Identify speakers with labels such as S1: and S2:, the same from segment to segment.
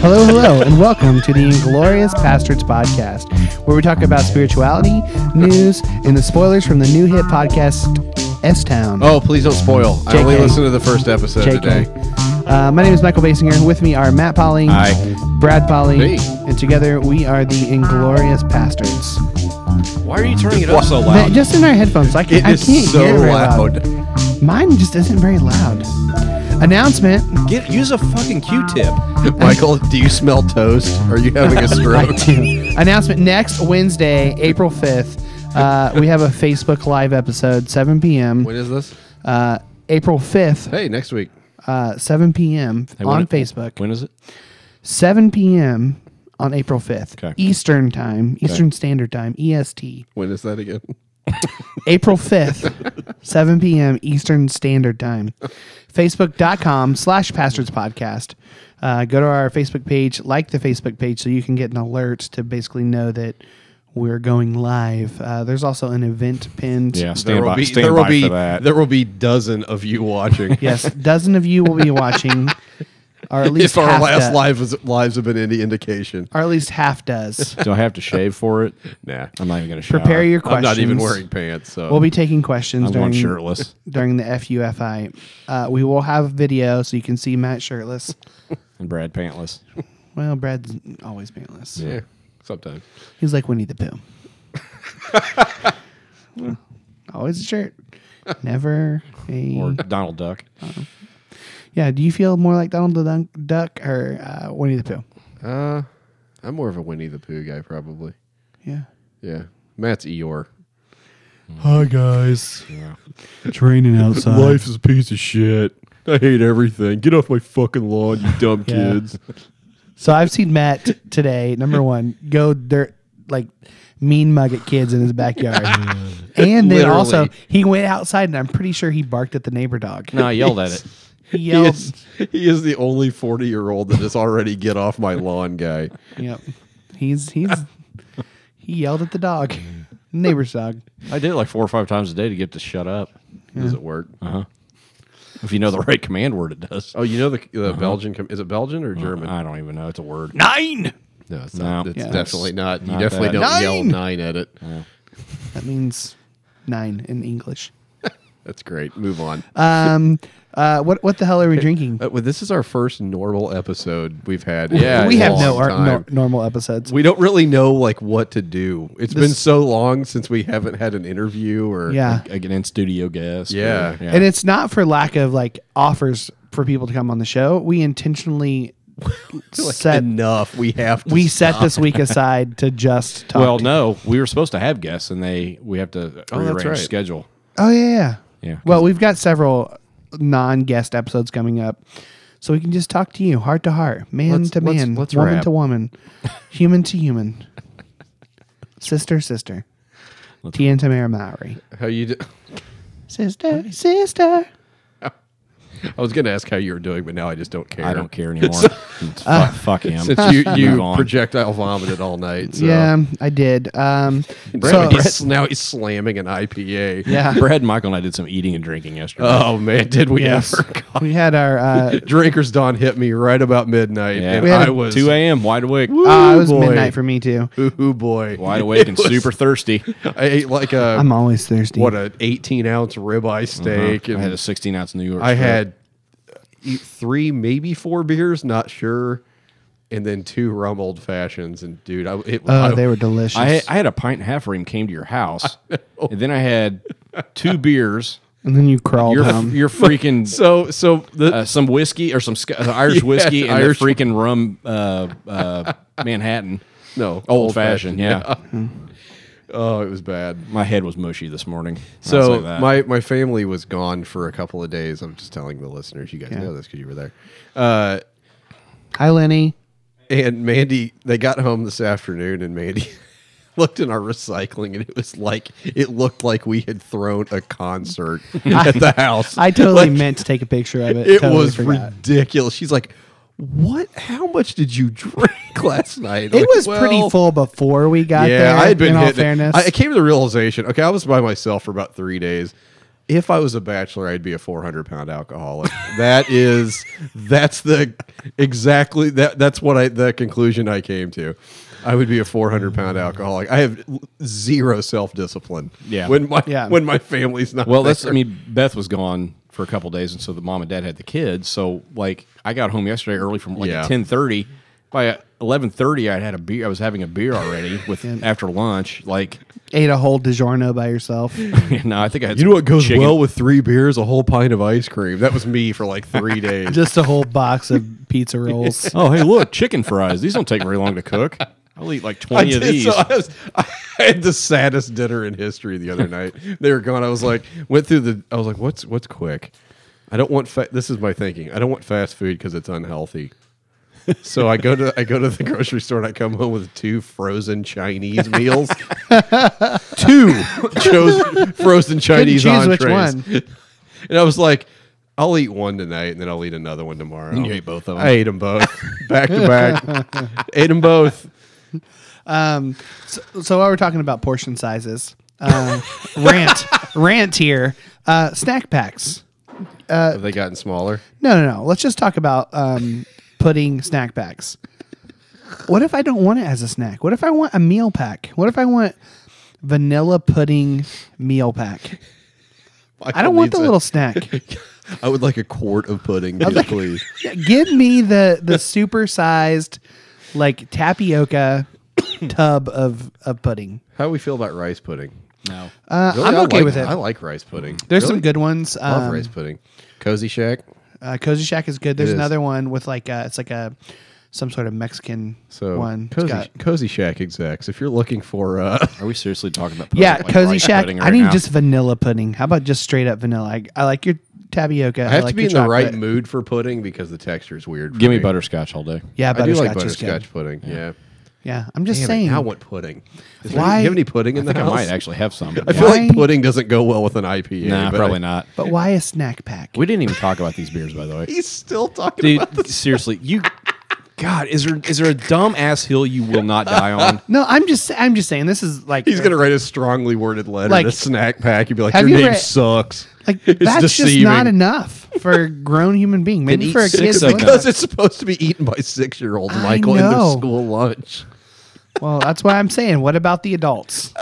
S1: Hello, hello, and welcome to the Inglorious Bastards podcast, where we talk about spirituality, news, and the spoilers from the new hit podcast S Town.
S2: Oh, please don't spoil.
S1: JK.
S2: I only listened to the first episode today.
S1: Uh, my name is Michael Basinger. and With me are Matt Polling,
S2: Hi.
S1: Brad Polling,
S2: Hey.
S1: and together we are the Inglorious Bastards.
S2: Why are you turning it up so
S1: Man, just in our headphones, I, ca-
S2: It
S1: I
S2: is
S1: can't
S2: so
S1: get it very
S2: loud.
S1: Mine just isn't very loud. Announcement.
S3: Get use a fucking Q-tip.
S2: Michael, do you smell toast? Are you having a
S1: I
S2: stroke?
S1: do. Announcement next Wednesday, April 5th. Uh, we have a Facebook Live episode, 7 p.m.
S2: when is this?
S1: Uh, April 5th,
S2: Hey, next week.
S1: uh, 7 p.m.
S3: when-
S1: on Facebook.
S3: When is it?
S1: 7 p.m. on April 5th,
S3: Okay.
S1: Eastern Time, Eastern Standard Time, E EST.
S2: When is that again?
S1: April 5th, 7 p.m. Eastern Standard Time. Facebook.com slash Pastors Podcast. Uh, go to our Facebook page, like the Facebook page, so you can get an alert to basically know that we're going live. Uh, there's also an event pinned.
S3: Yeah, stand by, stand
S2: there will
S3: by
S2: be
S3: for that.
S2: there will be dozen of you watching.
S1: Yes, a dozen of you will be watching, or at least
S2: if our
S1: half
S2: last
S1: do-
S2: live was, lives have been any indication.
S1: or at least half does.
S3: Do I have to shave for it?
S2: Nah.
S3: I'm not even gonna shower.
S1: Prepare your
S2: I'm
S1: questions.
S2: not even wearing pants. So
S1: We'll be taking questions
S3: I'm
S1: during
S3: going shirtless.
S1: during the FUFI. Uh, we will have video so you can see Matt shirtless.
S3: And Brad pantless.
S1: Well, Brad's always painless.
S2: yeah, sometime.
S1: He's like Winnie the Pooh. Well, Always a shirt, never a.
S3: Or Donald Duck.
S1: yeah, do you feel more like Donald the Dun- Duck or uh, Winnie the Pooh?
S2: Uh, I'm more of a Winnie the Pooh guy, probably.
S1: Yeah.
S2: Yeah, Matt's Eeyore.
S4: Hi guys.
S3: Yeah.
S4: It's raining outside.
S5: Life is a piece of shit. I hate everything. Get off my fucking lawn, you dumb
S1: Yeah.
S5: kids.
S1: So I've seen Matt t- today. Number one, go dirt like mean mug at kids in his backyard, and then
S2: Literally.
S1: also he went outside, and I'm pretty sure he barked at the neighbor dog.
S3: No, I yelled at it.
S1: He
S2: He
S1: yelled.
S2: is, he is the only 40 year old that is already get off my lawn guy.
S1: Yep. He's he's he yelled at the dog, neighbor's dog.
S3: I did it like four or five times a day to get to shut up.
S2: Does it work?
S3: Uh huh. If you know the right command word, it does.
S2: Oh, you know the, the
S1: Uh-huh.
S2: Belgian. Com- is it Belgian
S1: Uh,
S2: or German?
S3: I don't even know. It's a word. Nine.
S2: no, it's
S3: No.
S2: not. It's
S1: Yeah.
S2: definitely not. You
S3: Not
S2: definitely
S3: that.
S2: don't yell
S1: Nine!
S2: nine at it.
S1: That means nine in English.
S2: That's great. Move on.
S1: Um, uh, what what the hell are we drinking?
S2: Uh, well, this is our first normal episode we've had. Yeah,
S1: we
S2: in a
S1: have no,
S2: long
S1: our, no
S2: time.
S1: normal episodes.
S2: We don't really know like what to do. It's been
S1: This-
S2: so long since we haven't had an interview or
S1: yeah.
S3: Again, in studio guest. or-
S2: Yeah.
S3: yeah.
S1: and it's not for lack of like offers for people to come on the show. We intentionally set
S2: enough. We have to
S1: we set this week aside to just talk.
S3: well,
S1: to-
S3: no, we were supposed to have guests, and they we have to
S2: Oh, that's
S3: rearrange
S2: right.
S3: schedule.
S1: Oh yeah, yeah.
S3: Yeah,
S1: Well, we've got several non-guest episodes coming up, so we can just talk to you, heart to heart, man
S2: Let's-
S1: to
S2: let's-
S1: man,
S2: let's
S1: woman
S2: wrap.
S1: to woman, human to human, sister sister, Tia and Tamara Maori,
S2: how you. Do-
S1: sister sister.
S2: I was going to ask how you were doing, but now I just don't care.
S3: I don't care anymore. It's fu- fuck him.
S2: Since you,
S3: Move
S2: you
S3: on.
S2: projectile vomited all night. So.
S1: Yeah, I did. Um,
S2: Brett,
S1: so-
S2: Brett's now he's slamming an IPA.
S1: yeah,
S3: Brad, Michael, and I did some eating and drinking yesterday.
S2: Oh man, did we ever? God.
S1: we had our. Uh,
S2: Drinker's Dawn hit me right about midnight,
S3: Yeah.
S2: and
S3: We
S1: had
S2: I
S1: a
S2: was
S3: two a.m. wide awake,
S1: uh, it was
S2: boy.
S1: midnight for me too.
S2: Ooh boy,
S3: wide awake,
S2: It
S3: and
S2: was-
S3: super thirsty.
S2: I ate like a
S1: I'm always thirsty.
S2: what an 18 ounce ribeye steak,
S3: Uh-huh. I
S2: and
S3: had a sixteen ounce New York.
S2: I
S3: strip.
S2: had e- three, maybe four beers, not sure, and then two rum old fashions. And dude, I, it,
S1: Oh,
S2: I-
S1: they were delicious.
S3: I had, I had a pint and a half. Ream came to your house, and then I had two beers.
S1: and then you crawled
S3: You're
S1: home.
S3: you're freaking
S2: Um, so so the
S3: uh, some whiskey or some sc- uh, Irish
S2: Yes,
S3: whiskey and
S2: Irish-
S3: the freaking rum uh, uh, Manhattan.
S2: no
S3: Old fashioned, yeah.
S2: Oh, it was bad.
S3: My head was mushy this morning. I'll
S2: So
S3: say that.
S2: my my family was gone for a couple of days. I'm just telling the listeners. You guys know this because you were there. Uh,
S1: Hi, Lenny.
S2: and Mandy, they got home this afternoon, and Mandy looked in our recycling, and it was like it looked like we had thrown a concert at the house.
S1: I totally
S2: Like,
S1: meant to take a picture of it.
S2: It
S1: Totally
S2: was
S1: forgot.
S2: ridiculous. She's like, "What? How much did you drink last night?" I'm
S1: It
S2: like,
S1: was pretty
S2: "Well,
S1: full before we got
S2: yeah,
S1: there.
S2: I had been
S1: in all
S2: hitting it.
S1: fairness.
S2: I I came to the realization. Okay, I was by myself for about three days. if I was a bachelor, I'd be a 400 pound alcoholic. That is, that's the exactly that. That's what I the conclusion I came to. I would be a 400 pound alcoholic. I have zero self discipline.
S3: Yeah.
S2: When my
S1: Yeah.
S2: when my family's not
S3: Well, that's.
S2: there.
S3: I mean, Beth was gone for a couple days, and so the mom and dad had the kids. So like, I got home yesterday early from like
S2: Yeah.
S3: ten thirty. By eleven thirty, I had a beer. I was having a beer already with after lunch. Like,
S1: Ate a whole DiGiorno by yourself.
S3: no, I think I had.
S2: You know
S3: some
S2: what goes
S3: chicken.
S2: well with three beers, a whole pint of ice cream. That was me for like three days.
S1: Just a whole box of pizza rolls.
S3: Oh, hey, look, chicken fries. These don't take very long to cook. I'll eat like
S2: I
S3: twenty of
S2: did,
S3: these.
S2: so I, was, I had the saddest dinner in history the other night. They were gone. I was like, went through the. I was like, what's what's quick? I don't want. Fa- this is my thinking. I don't want fast food because it's unhealthy. So I go to I go to the grocery store and I come home with two frozen Chinese meals. two chose frozen Chinese
S1: choose
S2: entrees.
S1: which one.
S2: And I was like, I'll eat one tonight and then I'll eat another one tomorrow.
S3: And you ate both of them.
S2: I ate them both back to back. ate them both.
S1: Um, so, so while we're talking about portion sizes, um, rant, rant here. Uh, snack packs.
S2: Have they gotten smaller?
S1: No, no, no. Let's just talk about um, putting snack packs. What if I don't want it as a snack? What if I want a meal pack? What if I want vanilla pudding meal pack? I don't want the little snack.
S2: I would like a quart of pudding, yes, please.
S1: Yeah, Give me the the super sized like tapioca tub of of pudding.
S2: How do we feel about rice pudding?
S3: no.
S1: Uh,
S2: Really,
S1: I'm
S2: I
S1: okay
S2: like-
S1: with it.
S2: I like rice pudding.
S1: There's
S2: Really?
S1: some good ones.
S2: I love
S1: Um,
S2: rice pudding. Cozy Shack.
S1: uh, Cozy Shack is good. There's
S2: is.
S1: another one with like a, it's like a some sort of Mexican
S2: So
S1: one. It's
S2: Cozy,
S1: got-
S2: Cozy Shack execs. If you're looking for uh,
S3: Are we seriously talking about?
S1: yeah,
S3: like,
S1: Cozy
S3: rice
S1: Shack.
S3: pudding
S1: I
S3: right
S1: need
S3: now?
S1: just vanilla pudding. How about just straight up vanilla? I, I like your tapioca.
S2: I have
S1: like
S2: to be in
S1: your
S2: the right
S1: chocolate.
S2: mood for pudding because the texture is weird. for
S3: Give me
S2: me.
S3: butterscotch all day.
S1: Yeah,
S2: I do
S1: butterscotch
S2: like
S1: is good.
S2: butterscotch pudding. Yeah.
S1: Yeah, I'm just
S2: Damn it,
S1: saying.
S2: now I want pudding. Does
S1: Why-
S2: anybody have any pudding in
S3: I
S2: the
S3: think I
S2: house?
S3: might actually have some.
S2: I feel
S1: Why-
S2: like pudding doesn't go well with an IPA.
S3: Nah,
S2: but
S3: probably
S2: I-
S3: not.
S1: but why a snack pack?
S3: We didn't even talk about these beers, by the way.
S2: He's still talking about
S3: Dude, seriously, you. God, is there is there a dumb ass hill you will not die on?
S1: no, I'm just I'm just saying this is like
S2: He's gonna write a strongly worded letter
S1: Like-
S2: to snack pack. You'd be like,
S1: Have
S2: "Your
S1: you
S2: name
S1: read-
S2: sucks."
S1: Like
S2: It's
S1: that's just not
S2: deceiving."
S1: enough for a grown human being. Maybe
S3: eat
S1: for a
S3: six
S1: kid.
S3: of
S1: it's
S3: them.
S2: because
S1: enough.
S2: it's supposed to be eaten by six year olds,
S1: I
S2: Michael, in their
S1: know.
S2: school lunch.
S1: well, that's why I'm saying. What about the adults?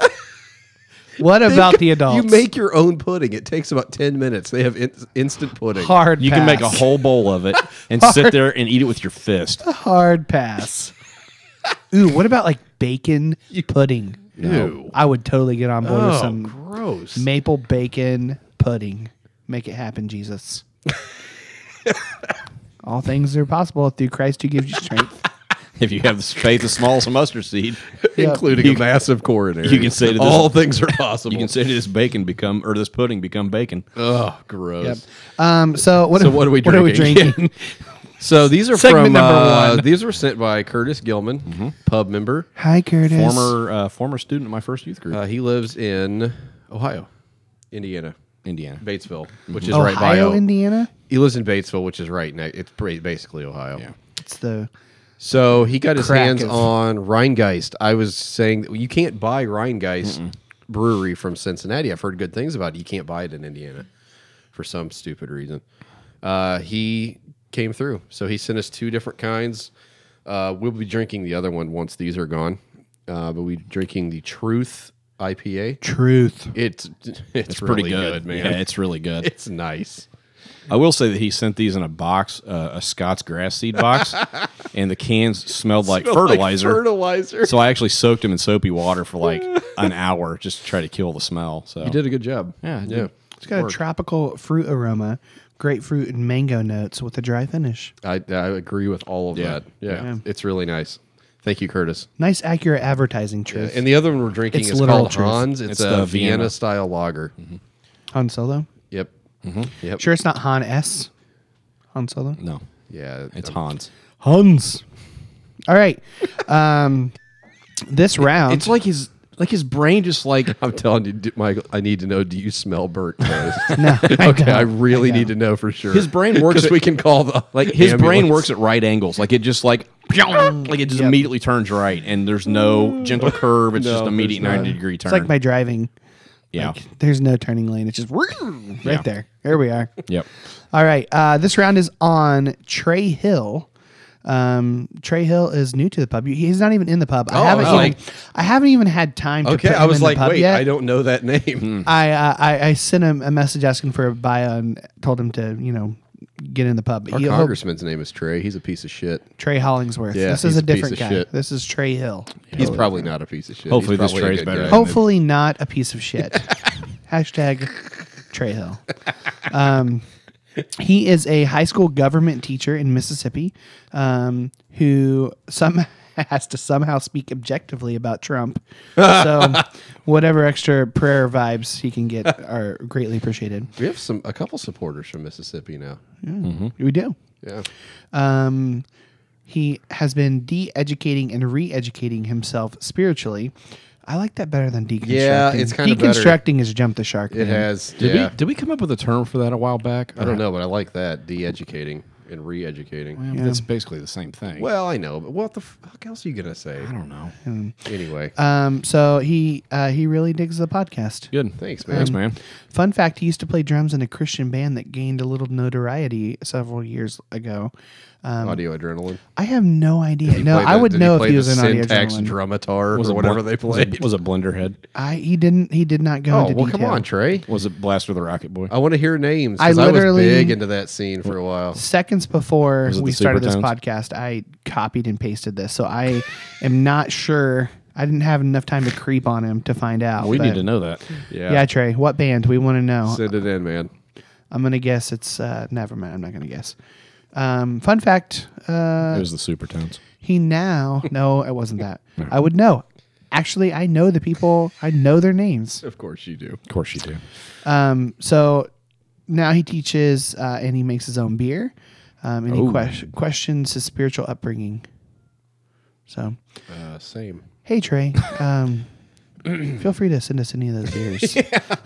S1: What about the adults?
S2: You make your own pudding. It takes about ten minutes. They have in- instant pudding.
S1: hard.
S3: You can make a
S1: pass.
S3: whole bowl of it and sit there and eat it with your fist.
S1: hard pass. Ooh, what about like bacon pudding?
S2: Ew.
S1: I would totally get on board with
S2: Oh,
S1: some
S2: gross.
S1: maple bacon pudding. Make it happen, Jesus. All things are possible through Christ who gives you strength.
S3: If you have the faith as small as a mustard seed,
S2: Including a massive coronary.
S3: you can say to this-
S2: all things are possible.
S3: you can say to this bacon become or this pudding become bacon.
S2: oh, gross.
S1: Yep. Um, so what?
S2: So what are we drinking?
S1: drinking?
S2: So these are
S1: Segment
S2: from
S1: number
S2: uh,
S1: one.
S2: these were sent by Curtis Gilman,
S3: Mm-hmm.
S2: pub member.
S1: Hi, Curtis.
S3: Former uh, former student of my first youth group,
S2: Uh, he lives in Ohio, Indiana,
S3: Indiana.
S2: Batesville, which is
S1: Ohio,
S2: right by O-
S1: Indiana.
S2: He lives in Batesville, which is right next. It's ba- basically Ohio.
S3: Yeah.
S1: It's the
S2: So he got his
S1: Crack
S2: hands
S1: of-
S2: on Rheingeist. I was saying that you can't buy Rheingeist brewery from Cincinnati. I've heard good things about it. You can't buy it in Indiana for some stupid reason. Uh, he came through. So he sent us two different kinds. Uh, we'll be drinking the other one once these are gone. Uh, but we're drinking the Truth IPA.
S6: Truth.
S2: It's it's,
S3: Pretty
S2: really
S3: good.
S2: good, man.
S3: Yeah, it's really good.
S2: it's nice.
S3: I will say that he sent these in a box, uh, a Scott's grass seed box, and the cans smelled like
S2: Smell like
S3: fertilizer.
S2: fertilizer.
S3: So I actually soaked them in soapy water for like an hour just to try to kill the smell. So
S2: You did a good job.
S3: Yeah, I did.
S2: yeah.
S1: it's got a tropical fruit aroma, grapefruit and mango notes with a dry finish.
S2: I, I agree with all of
S3: Yeah.
S2: that. Yeah.
S1: Yeah.
S2: It's really nice. Thank you, Curtis.
S1: Nice, accurate advertising truth.
S2: And the other one we're drinking
S1: It's
S2: is
S1: literal
S2: called
S1: truth.
S2: Hans. It's,
S3: It's
S2: a Vienna,
S3: the Vienna.
S2: style lager.
S1: Han Solo.
S2: Yep. Yep.
S1: Sure, it's not Han S. Han Solo.
S3: no,
S2: Yeah.
S3: it's
S2: um,
S3: Hans.
S6: Huns.
S1: All right. Um, this round.
S3: It's like his like his brain just like
S2: I'm telling you, d- Michael. I need to know. Do you smell burnt toast?
S1: no, I
S2: okay, I
S1: don't.
S2: really need to know for sure.
S3: His brain works
S2: 'Cause
S3: at-
S2: we can call the
S3: like his brain
S2: ambulance.
S3: works at right angles. Like it just like like it just
S1: Yep.
S3: immediately turns right, and there's no gentle curve. It's just
S2: No,
S3: immediate
S2: there's not.
S3: ninety degree turn.
S1: It's like my driving.
S3: Yeah.
S1: Like, there's no turning lane. It's just right
S3: Yeah.
S1: there. There we are.
S3: Yep.
S1: All right. Uh, this round is on Trey Hill. Um, Trey Hill is new to the pub. He's not even in the pub.
S2: Oh,
S1: I haven't
S2: I
S1: even.
S2: was like-
S1: I haven't even had time to.
S2: Okay,
S1: put
S2: I
S1: him
S2: was
S1: in the
S2: like,
S1: pub
S2: wait,
S1: yet.
S2: I don't know that name.
S1: I, uh, I I sent him a message asking for a bio and told him to you know get in the pub.
S2: Our
S1: He'll-
S2: congressman's name is Trey. He's a piece of shit.
S1: Trey Hollingsworth.
S2: Yeah,
S1: this is
S2: he's
S1: a
S2: a piece
S1: different
S2: of
S1: guy.
S2: shit.
S1: This is Trey Hill.
S2: He's probably not a piece of shit.
S3: Hopefully
S2: He's
S3: this
S2: probably a
S3: Trey's
S2: good
S3: better
S2: guy.
S3: than him.
S1: Hopefully not a piece of shit. Hashtag Trey Hill. Um, he is a high school government teacher in Mississippi um, who some has to somehow speak objectively about Trump. So whatever extra prayer vibes he can get are greatly appreciated.
S2: We have some a couple supporters from Mississippi now.
S1: We do.
S2: Yeah.
S1: Um, he has been de-educating and re-educating himself spiritually. I like that better than deconstructing.
S2: Yeah, it's kinda better.
S1: deconstructing is jump the shark.
S2: It
S1: man.
S2: has.
S3: Did
S2: yeah.
S3: we did we come up with a term for that a while back?
S2: I don't know, but I like that de-educating and re-educating.
S3: Yeah, but That's basically the same thing.
S2: Well, I know, but what the fuck else are you gonna say?
S3: I don't know.
S2: Anyway,
S1: Um, so he uh, he really digs the podcast.
S3: Good.
S2: thanks, man.
S3: Thanks, man.
S1: Fun fact: He used to play drums in a Christian band that gained a little notoriety several years ago. Uh,
S2: Audio adrenaline.
S1: I have no idea.
S2: He
S1: um, No,
S2: played
S1: I
S2: the-
S1: would
S2: did
S1: know
S2: play
S1: if he
S2: the
S1: was an audio
S2: syntax
S1: adrenaline.
S2: drummatar or whatever
S3: Blun-
S2: they played.
S3: Was it, was it Blunderhead?
S1: I he didn't he did not go
S2: Oh
S1: into
S2: well,
S1: detail.
S2: come on, Trey.
S3: Was it Blaster the Rocket Boy?
S2: I want to hear names.
S1: I
S2: 'cause I, was
S1: literally-
S2: big into that scene for a while.
S1: Seconds before
S3: Was it
S1: we
S3: the
S1: started this
S3: Supertones?
S1: podcast, I copied and pasted this, so I am not sure. I didn't have enough time to creep on him to find out.
S3: we
S1: but-
S3: need to know that.
S1: Yeah. Trey, what band? We want to know.
S2: Send it in, man.
S1: I'm gonna guess it's uh, never mind. I'm not gonna guess. Um, fun fact: uh,
S3: It was the Supertones.
S1: He now no, it wasn't that. I would know. Actually, I know the people. I know their names.
S2: Of course you do.
S3: Of course you do.
S1: Um, so now he teaches uh, and he makes his own beer. Um, and he ques- questions his spiritual upbringing. So,
S2: Uh, same.
S1: hey Trey, um, feel free to send us any of those beers.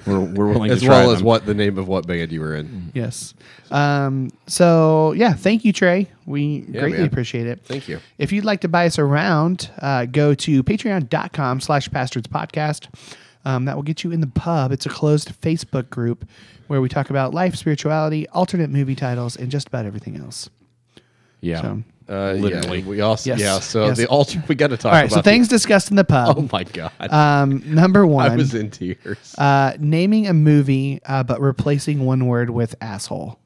S3: We're, we're willing
S2: As
S3: to try
S2: well as
S3: them.
S2: what the name of what band you were in.
S1: Yes. Um, so yeah, thank you, Trey. We greatly
S2: man.
S1: appreciate it.
S2: Thank you.
S1: If you'd like to buy us around, uh, go to patreon.com slash pastards podcast. Um, that will get you in the pub. It's a closed Facebook group where we talk about life, spirituality, alternate movie titles, and just about everything else.
S3: Yeah.
S1: So-
S2: Uh, yeah,
S3: Literally.
S2: we also
S1: Yes.
S2: yeah. So
S1: Yes.
S2: the altar. We got to talk.
S1: All right.
S2: About
S1: So
S2: the-
S1: things discussed in the pub.
S2: oh my god.
S1: um, number one,
S2: I was in tears.
S1: uh, naming a movie uh, but replacing one word with asshole.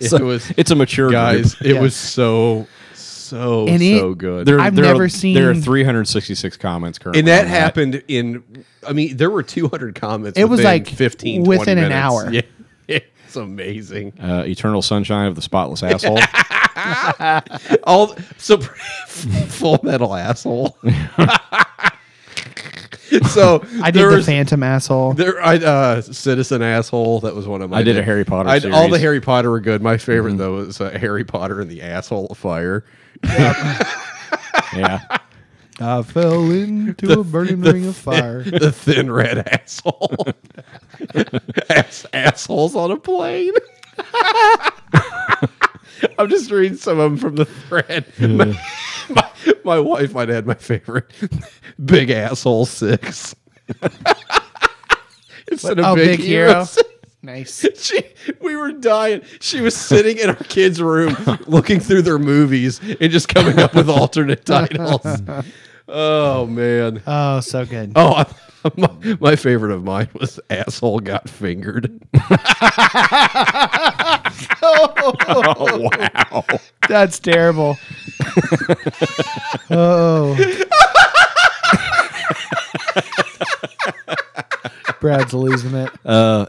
S2: it was
S3: it's a mature
S2: guys.
S3: group.
S2: It
S1: Yeah.
S2: was so so
S1: And it-
S2: so good.
S3: There,
S1: I've
S3: there
S1: never
S3: are,
S1: seen-
S3: There are 366 comments currently.
S2: and that
S3: on
S2: happened in. I mean, there were 200 comments.
S1: It was
S2: within
S1: like
S2: 15
S1: within
S2: 20
S1: an
S2: minutes.
S1: hour.
S2: Yeah. It's amazing.
S3: Uh, Eternal Sunshine of the Spotless Asshole.
S2: All so full metal asshole. so
S1: I did
S2: there
S1: the
S2: was-
S1: phantom asshole.
S2: There, I uh, citizen asshole. That was one of my.
S3: I did a Harry Potter
S2: I'd- All the
S3: series. Mm-hmm.
S2: Harry Potter were good. My favorite though was uh, Harry Potter and the asshole of fire.
S3: yeah.
S1: I fell into a burning ring of fire.
S2: The thin red asshole. Ass, assholes on a plane. I'm just reading some of them from the thread. My, my, my wife might add my favorite. Big asshole six. Instead of
S1: Oh,
S2: big,
S1: big hero.
S2: Six.
S1: nice.
S2: She, we were dying. She was sitting in our kids' room looking through their movies and just coming up with alternate titles. Oh man.
S1: Oh, so good.
S2: Oh, I, my, my favorite of mine was asshole got fingered.
S1: That's terrible. oh. Brad's losing it.
S2: Uh.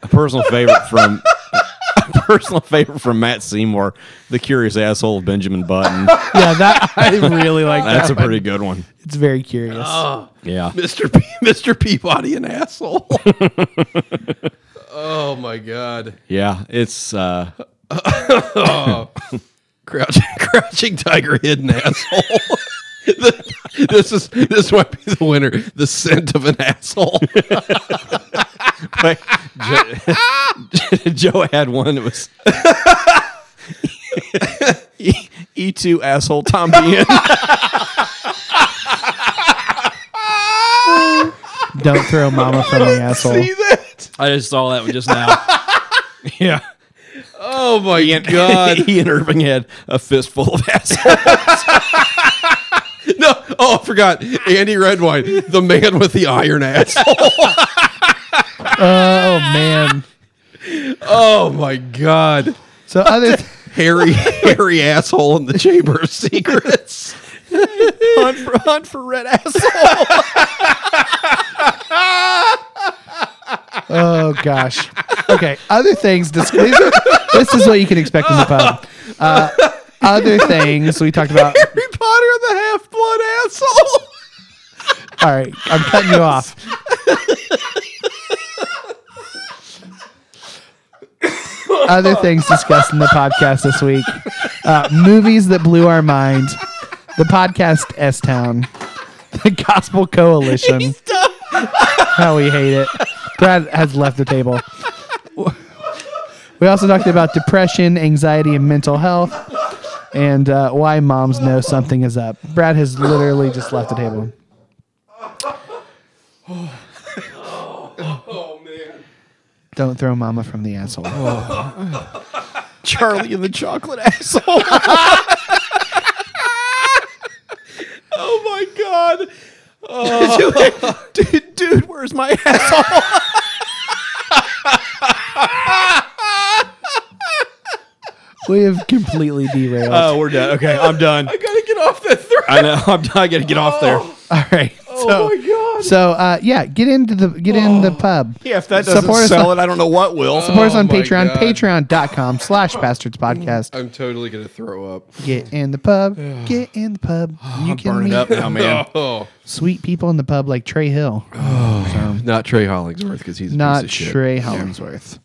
S3: A personal favorite from a personal favorite from Matt Seymour, the curious asshole of Benjamin Button.
S1: yeah, that I really like that.
S3: That's a pretty good one.
S1: It's very curious.
S2: Oh.
S3: Yeah.
S2: Mr. Uh, P, Mr. Peabody an asshole. oh my god.
S3: Yeah. It's uh
S2: Crouching, crouching tiger, hidden asshole. The- this is this might be the winner. The scent of an asshole.
S3: Wait, Joe, Joe had one that was E- E2 asshole Tom Bean.
S1: Don't throw mama from the asshole.
S2: See that?
S3: I just saw that one just now.
S4: Yeah.
S2: Oh my god!
S4: Ian Irving had a fistful of assholes.
S2: No, oh, I forgot. Andy Redwine, the man with the iron asshole.
S1: Oh man.
S2: Oh my god!
S1: So other th-
S2: Hairy, hairy asshole in the Chamber of Secrets.
S4: hunt, for, hunt for red asshole.
S1: oh gosh. Okay. Other things. This, these are- this is what you can expect in the pub. Uh, other things we talked about.
S2: Harry Potter and the Half Blood Asshole.
S1: All right, I'm cutting you off. Other things discussed in the podcast this week: uh, movies that blew our mind, the podcast S Town, the Gospel Coalition, how we hate it. Brad has left the table. We also talked about depression, anxiety, and mental health, and uh, why moms know something is up. Brad has literally just left the table. Don't throw mama from the asshole.
S4: Oh. Charlie and the chocolate asshole.
S2: Oh my god!
S4: dude, dude, where's my asshole?
S1: We have completely derailed.
S4: Oh, we're done. Okay, I'm done.
S2: I gotta get off that thread.
S4: I know. I'm done. I got to get off there.
S1: All right.
S2: Oh my god!
S1: So uh, yeah, get into the get in the pub.
S4: Oh. Yeah, if that doesn't
S1: Support us
S4: sell
S1: on-
S4: it, I don't know what will.
S1: Support us
S2: Oh
S1: on
S2: my
S1: Patreon,
S2: God.
S1: patreon.com slash bastards
S4: Oh
S1: podcast.
S2: I'm totally gonna throw up.
S1: Get in the pub. Get in the pub. You can
S4: Burn it
S1: meet
S4: Oh, up now, Oh, man.
S2: Oh,
S1: sweet people in the pub like Trey Hill.
S2: not Trey Hollingsworth because he's a
S1: Not
S2: piece of shit.
S1: Trey Hollingsworth.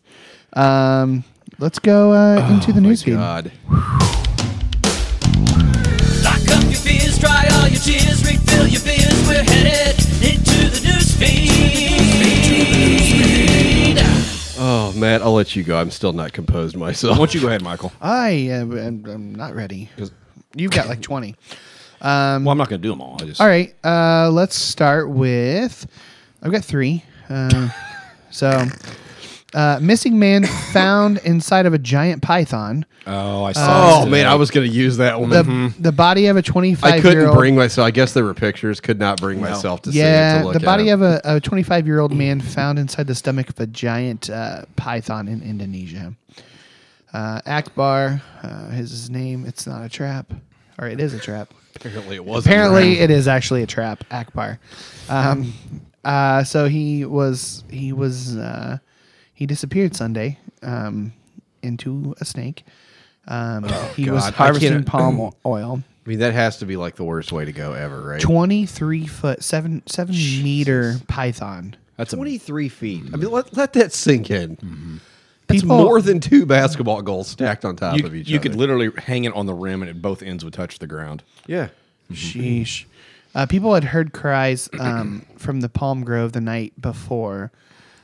S1: Um, let's go uh, into
S4: Oh
S1: the news feed.
S2: God.
S7: Stock up your beers, dry all your tears, refill your beers. We're headed into the newsfeed.
S2: Oh, Matt, I'll let you go. I'm still not composed myself.
S4: Why don't you go ahead, Michael?
S1: I am am- am not ready. You've got like 20.
S4: Well, I'm not going to do them all. I just
S1: All right, uh, let's start with. I've got three. Uh, so, uh, missing man found inside of a giant python.
S4: Oh, I saw.
S2: Oh man, I was gonna use that one.
S1: The the body of a twenty
S2: Mm-hmm. I
S1: five year
S2: couldn't
S1: old.
S2: bring myself. I guess there were pictures. Could not bring myself to see it.
S1: yeah,
S2: To look
S1: the
S2: at
S1: body
S2: it.
S1: of a a twenty five year old man found inside the stomach of a giant uh, python in Indonesia. Uh, Akbar uh, is his name. It's not a trap, or it is a trap.
S2: apparently it wasn't.
S1: Apparently, it is actually a trap, Akbar. Um, uh, so he was he was uh, he disappeared Sunday um, into a snake. Um, he was
S2: Oh, God. I
S1: harvesting
S2: can't-
S1: palm o- oil.
S2: I mean, that has to be like the worst way to go ever, right?
S1: Twenty three foot seven seven meter python.
S2: That's twenty three feet. Hmm. I mean, let, let that sink in. That's
S1: People-
S2: more than two basketball goals stacked on top
S4: You,
S2: of each
S4: you
S2: other.
S4: could literally hang it on the rim, and it, both ends would touch the ground.
S2: yeah.
S1: Sheesh. Uh, people had heard cries um, from the palm grove the night before,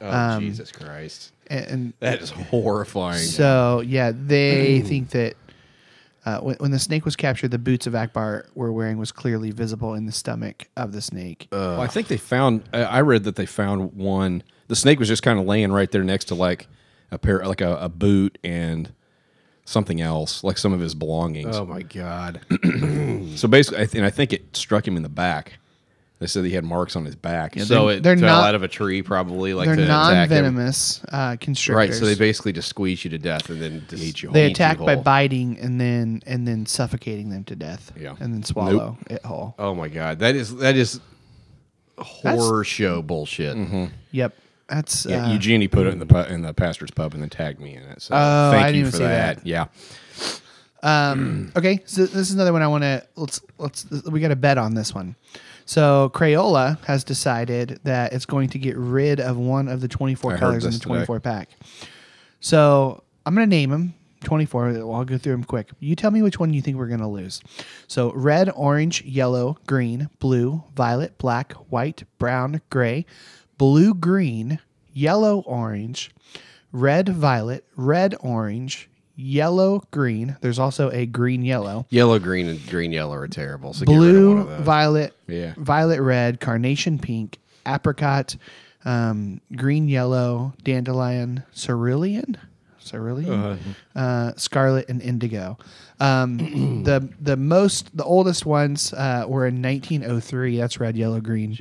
S2: Oh
S1: Um,
S2: Jesus Christ,
S1: and, and
S2: that is horrifying.
S1: So yeah,
S2: Hmm.
S1: they think that uh, when, when the snake was captured, the boots of Akbar were wearing was clearly visible in the stomach of the snake.
S2: Uh,
S4: Well, I think they found. I- I read that they found one. The snake was just kind of laying right there next to like a pair, like a, a boot and something else, like some of his belongings.
S2: oh my God.
S4: So basically, I th- and I think it struck him in the back. They said he had marks on his back.
S2: so it
S1: they're
S2: fell
S1: not-
S2: out of a tree, probably like
S1: They're
S2: to attack him.
S1: non-venomous uh, constrictors.
S2: Right, so they basically just squeeze you to death and then just eat you.
S1: They
S2: eat
S1: attack
S2: you
S1: by
S2: whole.
S1: biting and then and then suffocating them to death.
S4: Yeah.
S1: and then swallow it whole.
S2: Oh my god, that is that is horror show bullshit.
S1: Yep, that's
S4: Yeah,
S1: uh,
S4: Eugenie put it in the pu- in the pastor's pub and then tagged me in it. So
S1: Oh,
S4: thank
S1: I didn't
S4: you
S1: even
S4: for
S1: see
S4: that.
S1: that. Um,
S4: Yeah,
S1: Okay, so this is another one I want to let's let's we got to bet on this one. So Crayola has decided that it's going to get rid of one of the 24
S4: I heard
S1: colors in the
S4: this today.
S1: 24 pack. So I'm going to name them 24. I'll go through them quick. You tell me which one you think we're going to lose. So red, orange, yellow, green, blue, violet, black, white, brown, gray, blue, green, yellow, orange, red, violet, red, orange, yellow, green. There's also a green, yellow
S2: Yellow, green, and green yellow are terrible. So get rid of one
S1: blue,
S2: of those.
S1: violet,
S4: Yeah.
S1: violet red, carnation pink, apricot, um, green yellow, dandelion, cerulean, cerulean, uh,
S3: Uh-huh.
S1: scarlet, and indigo. Um, the the most the oldest ones uh, were in 1903. That's red, yellow, green.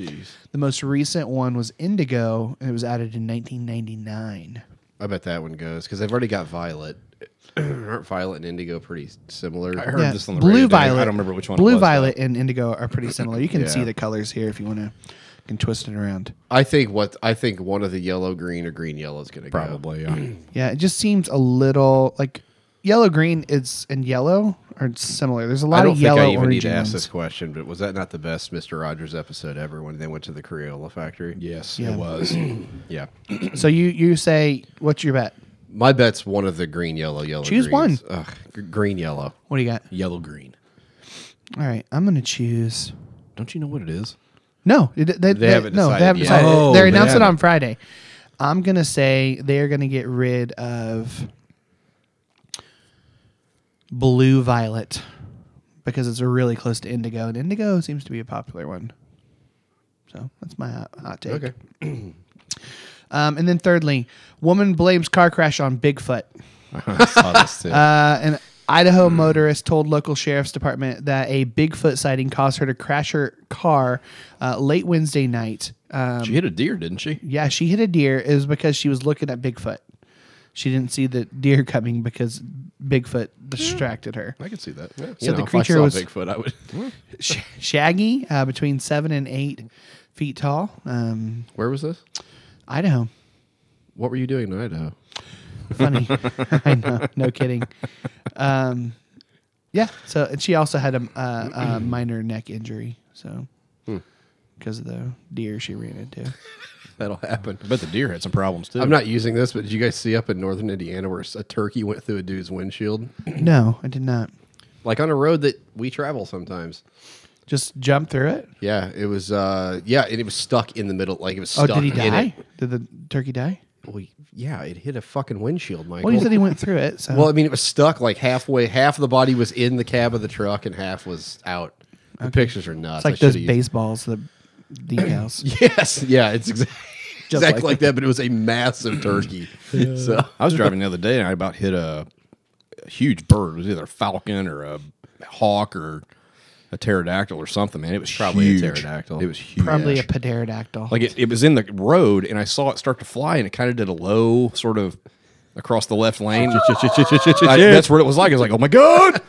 S1: The most recent one was indigo, and it was added in 1999.
S2: I bet that one goes because they've already got violet. Aren't violet and indigo pretty similar?
S3: I heard this on the
S1: blue
S3: radio today.
S1: violet.
S3: I don't remember which one. it
S1: Blue
S3: was, though.
S1: violet and indigo are pretty similar. You can see
S2: Yeah.
S1: the colors here if you want to. Can twist it around.
S2: I think what I think one of the yellow green or green yellow is gonna
S3: Probably. Yeah.
S1: Yeah, it just seems a little like yellow green is and yellow are similar. There's a
S2: Go. I
S1: lot
S2: don't
S1: of
S2: think
S1: yellow
S2: I even
S1: orange
S2: need to ask
S1: ones.
S2: this question, but was that not the best Mister Rogers episode ever when they went to the Crayola factory?
S3: yes,
S1: Yeah.
S3: it was.
S2: yeah.
S1: So you you say what's your bet?
S2: My bet's one of the green yellow yellow.
S1: Choose
S2: greens. Ugh, g- green yellow.
S1: What do you got?
S3: Yellow green.
S1: All right, I'm gonna choose.
S3: Don't you know what it is?
S1: No, it- they, they-
S2: haven't
S1: no,
S2: decided
S1: they haven't
S2: yet.
S1: decided.
S3: Oh,
S1: They're
S3: they
S1: announced it
S3: haven't.
S1: on Friday. I'm gonna say they are gonna get rid of blue violet because it's really close to indigo, and indigo seems to be a popular one. So that's my hot, hot take.
S2: Okay.
S1: Um, and then thirdly, woman blames car crash on Bigfoot.
S3: I saw this too.
S1: Uh, an Idaho motorist told local sheriff's department that a Bigfoot sighting caused her to crash her car uh, late Wednesday night. Um,
S3: she hit a deer, didn't she?
S1: yeah, she hit a deer. It was because she was looking at Bigfoot. She didn't see the deer coming because Bigfoot distracted her.
S3: I can see that.
S1: So the
S2: if
S1: creature
S2: I saw
S1: was-
S2: Bigfoot. I would.
S1: Sh- shaggy, uh, between seven and eight feet tall. Um,
S2: Where was this?
S1: Idaho.
S2: What were you doing in Idaho?
S1: funny. I know, no kidding. Um, yeah. So and she also had a, uh, a, a minor neck injury, so
S2: Hmm.
S1: because of the deer she ran into.
S2: That'll happen.
S3: I bet the deer had some problems too.
S2: I'm not using this, but did you guys see up in northern Indiana where a turkey went through a dude's windshield?
S1: No, I did not.
S2: like on a road that we travel sometimes.
S1: Just jump through it.
S2: Yeah, it was. uh Yeah, and it was stuck in the middle. Like it was
S1: Oh,
S2: stuck.
S1: did he
S2: in
S1: die?
S2: it.
S1: Did the turkey die?
S2: Well, yeah, it hit a fucking windshield, Michael.
S1: Well, he said he went through it. So
S2: Well, I mean, it was stuck like halfway. Half of the body was in the cab of the truck, and half was out. The pictures are nuts.
S1: it's like
S2: I
S1: those
S2: should've
S1: baseballs, the decals.
S2: used- Yes, yeah, it's exactly,
S1: Just
S2: exactly
S1: like
S2: like, that, but it was a massive turkey. So
S3: I was driving the other day and I about hit a, a huge bird. It was either a falcon or a hawk or a pterodactyl or something, man. It was
S2: Probably a
S3: huge.
S2: pterodactyl.
S3: It was huge.
S1: Probably a pterodactyl.
S3: Like it, it was in the road and I saw it start to fly and it kind of did a low sort of across the left lane. I- that's what it was like. I was like, oh my God.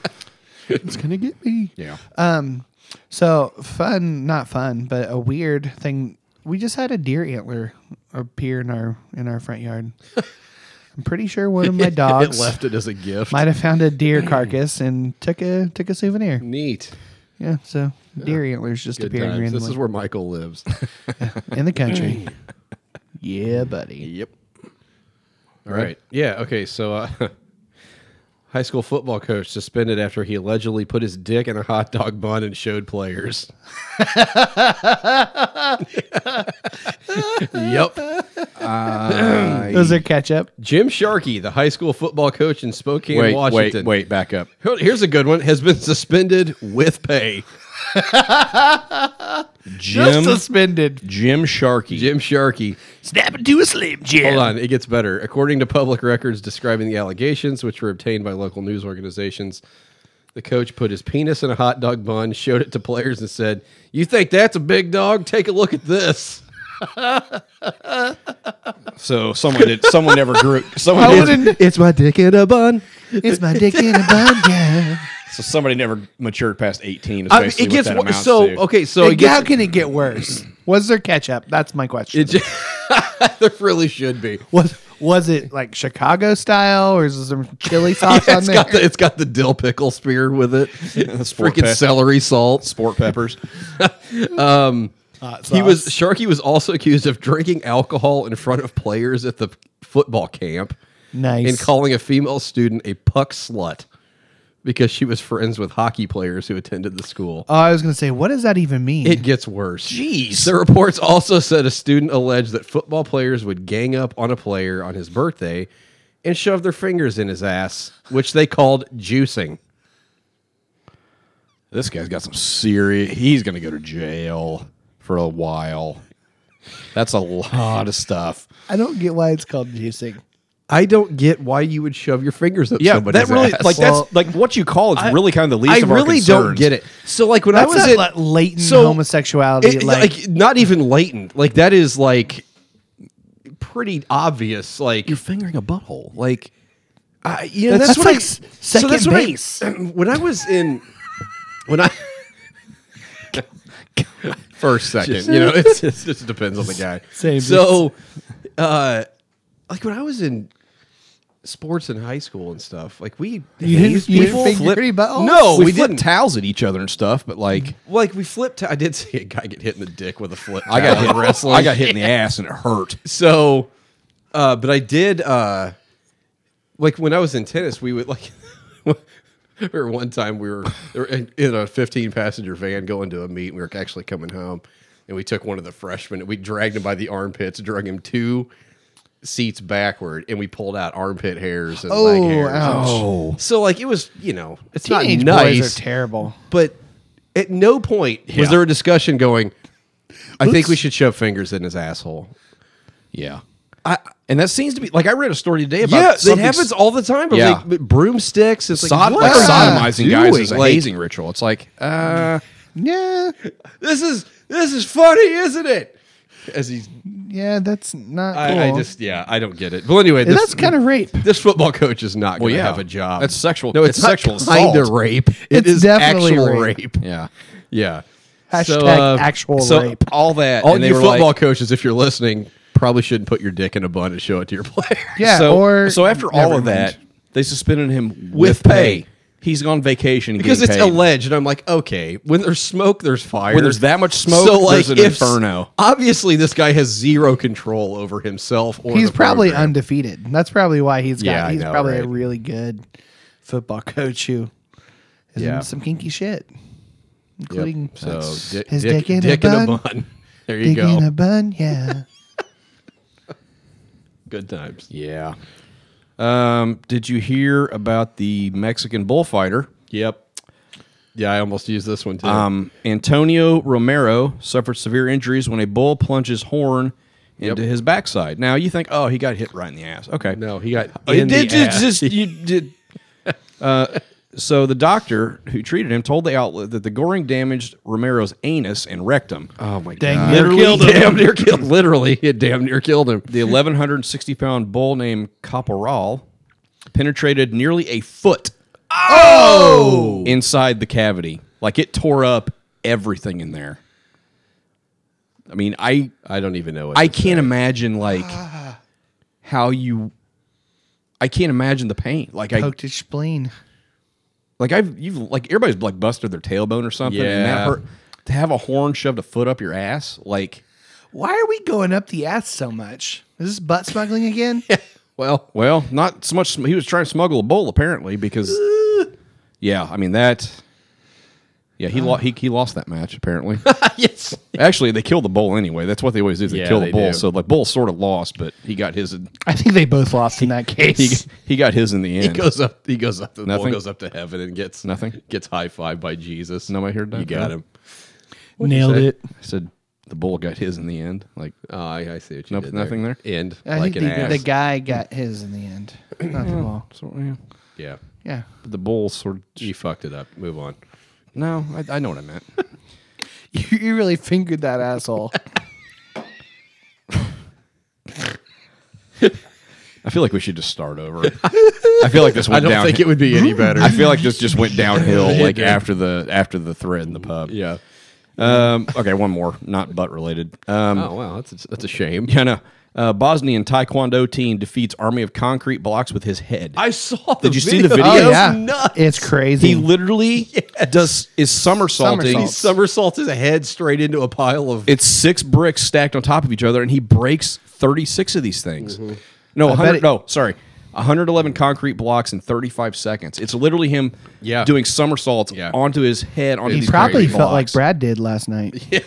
S1: it's gonna get me. Um,
S3: Yeah.
S1: So fun, not fun, but a weird thing. We just had a deer antler appear in our in our front yard. I'm pretty sure one of my
S2: it
S1: dogs
S2: left it as a gift.
S1: might have found a deer carcass and took a took a souvenir.
S2: Neat.
S1: Yeah, so deer antlers just
S2: Good
S1: appearing
S2: times.
S1: randomly
S2: This is where Michael lives.
S1: in the country. yeah, buddy.
S2: Yep. All right. Yeah. Okay. So, uh, high school football coach suspended after he allegedly put his dick in a hot dog bun and showed players. yep.
S1: Those are ketchup.
S2: Jim Sharkey, the high school football coach in Spokane,
S3: Wait,
S2: Washington.
S3: wait, wait, back up.
S2: Here- Here's a good one. Has been suspended with pay.
S3: Jim,
S1: suspended.
S3: Jim Sharkey.
S2: Jim Sharkey.
S1: Snap it to a slim jim.
S2: Hold on, it gets better. According to public records describing the allegations, which were obtained by local news organizations, the coach put his penis in a hot dog bun, showed it to players, and said, "You think that's a big dog? Take a look at this."
S3: So someone did. Someone never grew. Someone
S1: I
S3: did,
S1: wouldn't.
S2: It's my dick in a bun.
S1: It's my dick in a bun. Yeah.
S3: So somebody never matured past eighteen. Is
S2: I mean,
S3: basically
S2: it gets
S3: what that
S2: wo-
S3: amounts
S2: so
S3: to.
S2: okay. So it
S1: How
S2: gets,
S1: can it get worse? Was there ketchup? That's my question.
S2: it just, there really should be.
S1: Was was it like Chicago style, or is there some chili sauce on
S2: It's
S1: there?
S2: got the it's got the dill pickle spear with it. It's
S3: Sport
S2: freaking
S3: pet.
S2: celery salt.
S3: Sport peppers.
S2: He was Sharky was also accused of drinking alcohol in front of players at the football camp.
S1: nice.
S2: and calling a female student a puck slut because she was friends with hockey players who attended the school.
S1: oh, I was gonna say, what does that even mean?
S2: It gets worse. Jeez. The reports also said a student alleged that football players would gang up on a player on his birthday and shove their fingers in his ass, which they called juicing.
S3: This guy's got some serious. He's going to go to jail for a while. That's a lot of stuff.
S1: I don't get why it's called juicing.
S2: I don't get why you would shove your fingers up
S3: Yeah,
S2: somebody's
S3: that really
S2: ass.
S3: like
S1: Well,
S3: that's like what you call it's really kind of the least
S2: I
S3: of our
S2: really don't
S3: concerns.
S2: get it. So like when
S4: That's
S2: I was
S4: not
S2: in,
S4: like latent
S2: so-
S4: homosexuality.
S2: It-
S4: like,
S2: not even latent. Like that is like pretty obvious. Like
S3: You're fingering a butthole. Like
S2: I, you know, that's,
S4: That's
S2: what
S4: like
S2: I,
S4: s- second
S2: what I-
S4: base.
S2: when I was in, when I first second, you know, it's, it's, it just depends on the guy.
S1: Same.
S2: So, uh, like when I was in sports in high school and stuff, like we
S4: You didn't-
S2: hazed
S4: you didn't
S2: people.
S4: figure
S2: Flip-
S4: any buttholes?
S2: No, we,
S3: we, flip
S2: didn't.
S3: towels at each other and stuff, but like
S2: like we flipped. I did see a guy get hit in the dick with a flip.
S3: I got
S2: towel
S3: hit
S2: in wrestling.
S3: I got hit in the ass and it hurt.
S2: so uh but i did uh like when i was in tennis we would like or one time we were we were in in a 15 passenger van going to a meet and we were actually coming home and we took one of the freshmen and we dragged him by the armpits drug him two seats backward and we pulled out armpit hairs and leg
S4: Oh,
S2: hairs
S4: ouch.
S2: so like it was you know it's
S4: teenage
S2: not nice
S4: boys are terrible.
S2: but at no point was there a discussion going i think we should shove fingers in his asshole
S3: Yeah. I, and that seems to be like I read a story today about
S2: Yeah, it
S3: something-
S2: happens all the time. But
S3: Yeah.
S2: like with broomsticks, it's
S3: Sod-
S2: like,
S3: like
S2: what are you
S3: sodomizing guys
S2: doing?
S3: is a
S2: Like,
S3: hazing ritual. It's like uh,
S4: Yeah,
S2: This is this is funny, isn't it? As he's,
S4: yeah, that's not.
S2: I,
S4: cool.
S2: I just yeah, I don't get it. Well, anyway,
S4: And
S2: this,
S4: that's kind of rape.
S2: this football coach is not going to
S3: yeah.
S2: have a job.
S3: That's sexual-
S2: No, it's,
S3: it's
S2: not
S3: sexual
S2: Kind of
S3: assault.
S2: rape.
S4: It's
S2: it's
S4: definitely
S2: actual
S4: rape.
S2: rape.
S3: yeah.
S2: Yeah. uh,
S4: Hashtag actual
S3: So
S4: rape.
S3: all that
S2: All
S3: and they
S2: you
S3: were
S2: football
S3: like,
S2: coaches, if you're listening, probably shouldn't put your dick in a bun and show it to your players.
S4: Yeah,
S3: so,
S4: or
S3: so after all
S4: never
S3: of
S4: mind.
S3: that, they suspended him
S2: With
S3: with,
S2: pay.
S3: pay. He's on vacation and
S2: because it's
S3: getting paid.
S2: alleged. And I'm like, okay, when there's smoke, there's fire.
S3: When there's that much smoke, there's an inferno.
S2: Obviously, this guy has zero control over himself. Or
S4: he's
S2: the
S4: probably
S2: program.
S4: undefeated. That's probably why he's got.
S2: Yeah, I
S4: he's
S2: know,
S4: probably a
S2: right?
S4: really good football coach who is
S2: Yeah.
S4: in some kinky shit,
S2: Yep.
S4: including
S2: So di-
S4: his
S2: dick,
S4: dick in a
S2: in
S4: bun.
S2: There you
S4: dick in
S2: go.
S4: a bun. Yeah,
S2: Good times.
S3: Yeah. Um, did you hear about the Mexican bullfighter?
S2: Yep. Yeah, I almost used this one too.
S3: Um, Antonio Romero suffered severe injuries when a bull plunges horn into his backside. Now you think, oh, he got hit right in the ass. Okay,
S2: no, he got.
S3: Oh, you
S2: in
S3: did
S2: the
S3: just,
S2: ass.
S3: just- you did. Uh, so the doctor who treated him told the outlet that the goring damaged Romero's anus and rectum.
S2: Oh my
S4: Dang,
S2: god!
S4: literally
S2: killed him. Damn near killed. Literally, it damn near killed him.
S3: The 1,160 pound bull named Caporal penetrated nearly a foot oh! inside the cavity. Like it tore up everything in there. I mean, I
S2: I don't even know. What
S3: I
S2: to
S3: can't imagine like how you. I can't imagine the pain. Like I
S4: poked his spleen.
S3: like I've you've like everybody's like busted their tailbone or something. And that
S2: Yeah.
S3: hurt. To have a horn shoved a foot up your ass, like
S1: Why are we going up the ass so
S4: much. Is this butt smuggling again?
S3: well, well, not so much. He was trying to smuggle a bowl apparently because, yeah, I mean that. Yeah, he lost. He, he lost that match apparently.
S2: yes.
S3: Actually, they kill the bull anyway. That's what they always do. They
S2: Yeah,
S3: kill the
S2: they do.
S3: bull. So like, bull sort of lost, but he got his.
S4: I think they both lost in that case.
S3: He he got his in the
S2: He
S3: end.
S2: goes up. He goes up. To, the bull
S3: Nothing?
S2: goes up to heaven and gets
S3: Nothing?
S2: Gets high five by Jesus.
S3: Nobody heard that?
S2: You got him.
S1: Nailed
S2: say?
S1: it.
S3: I said the bull got his in the end. Like
S2: Oh, I, I see what you
S3: Nope,
S2: did.
S3: nothing there?
S2: End
S4: I
S2: like an
S4: think Uh, the,
S2: ass.
S4: the guy got his in the end, not the ball.
S3: so, yeah.
S2: yeah,
S4: Yeah,
S3: the bull sort. of...
S2: you fucked it up. Move on.
S3: No, I, I know what I meant.
S4: you, you really fingered that asshole.
S3: I feel like we should just start over. I feel like this
S2: I
S3: went
S2: don't
S3: down.
S2: think it would be any better.
S3: I feel like this just went downhill
S2: It
S3: like
S2: did.
S3: after the after the thread in the pub.
S2: yeah.
S3: Um, okay, one more, not butt related. Um,
S2: Oh wow, that's a, that's a shame.
S3: Yeah, no. Uh, Bosnian Taekwondo teen defeats army of concrete blocks with his head.
S2: saw.
S3: Did you see the
S2: video.
S3: video?
S2: That
S4: oh
S2: was
S4: yeah,
S2: nuts.
S4: it's crazy.
S3: he literally does is somersaulting.
S2: He somersaults his head straight into a pile of.
S3: It's six bricks stacked on top of each other, and he breaks thirty six of these things. No,
S4: bet
S3: 100,
S4: it-
S3: no, sorry. 111 concrete blocks in 35 seconds. It's literally him
S2: Yeah.
S3: doing somersaults
S2: Yeah.
S3: onto his head. Onto
S4: he
S3: these
S4: probably
S3: concrete
S4: felt like
S3: blocks.
S4: Brad did last night.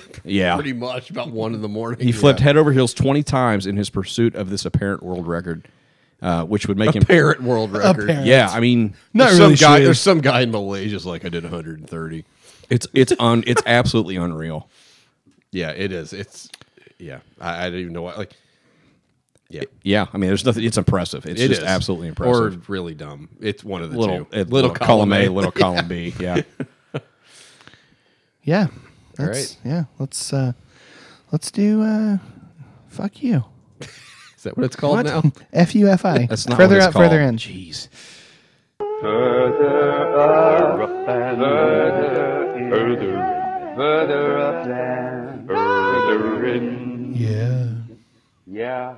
S3: Yeah,
S2: pretty much about one in the morning.
S3: He flipped head over heels 20 times in his pursuit of this apparent world record, uh, which would make him.
S2: Parrot world record.
S4: parrot.
S3: Yeah, I mean,
S2: Not
S4: Not
S2: some
S4: really
S2: guy.
S4: sure.
S2: There's some guy in Malaysia's like I did 130.
S3: it's it's un, it's absolutely unreal.
S2: Yeah, it is. It's yeah, I, I don't even know why. Like, yeah,
S3: Yeah, I mean, there's nothing. It's impressive. It's
S2: It
S3: just
S2: is.
S3: absolutely impressive.
S2: Or really dumb. It's one of the
S3: little,
S2: two.
S3: it, little column A, little column B. Yeah,
S1: Yeah. That's, Yeah. Let's uh, let's do uh, fuck you.
S2: Is that what it's called now?
S1: F U F I.
S3: That's not
S1: further
S3: what it's
S1: up, further
S3: called.
S1: in. Jeez.
S8: Yeah.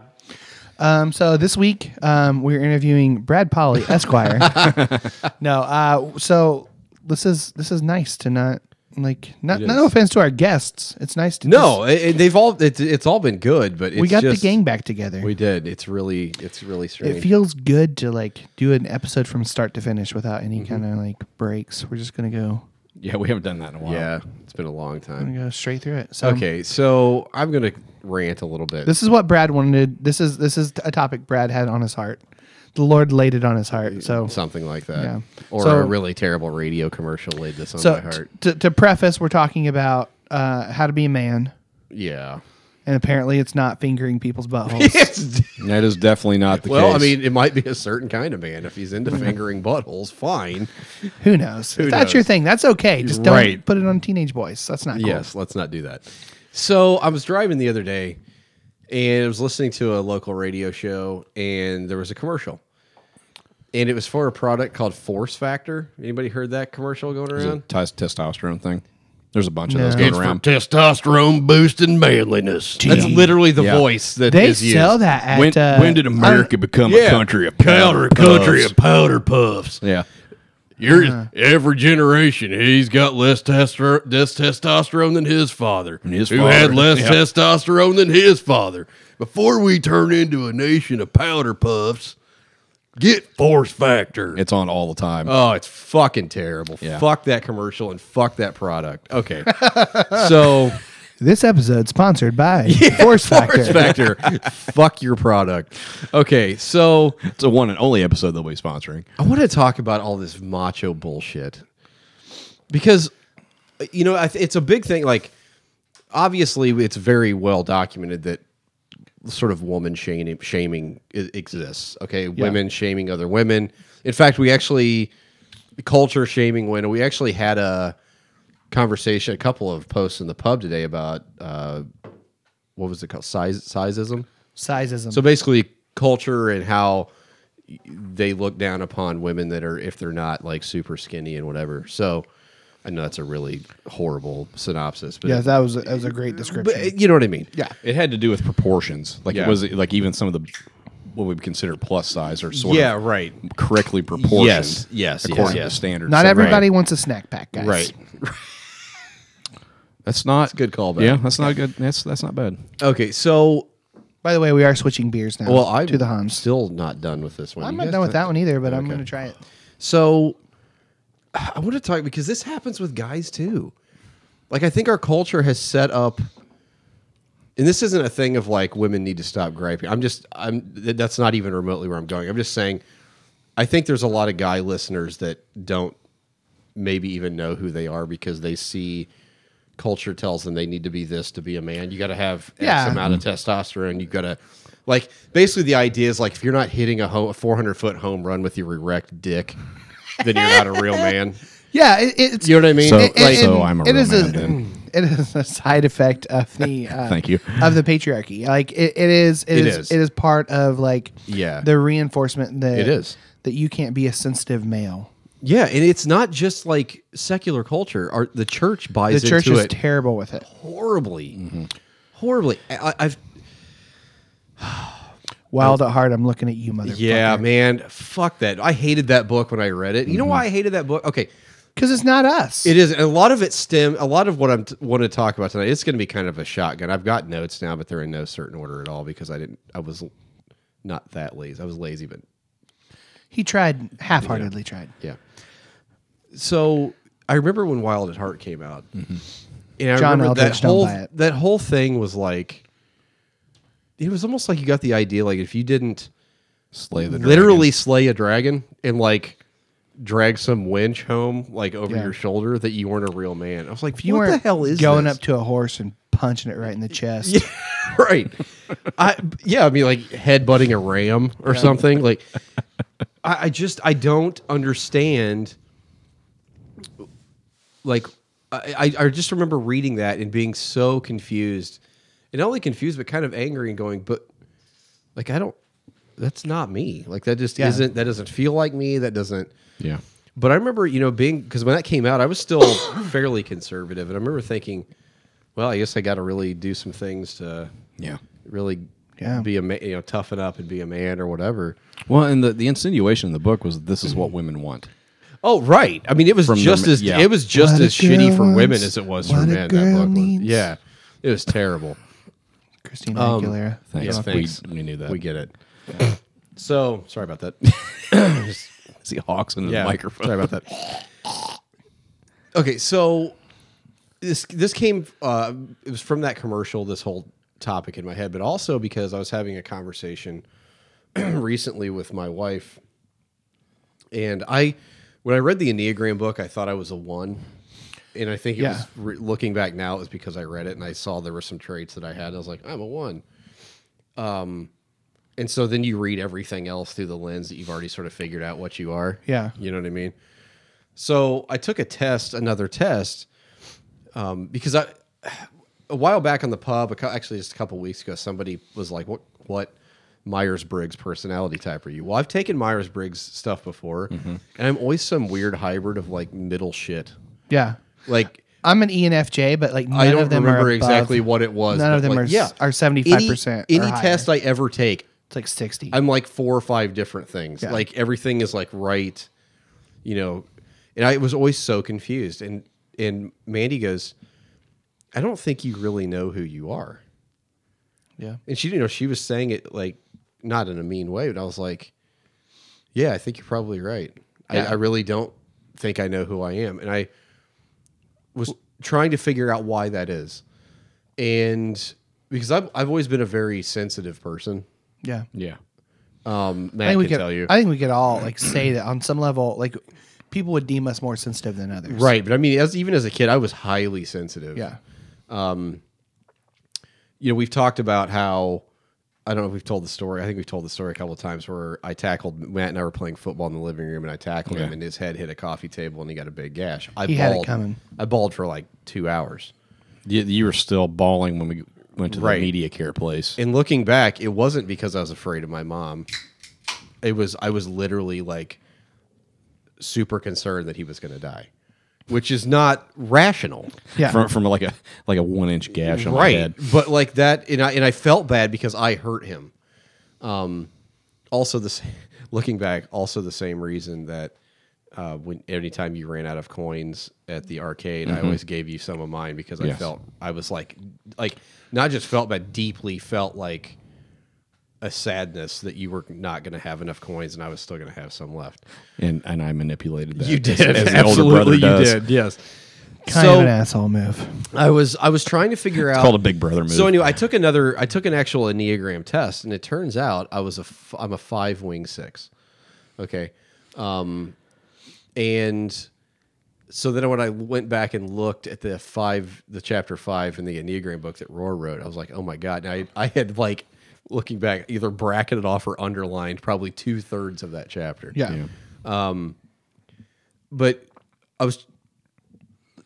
S1: Um, so this week um, we're interviewing Brad Polly Esquire. no, uh, so this is this is nice to not like not
S2: It
S1: no
S2: is.
S1: offense to our guests. It's nice to
S2: No, it, it- they've all it's, it's all been good, but it's
S1: just- we got
S2: just-
S1: the gang back together.
S2: We did. It's really it's really strange.
S1: it feels good to like do an episode from start to finish without any
S3: Mm-hmm.
S1: kind of like breaks. We're just gonna go
S3: yeah, we haven't done that in a while.
S2: yeah, it's been a long time.
S1: gonna go straight through it. So
S2: Okay, so I'm gonna rant a little bit.
S1: This is what Brad wanted. This is this is a topic Brad had on his heart. The Lord laid it on his heart. So
S2: something like that,
S1: Yeah.
S2: or
S1: So-
S2: a really terrible radio commercial laid this on
S1: so
S2: my heart.
S1: t- to, to preface, we're talking about uh, how to be a man,
S2: yeah.
S1: and apparently it's not fingering people's buttholes.
S3: that is definitely not the
S2: Well,
S3: case.
S2: I mean, it might be a certain kind of man. If he's into fingering buttholes, fine.
S1: Who knows? if that's
S2: knows?
S1: your thing. That's okay. Just don't
S2: Right.
S1: put it on teenage boys. That's not cool.
S2: Yes, let's not do that. So I was driving the other day and I was listening to a local radio show and there was a commercial. And it was for a product called Force Factor. Anybody heard that commercial going around?
S3: Tes- testosterone thing. There's a bunch of those
S1: No.
S3: going around.
S2: testosterone boosting manliness. That's literally the
S3: Yeah.
S2: voice that
S1: They
S2: is used.
S1: sell that at
S3: when,
S1: uh,
S3: when did America become
S2: yeah.
S3: a country of powder?
S5: country
S3: puffs?
S5: of powder puffs.
S3: Yeah,
S5: You're
S1: Uh-huh.
S5: every generation. He's got less testosterone, less testosterone than his father,
S3: his
S5: who
S3: father.
S5: had less
S3: Yeah.
S5: testosterone than his father. Before we turn into a nation of powder puffs, get Force Factor.
S3: it's on all the time.
S2: Oh, it's fucking terrible.
S3: Yeah.
S2: Fuck that commercial and fuck that product. Okay. so
S1: This episode sponsored by Force Factor.
S2: Force Factor, fuck your product. Okay, so
S3: it's a one and only episode they'll be sponsoring.
S2: I want to talk about all this macho bullshit because you know I th- it's a big thing. Like, obviously, it's very well documented that sort of woman shaming, shaming i- exists. Okay, women shaming other women. In fact, we actually culture shaming when we actually had a conversation, a couple of posts in the pub today about uh, what was it called size sizeism.
S1: Sizism.
S2: So basically, culture and how they look down upon women that are if they're not like super skinny and whatever. So I know that's a really horrible synopsis, but
S4: Yeah, that was that was a great description.
S2: but you know what I mean.
S4: Yeah.
S3: It had to do with proportions. Like
S2: Yeah.
S3: it was like even some of the what we would consider plus size are sort
S2: Yeah.
S3: of
S2: Right.
S3: correctly proportioned.
S2: Yes, yes,
S3: according
S2: yes,
S3: to
S2: yes.
S3: the standards.
S1: not
S3: set.
S1: everybody wants a snack pack, guys.
S2: Right.
S3: That's not
S2: good callback.
S3: Yeah, that's not good. That's that's not bad.
S2: Okay. So
S1: By the way, we are switching beers now.
S2: well, I'm
S1: to the Hans.
S2: still not done with this one.
S1: I'm
S2: You
S1: not
S2: guys
S1: done with
S2: th-
S1: that one either, but I'm going to try it.
S2: So I want to talk because this happens with guys too. Like I think our culture has set up and this isn't a thing of like women need to stop griping. I'm just I'm th- that's not even remotely where I'm going. I'm just saying I think there's a lot of guy listeners that don't maybe even know who they are because they see culture tells them they need to be this to be a man. You got to have X
S1: Yeah.
S2: amount of testosterone. You got to like basically the idea is like if you're not hitting a, ho- a 400 foot home run with your erect dick, then you're not a real man.
S1: Yeah, it, it's
S2: You know what I mean?
S3: So-
S2: like,
S3: so- I'm a
S1: it
S3: real
S1: is
S3: man then.
S1: It is a side effect of the uh,
S3: Thank you.
S1: of the patriarchy. Like it, it is it,
S2: It
S1: is,
S2: is.
S1: it is part of like
S2: Yeah.
S1: the reinforcement that
S2: It is.
S1: that you can't be a sensitive male.
S2: yeah, and it's not just like secular culture. Our, the church Mm-hmm.
S1: The
S2: buys
S1: church
S2: into
S1: is
S2: it
S1: terrible with it.
S2: horribly, horribly. I, I've
S1: Wild at heart, I'm looking at you, motherfucker.
S2: Oh. yeah, man, fuck that. I hated that book when I read it. You know why I hated that book? Okay,
S1: because it's not us.
S2: It is, and a lot of it stem. A lot of what I'm t- want to talk about tonight. It's going to be kind of a shotgun. I've got notes now, but they're in no certain order at all because I didn't. I was l- not that lazy. I was lazy, but
S1: He tried half-heartedly. Tried.
S2: yeah. So I remember when Wild at Heart came out,
S3: Mm-hmm.
S2: and I
S1: John
S2: remember
S1: Eldridge,
S2: that
S1: don't
S2: whole
S1: buy it.
S2: that whole thing was like. It was almost like you got the idea, like if you didn't
S3: Slay the
S2: literally slay a dragon and like drag some winch home like over your shoulder, that you weren't a real man. I was like,
S1: If you
S2: what
S1: weren't
S2: the hell is
S1: going
S2: this?
S1: up to a horse and punching it right in the chest,
S2: right. I yeah, I mean like headbutting a ram or something. Like I, I just I don't understand like I, I I just remember reading that and being so confused. And not only confused but kind of angry and going, but like I don't that's not me. Like that just
S4: Yeah.
S2: isn't that doesn't feel like me. That doesn't
S3: Yeah.
S2: but I remember, you know, being because when that came out, I was still fairly conservative, and I remember thinking, well, I guess I got to really do some things to
S3: Yeah.
S2: really
S1: Yeah.
S2: be a ma- you know toughen up and be a man or whatever.
S3: Well, and the, the insinuation in the book was this is what women want.
S2: Oh, right. I mean, it was
S3: From the
S2: just
S3: ma-
S2: as
S3: yeah.
S2: it was just
S1: What a
S2: as shitty
S1: girl
S2: for women
S1: wants,
S2: as it was
S1: what
S2: for
S1: a
S2: men. That
S1: girl
S2: book, was.
S1: needs.
S2: yeah, it was terrible.
S1: Christina Aguilera.
S3: Thanks.
S2: Yeah, Um, thanks.
S3: We, we knew that.
S2: We get it. So sorry about that.
S3: see Hawks in the microphone.
S2: Sorry about that. okay, so this this came uh, it was from that commercial. This whole topic in my head, but also because I was having a conversation recently with my wife, and I when I read the enneagram book, I thought I was a one. And I think it was re- looking back now, it was because I read it and I saw there were some traits that I had. I was like, I'm a one. Um, and so then you read everything else through the lens that you've already sort of figured out what you are.
S1: Yeah.
S2: You know what I mean? So I took a test, another test, um, because I a while back on the pub, a cou- actually just a couple weeks ago, somebody was like, "What what Myers Briggs personality type are you?" Well, I've taken Myers Briggs stuff before, and I'm always some weird hybrid of like middle shit.
S1: Yeah.
S2: Like
S1: I'm an E ENFJ, but like none
S2: I don't
S1: of them are
S2: remember
S1: above.
S2: exactly what it was.
S1: None of
S2: but,
S1: them
S2: like,
S1: are s- are 75%
S2: Any,
S1: or
S2: any
S1: higher.
S2: test I ever take,
S1: It's like 60.
S2: I'm like four or five different things.
S1: Yeah.
S2: Like everything is like right, you know. And I was always so confused. And and Mandy goes, I don't think you really know who you are.
S1: Yeah.
S2: And she, you know, she was saying it like not in a mean way, but I was like, Yeah, I think you're probably right. I, I really don't think I know who I am. And I was trying to figure out why that is. And because I've, I've always been a very sensitive person.
S1: yeah.
S3: Yeah.
S2: Um, Matt
S1: I think
S2: can
S1: we could
S2: tell you.
S1: I think we could all like say that on some level, like people would deem us more sensitive than others.
S2: Right, but I mean, as even as a kid, I was highly sensitive.
S1: Yeah.
S2: you know, we've talked about how I don't know if we've told the story. I think we've told the story a couple of times where I tackled Matt and I were playing football in the living room, and I tackled him, and his head hit a coffee table, and he got a big gash. I
S1: He had it
S2: bawled,
S1: coming.
S2: I bawled for like two hours.
S3: You, you were still bawling when we went to the
S2: Right.
S3: media care place.
S2: And looking back, it wasn't because I was afraid of my mom. It was I was literally like super concerned that he was going to die, which is not rational.
S1: Yeah.
S3: From, from like a like a one inch gash on my
S2: right
S3: head.
S2: but like that and I, and I felt bad because i hurt him um also this looking back also the same reason that uh when anytime you ran out of coins at the arcade i always gave you some of mine because i
S3: Yes.
S2: felt i was like like not just felt but deeply felt like a sadness that you were not going to have enough coins and i was still going to have some left
S3: And and I manipulated that.
S2: you
S3: as-
S2: did
S3: as the older
S2: absolutely
S3: brother does.
S2: you did yes
S1: Kind
S2: So-
S1: of an asshole move.
S2: I was I was trying to figure out
S3: called a big brother move.
S2: So anyway, I took another I took an actual enneagram test, and it turns out I was a f- I'm a five wing six. Okay, um, and so then when I went back and looked at the five the chapter five in the enneagram book that Roar wrote, I was like, oh my god! And I I had like looking back either bracketed off or underlined probably two thirds of that chapter
S1: Yeah.
S2: but I was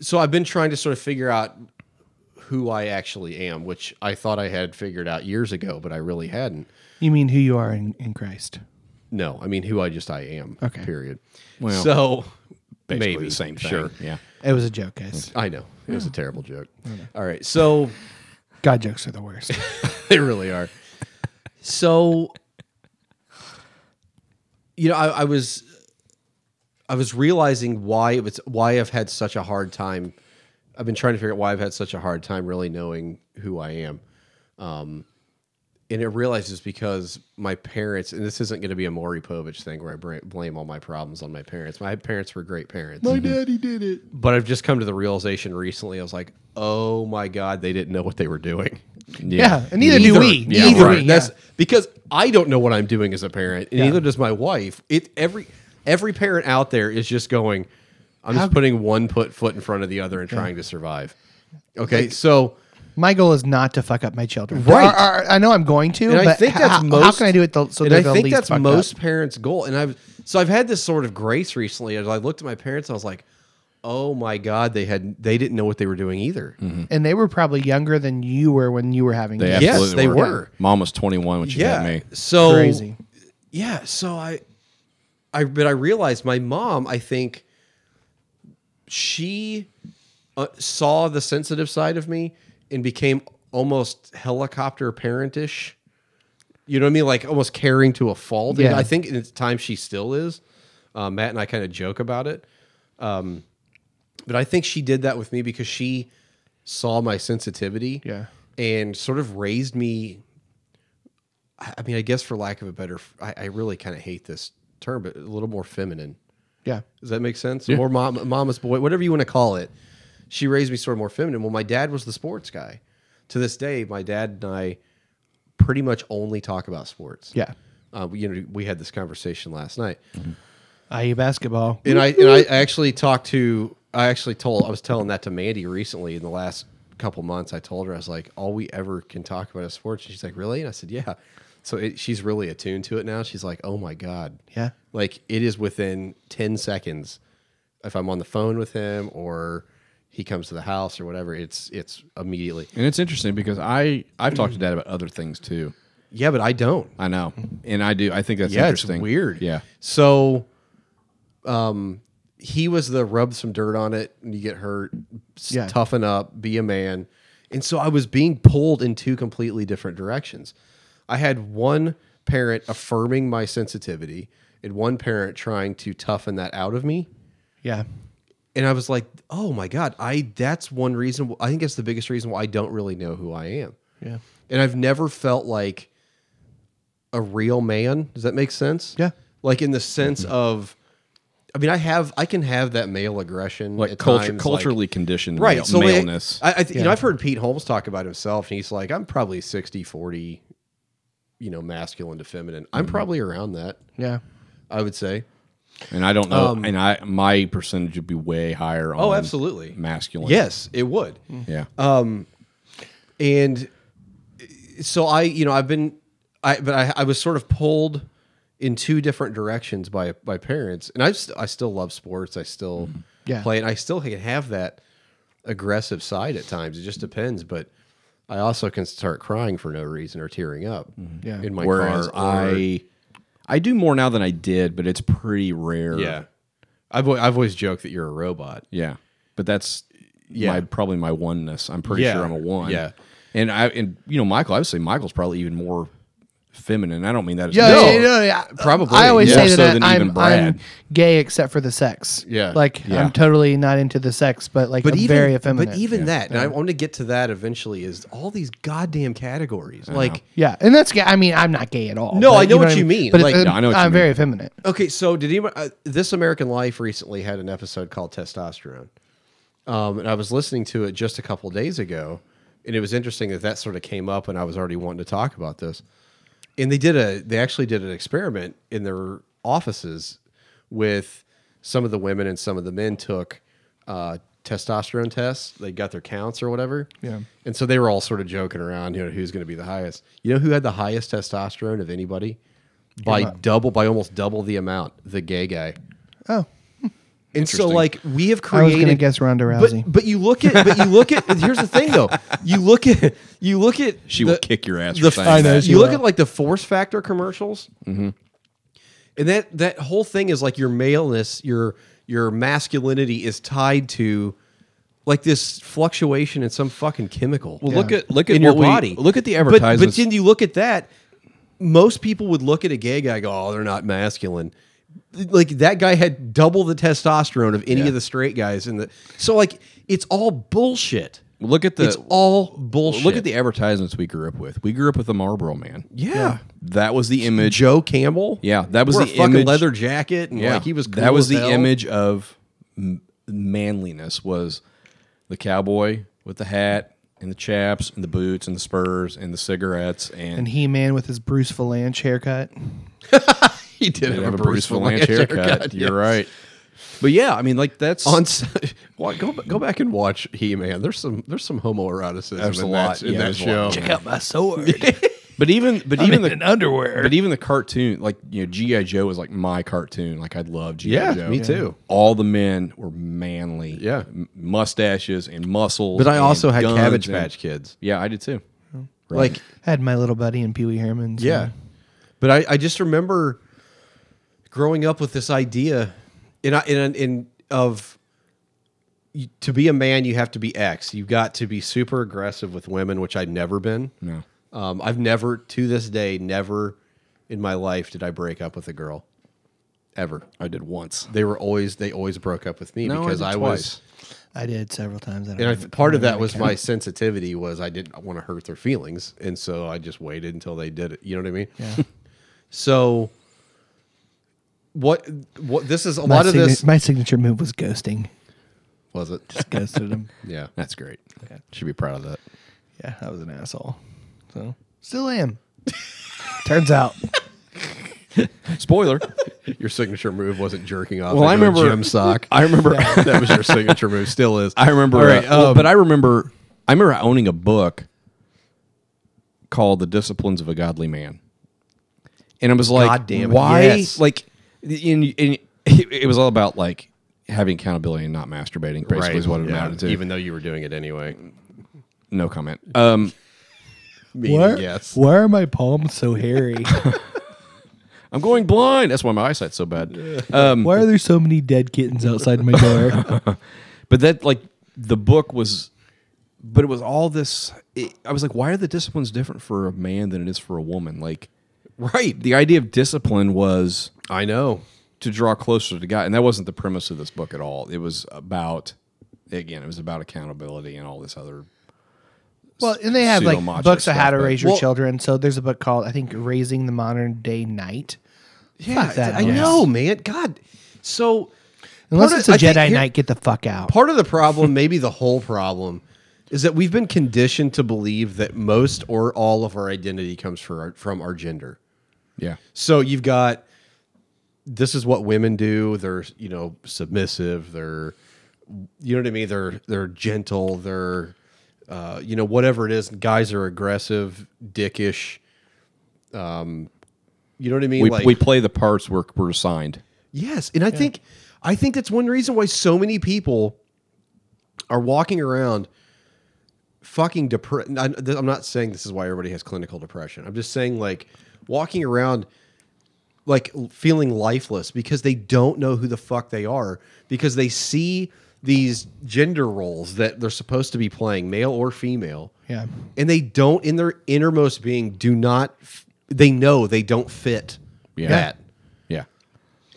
S2: so I've been trying to sort of figure out who I actually am, which I thought I had figured out years ago, but I really hadn't.
S1: You mean who you are in, in Christ.
S2: No, I mean who I just I am.
S1: Okay.
S2: Period.
S3: Well,
S2: so
S3: basically
S2: maybe
S3: the same thing.
S2: Sure.
S3: Yeah.
S1: It was a joke, guys.
S2: I know it was a terrible joke. All right, so
S1: God jokes are the worst.
S2: they really are. So, you know, I, I was, I was realizing why it was why I've had such a hard time. I've been trying to figure out why I've had such a hard time really knowing who I am, um, and I realized it's because my parents. And this isn't going to be a Maury Povich thing where I bra- blame all my problems on my parents. My parents were great parents. My daddy did it. But I've just come to the realization recently. I was like, oh my god, they didn't know what they were doing.
S1: yeah. And
S3: Mm-hmm.
S1: neither, do we.
S3: Yeah,
S1: neither
S3: right.
S1: we.
S2: That's because I don't know what I'm doing as a parent, and neither does my wife. It every every parent out there is just going. I'm just putting one put foot in front of the other and trying to survive. Okay, so
S1: My goal is not to fuck up my children.
S2: Right.
S1: Or- or- I know I'm going to,
S2: And
S1: but
S2: I think
S1: ho-
S2: that's
S1: how,
S2: most.
S1: how can I do it the, so
S2: and
S1: they're
S2: I
S1: the
S2: think
S1: least
S2: that's
S1: fucked
S2: most
S1: up?
S2: parents' goal. And I've so I've had this sort of grace recently. As I looked at my parents, I was like, "Oh my god, they had they didn't know what they were doing either."
S3: Mm-hmm.
S1: And they were probably younger than you were when you were having
S3: They
S1: kids.
S2: Yes,
S3: absolutely
S2: they
S3: were.
S2: were.
S3: Mom was 21 when she
S2: Yeah.
S3: had me.
S2: So
S1: Crazy.
S2: Yeah. So I, I but I realized my mom. I think she uh, saw the sensitive side of me and became almost helicopter parentish. You know what I mean? Like almost caring to a fault. And
S1: Yeah.
S2: I think in time she still is. Uh, Matt and I kind of joke about it. Um, but I think she did that with me because she saw my sensitivity
S1: Yeah.
S2: and sort of raised me. I I mean, I guess for lack of a better, I, I really kind of hate this term, but a little more feminine.
S1: Yeah.
S2: Does that make sense? More mom, mama's boy, whatever you want to call it. She raised me sort of more feminine. Well, my dad was the sports guy. To this day, my dad and I pretty much only talk about sports.
S1: Yeah.
S2: Uh, we, you know, we had this conversation last night,
S1: IU E basketball.
S2: and I and I actually talked to. I actually told. I was telling that to Mandy recently. In the last couple months, I told her I was like, all we ever can talk about is sports. And she's like, really? And I said, yeah. So it, she's really attuned to it now. She's like, oh my god,
S1: Yeah.
S2: like it is within 10 seconds if I'm on the phone with him or he comes to the house or whatever, it's it's immediately.
S3: And it's interesting because I I've talked to dad about other things too.
S2: Yeah, but I don't.
S3: I know, and I do. I think that's
S2: yeah, it's
S3: interesting.
S2: weird.
S3: Yeah,
S2: So um he was the rub some dirt on it and you get hurt, s-
S1: Yeah.
S2: toughen up, be a man. And so I was being pulled in two completely different directions. I had one parent affirming my sensitivity and one parent trying to toughen that out of me.
S1: Yeah.
S2: and I was like, oh my god, I that's one reason. I think that's the biggest reason why I don't really know who I am.
S1: Yeah.
S2: And I've never felt like a real man. Does that make sense?
S1: Yeah.
S2: Like in the sense
S3: Mm-hmm.
S2: of, I mean, I have, I can have that male aggression,
S3: like
S2: at
S3: culture,
S2: times, like-
S3: culturally conditioned
S2: right?
S3: male-
S2: so like,
S3: maleness.
S2: I, I th- you know, I've heard Pete Holmes talk about himself, and he's like, I'm probably 60, 40, you know, masculine to feminine. I'm
S3: Mm-hmm.
S2: probably around that.
S1: Yeah.
S2: I would say.
S3: and I don't know. Oh, and I my percentage would be way higher. On
S2: Um, Oh, uh, absolutely.
S3: masculine.
S2: Yes, it would.
S3: yeah.
S2: and so I, you know, I've been, I, but I, I was sort of pulled in two different directions by by parents, and I, st- I still love sports. I still
S1: Yeah.
S2: play, and I still can have that aggressive side at times. It just depends, but I also can start crying for no reason or tearing up.
S1: Yeah.
S2: in my cars.
S3: Whereas
S2: or-
S3: I I do more now than I did, but it's pretty rare.
S2: yeah, I've al- I've always joked that you're a robot.
S3: Yeah. But that's
S2: Yeah.
S3: my probably my oneness. I'm pretty
S2: Yeah.
S3: sure I'm a one.
S2: Yeah.
S3: And I and you know, Michael, I would say Michael's probably even more feminine. I don't mean that as
S1: Yeah,
S3: no.
S1: yeah, yeah, yeah.
S2: probably,
S1: I always
S2: yeah.
S3: More
S1: say
S3: so
S1: that
S3: than even
S1: I'm,
S3: Brad.
S1: I'm gay except for the sex.
S2: Yeah.
S1: Like
S3: Yeah.
S1: I'm totally not into the sex, but like
S2: But
S1: I'm
S2: even,
S1: very effeminate.
S2: but even that, and I want to get to that eventually. Is all these goddamn categories like?
S1: yeah, and that's gay. I mean, I'm not gay at all.
S2: No,
S1: but
S2: I know what
S1: I
S2: you mean.
S1: But
S2: Like-
S1: it-
S3: No, I know what you
S1: I'm
S3: mean.
S1: very effeminate.
S2: Okay, so did anyone? Uh, this American Life recently had an episode called testosterone, um, and I was listening to it just a couple days ago, and it was interesting that that sort of came up, and I was already wanting to talk about this. And they did a, they actually did an experiment in their offices with some of the women and some of the men took uh, testosterone tests. They got their counts or whatever.
S1: Yeah.
S2: And so they were all sort of joking around, you know, who's going to be the highest. You know who had the highest testosterone of anybody? By double, by almost double the amount, the gay guy.
S1: Oh,
S2: And so, like, we have
S1: I
S2: created.
S1: was gonna guess Ronda Rousey.
S2: But, but you look at, but you look at. here's the thing, though. You look at, you look at.
S3: She
S2: the-
S3: will kick your ass for
S2: the-
S3: saying I know, that. Mm-hmm.
S1: she
S2: You look
S1: will.
S2: at like the Force Factor commercials, and that that whole thing is like your maleness, your your masculinity is tied to like this fluctuation in some fucking chemical.
S3: Well, look at look at
S2: in
S3: what
S2: your
S3: we-
S2: body.
S3: look at the
S2: But-
S3: advertisements.
S2: But, then you look at that. Most people would look at a gay guy, and go, "Oh, they're not masculine." Like that guy had double the testosterone of any of the straight guys in the. So like, it's all bullshit.
S3: Look at the
S2: it's all bullshit.
S3: look at the advertisements we grew up with. We grew up with the Marlboro man.
S2: yeah.
S3: That was the image.
S2: Joe Campbell.
S3: Yeah, that was
S2: Wore
S3: the
S2: a fucking
S3: image-
S2: leather jacket, and like he was.
S3: that
S2: cool
S3: was
S2: as
S3: the
S2: hell.
S3: image of m- manliness was the cowboy with the hat and the chaps and the boots and the spurs and the cigarettes and,
S1: and He Man with his Bruce Valanche haircut.
S2: He did
S3: They have a Bruce Valanche haircut. You're right. But yeah, I mean, like that's
S2: On s- what, go ba- go back and watch He Man. There's some there's some homoeroticism
S3: There's a
S2: in
S3: lot.
S2: that, in
S3: Yeah,
S2: that
S3: there's a
S2: show.
S3: lot.
S1: out my sword.
S3: But even but even the
S1: underwear.
S3: But even the cartoon, like you know, GI Joe was like my cartoon. Like I love GI
S2: Yeah,
S3: Joe.
S2: me Yeah. too.
S3: All the men were manly.
S2: Yeah.
S3: M- mustaches and muscles.
S2: But I
S3: and
S2: also had
S3: guns
S2: Cabbage
S3: and-
S2: Patch Kids.
S3: Yeah, I did too.
S2: Like
S1: Had my little buddy and Pee Wee Herman. so-
S2: Yeah. But I, I just remember growing up with this idea in in in of you- to be a man you have to be X. You've got to be super aggressive with women, which I've never been.
S3: No.
S2: Um, I've never to this day never in my life did I break up with a girl ever.
S3: I did once.
S2: They were always they always broke up with me
S3: No, I
S2: because
S3: did
S2: I,
S3: twice.
S2: was
S1: I did several times. I don't
S2: and I,
S1: remember-
S2: part of
S1: don't
S2: that was my
S1: remember
S2: sensitivity was I didn't want to hurt their feelings, and so I just waited until they did it. You know what I mean?
S1: Yeah.
S2: so what? What? This is a
S1: my
S2: lot of
S1: signa-
S2: this.
S1: My signature move was ghosting.
S2: was it?
S1: Just ghosted him.
S2: Yeah,
S3: That's great.
S2: should be proud of that.
S1: Yeah, I was an asshole. So still am. Turns out.
S3: Spoiler.
S2: Your signature move wasn't jerking off.
S3: Well, I
S2: into a
S3: remember-
S2: gym sock.
S3: I remember.
S2: that was your signature move. Still is.
S3: I remember.
S2: All right,
S3: uh, well,
S2: um,
S3: but I remember. I remember owning a book called "The Disciplines of a Godly Man," and it was like,
S2: God damn it,
S3: why?
S2: yes.
S3: Like, in, in it, it was all about like having accountability and not masturbating. Basically, is what it
S2: yeah,
S3: amounted to.
S2: Even though you were doing it anyway.
S3: no comment. Um,
S2: Meaning, yes.
S1: why are my palms so hairy?
S3: I'm going blind. That's why my eyesight's so bad.
S2: Um,
S1: why are there so many dead kittens outside my door?
S3: But that like the book was, but it was all this. It, I was like, why are the disciplines different for a man than it is for a woman? Like,
S2: Right.
S3: the idea of discipline was
S2: I know.
S3: to draw closer to God, and that wasn't the premise of this book at all. It was about again, it was about accountability and all this other.
S4: Well, and they have like
S3: Pseudo-macho
S4: books on how
S3: stuff,
S4: to
S3: but-
S4: raise your
S2: Well-
S4: children. So there's a book called I think Raising the Modern Day Knight. Yeah, that
S2: I
S4: noise.
S2: know, man. God. So
S4: Unless
S2: part
S4: it's
S2: of-
S4: a
S2: I think
S4: Jedi
S2: here-
S4: Knight, get the fuck out.
S2: part of the problem, maybe the whole problem, is that we've been conditioned to believe that most or all of our identity comes from our, from our gender.
S3: Yeah,
S2: So you've got this is what women do. They're you know submissive. They're you know what I mean. They're they're gentle. They're uh, you know whatever it is. Guys are aggressive, dickish. Um, you know what I mean.
S3: we,
S2: Like-
S3: we play the parts we're, we're assigned.
S2: Yes, and I think I think that's one reason why so many people are walking around fucking depressed. I'm not saying this is why everybody has clinical depression. I'm just saying like walking around like l- feeling lifeless because they don't know who the fuck they are because they see these gender roles that they're supposed to be playing, male or female.
S1: Yeah.
S2: And they don't in their innermost being do not f- they know they don't fit
S3: Yeah.
S2: that.
S3: Yeah,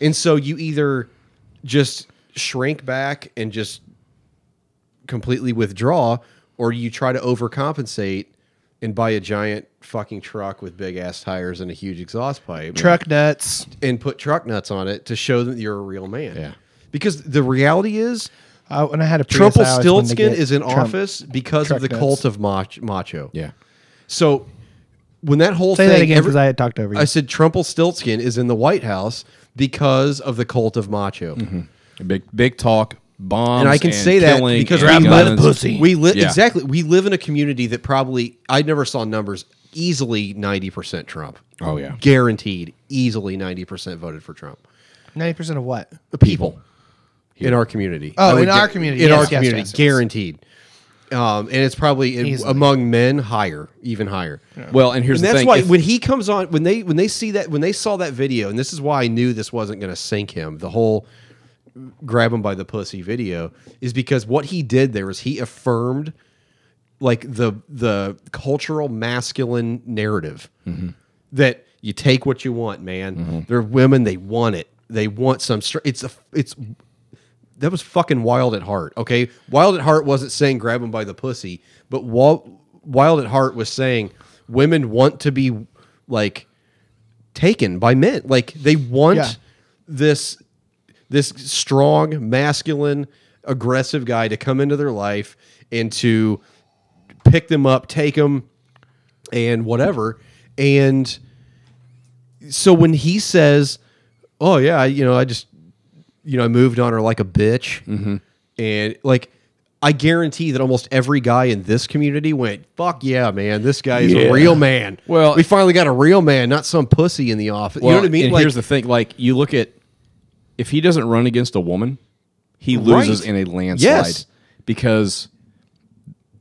S2: And so you either just shrink back and just completely withdraw, or you try to overcompensate and buy a giant fucking truck with big ass tires and a huge exhaust pipe
S4: Truck nuts.
S2: and put truck nuts on it to show them you're a real man.
S3: Yeah.
S2: Because the reality is,
S1: Oh, and I had a Prius,
S2: Triple
S1: I always wanted to
S2: Stiltskin
S1: get
S2: is in
S1: Trump.
S2: office because
S1: truck
S2: of the
S1: nuts.
S2: cult of mach- macho.
S3: yeah.
S2: So when that whole
S4: Say
S2: thing
S4: that again
S2: every-
S4: because I had talked over you.
S2: I said Trumple Stiltskin is in the White House because of the cult of macho.
S3: Big big talk bombs,
S2: and I can say that
S3: killing
S2: because
S3: and
S2: we
S3: guns.
S2: live, We live
S3: Yeah.
S2: exactly. We live in a community that probably I never saw numbers easily ninety percent Trump.
S3: Oh, yeah.
S2: guaranteed easily ninety percent voted for Trump.
S1: Ninety percent of what?
S2: The people in our community.
S4: Oh,
S2: I would
S4: in our
S2: gu-
S4: community.
S2: in
S4: Yes,
S2: our
S4: yes,
S2: community,
S4: yes, yes.
S2: guaranteed. Um, and it's probably in-
S4: Easily.
S2: among men higher, even higher.
S3: Well, and here's
S2: And
S3: the
S2: that's
S3: thing:
S2: why
S3: if-
S2: when he comes on, when they when they see that when they saw that video, and this is why I knew this wasn't going to sink him. The whole grab him by the pussy video is because what he did there was he affirmed like the the cultural masculine narrative that you take what you want, man. They're women; they want it. They want some. Str- it's a. It's that was fucking wild at heart. Okay, wild at heart wasn't saying grab them by the pussy, but wa- wild at heart was saying women want to be like taken by men. Like they want
S4: Yeah.
S2: this this strong, masculine, aggressive guy to come into their life and to pick them up, take them, and whatever. And so when he says, "Oh yeah, I- you know, I just you know, moved on her like a bitch.
S3: Mm-hmm.
S2: And like, I guarantee that almost every guy in this community went, fuck yeah, man, this guy is a real man.
S3: Well-
S2: we finally got a real man, not some pussy in the office. you know what I mean?
S3: And
S2: Like,
S3: here's the thing: like you look at if he doesn't run against a woman, he loses
S2: Right.
S3: in a landslide
S2: Yes.
S3: because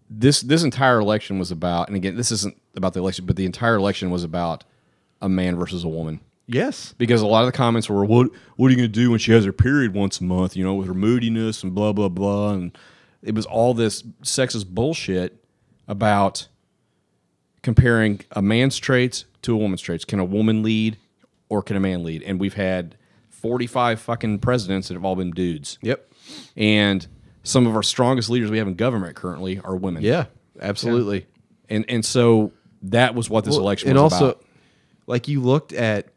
S3: this this entire election was about. And again, this isn't about the election, but the entire election was about a man versus a woman.
S2: yes.
S3: Because a lot of the comments were, "What what are you going to do when she has her period once a month? You know, with her moodiness and blah blah blah." And it was all this sexist bullshit about comparing a man's traits to a woman's traits. Can a woman lead or can a man lead? And we've had forty five fucking presidents that have all been dudes.
S2: Yep.
S3: And some of our strongest leaders we have in government currently are women.
S2: Yeah, absolutely.
S3: And and so that was what this election
S2: and
S3: was
S2: also,
S3: about.
S2: like you looked at,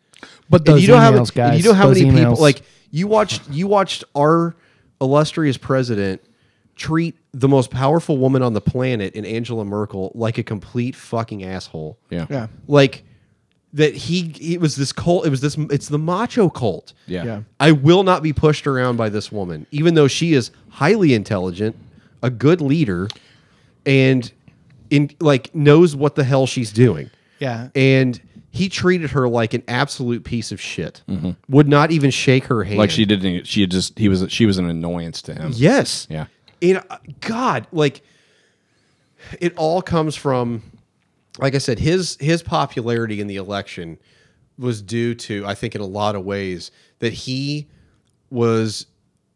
S4: But
S2: and
S4: those
S2: you know how many,
S4: emails, guys.
S2: and you know how
S4: those
S2: many people
S4: emails.
S2: like you watched you watched our illustrious president treat the most powerful woman on the planet in Angela Merkel like a complete fucking asshole.
S3: Yeah.
S1: Yeah.
S2: Like that he it was this cult it was this it's the macho cult.
S3: Yeah.
S1: Yeah.
S2: I will not be pushed around by this woman, even though she is highly intelligent, a good leader, and in like knows what the hell she's doing.
S1: Yeah.
S2: And he treated her like an absolute piece of shit. Would not even shake her hand.
S3: Mm-hmm. Like she didn't. She just he was she was an annoyance to him.
S2: Yes.
S3: Yeah.
S2: And uh, God, like it all comes from, like I said, his his popularity in the election was due to, I think, in a lot of ways that he was,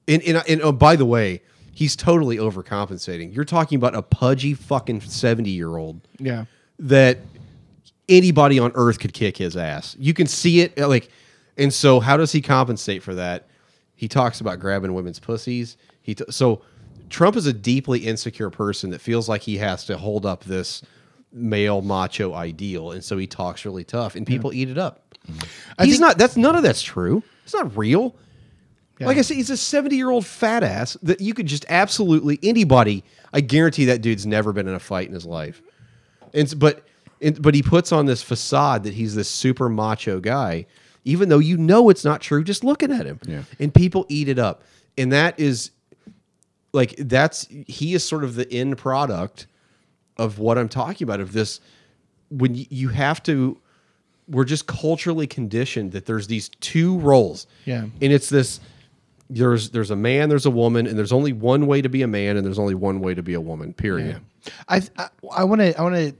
S2: and and, and oh, by the way, he's totally overcompensating. You're talking about a pudgy fucking seventy year old
S1: Yeah.
S2: that anybody on earth could kick his ass. You can see it uh, like and so how does he compensate for that? He talks about grabbing women's pussies. He t- so Trump is a deeply insecure person that feels like he has to hold up this male macho ideal and so he talks really tough and people eat it up. he's not that's none of that's true. It's not real. Like I said, he's a 70 year old fat ass that you could just absolutely anybody. I guarantee that dude's never been in a fight in his life. And s- but and, but he puts on this facade that he's this super macho guy, even though you know it's not true. Just looking at him,
S3: Yeah.
S2: and people eat it up. And that is like that's he is sort of the end product of what I'm talking about. Of this, when y- you have to, we're just culturally conditioned that there's these two roles.
S1: Yeah.
S2: and it's this. There's there's a man, there's a woman, and there's only one way to be a man, and there's only one way to be a woman. Period.
S1: I th- I want to I want to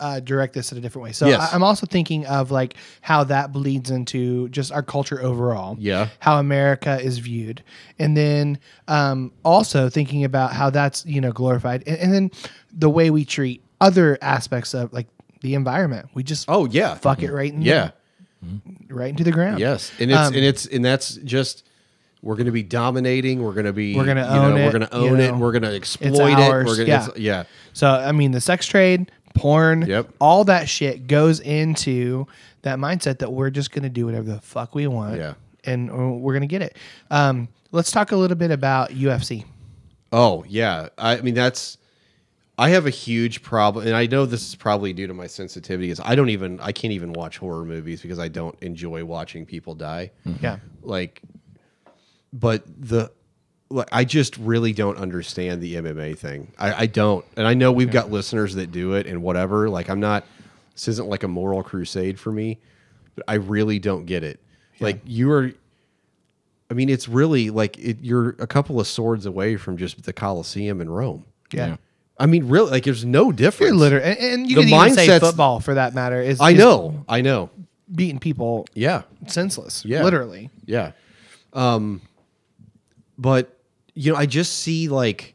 S1: uh, direct this in a different way. So
S2: Yes.
S1: I, I'm also thinking of like how that bleeds into just our culture overall.
S2: Yeah.
S1: how America is viewed, and then um, also thinking about how that's you know glorified, and, and then the way we treat other aspects of like the environment. We just
S2: Oh yeah,
S1: fuck it right in
S2: yeah.
S1: right into the ground.
S2: Yes, and it's
S1: Um,
S2: and it's and that's just we're going to be dominating. We're going to be
S1: We're gonna
S2: you
S1: own
S2: know,
S1: it,
S2: We're going to own
S1: you
S2: it.
S1: know.
S2: We're going to exploit it.
S1: ours,
S2: We're gonna,
S1: yeah.
S2: it's- yeah.
S1: So I mean, the sex trade, porn,
S2: Yep.
S1: all that shit goes into that mindset that we're just gonna do whatever the fuck we want,
S2: Yeah.
S1: and uh, we're gonna get it. Um, let's talk a little bit about UFC.
S2: Oh yeah. I mean that's. I have a huge problem, and I know this is probably due to my sensitivity. Is I don't even I can't even watch horror movies because I don't enjoy watching people die.
S1: Yeah,
S2: Like, but the. Like, I just really don't understand the MMA thing. I, I don't, and I know we've got listeners that do it and whatever. Like I'm not. This isn't like a moral crusade for me, but I really don't get it. Like you are I mean, it's really like it, you're a couple of swords away from just the Colosseum in Rome.
S1: yeah.
S2: I mean, really, like there's no difference.
S1: You're literally, and, and you
S2: The
S1: can even say
S2: mindset's-
S1: football for that matter. Is
S2: I
S1: is
S2: know, I know.
S1: beating people
S2: Yeah,
S1: senseless,
S2: Yeah.
S1: literally.
S2: yeah. Um, but you know, I just see like,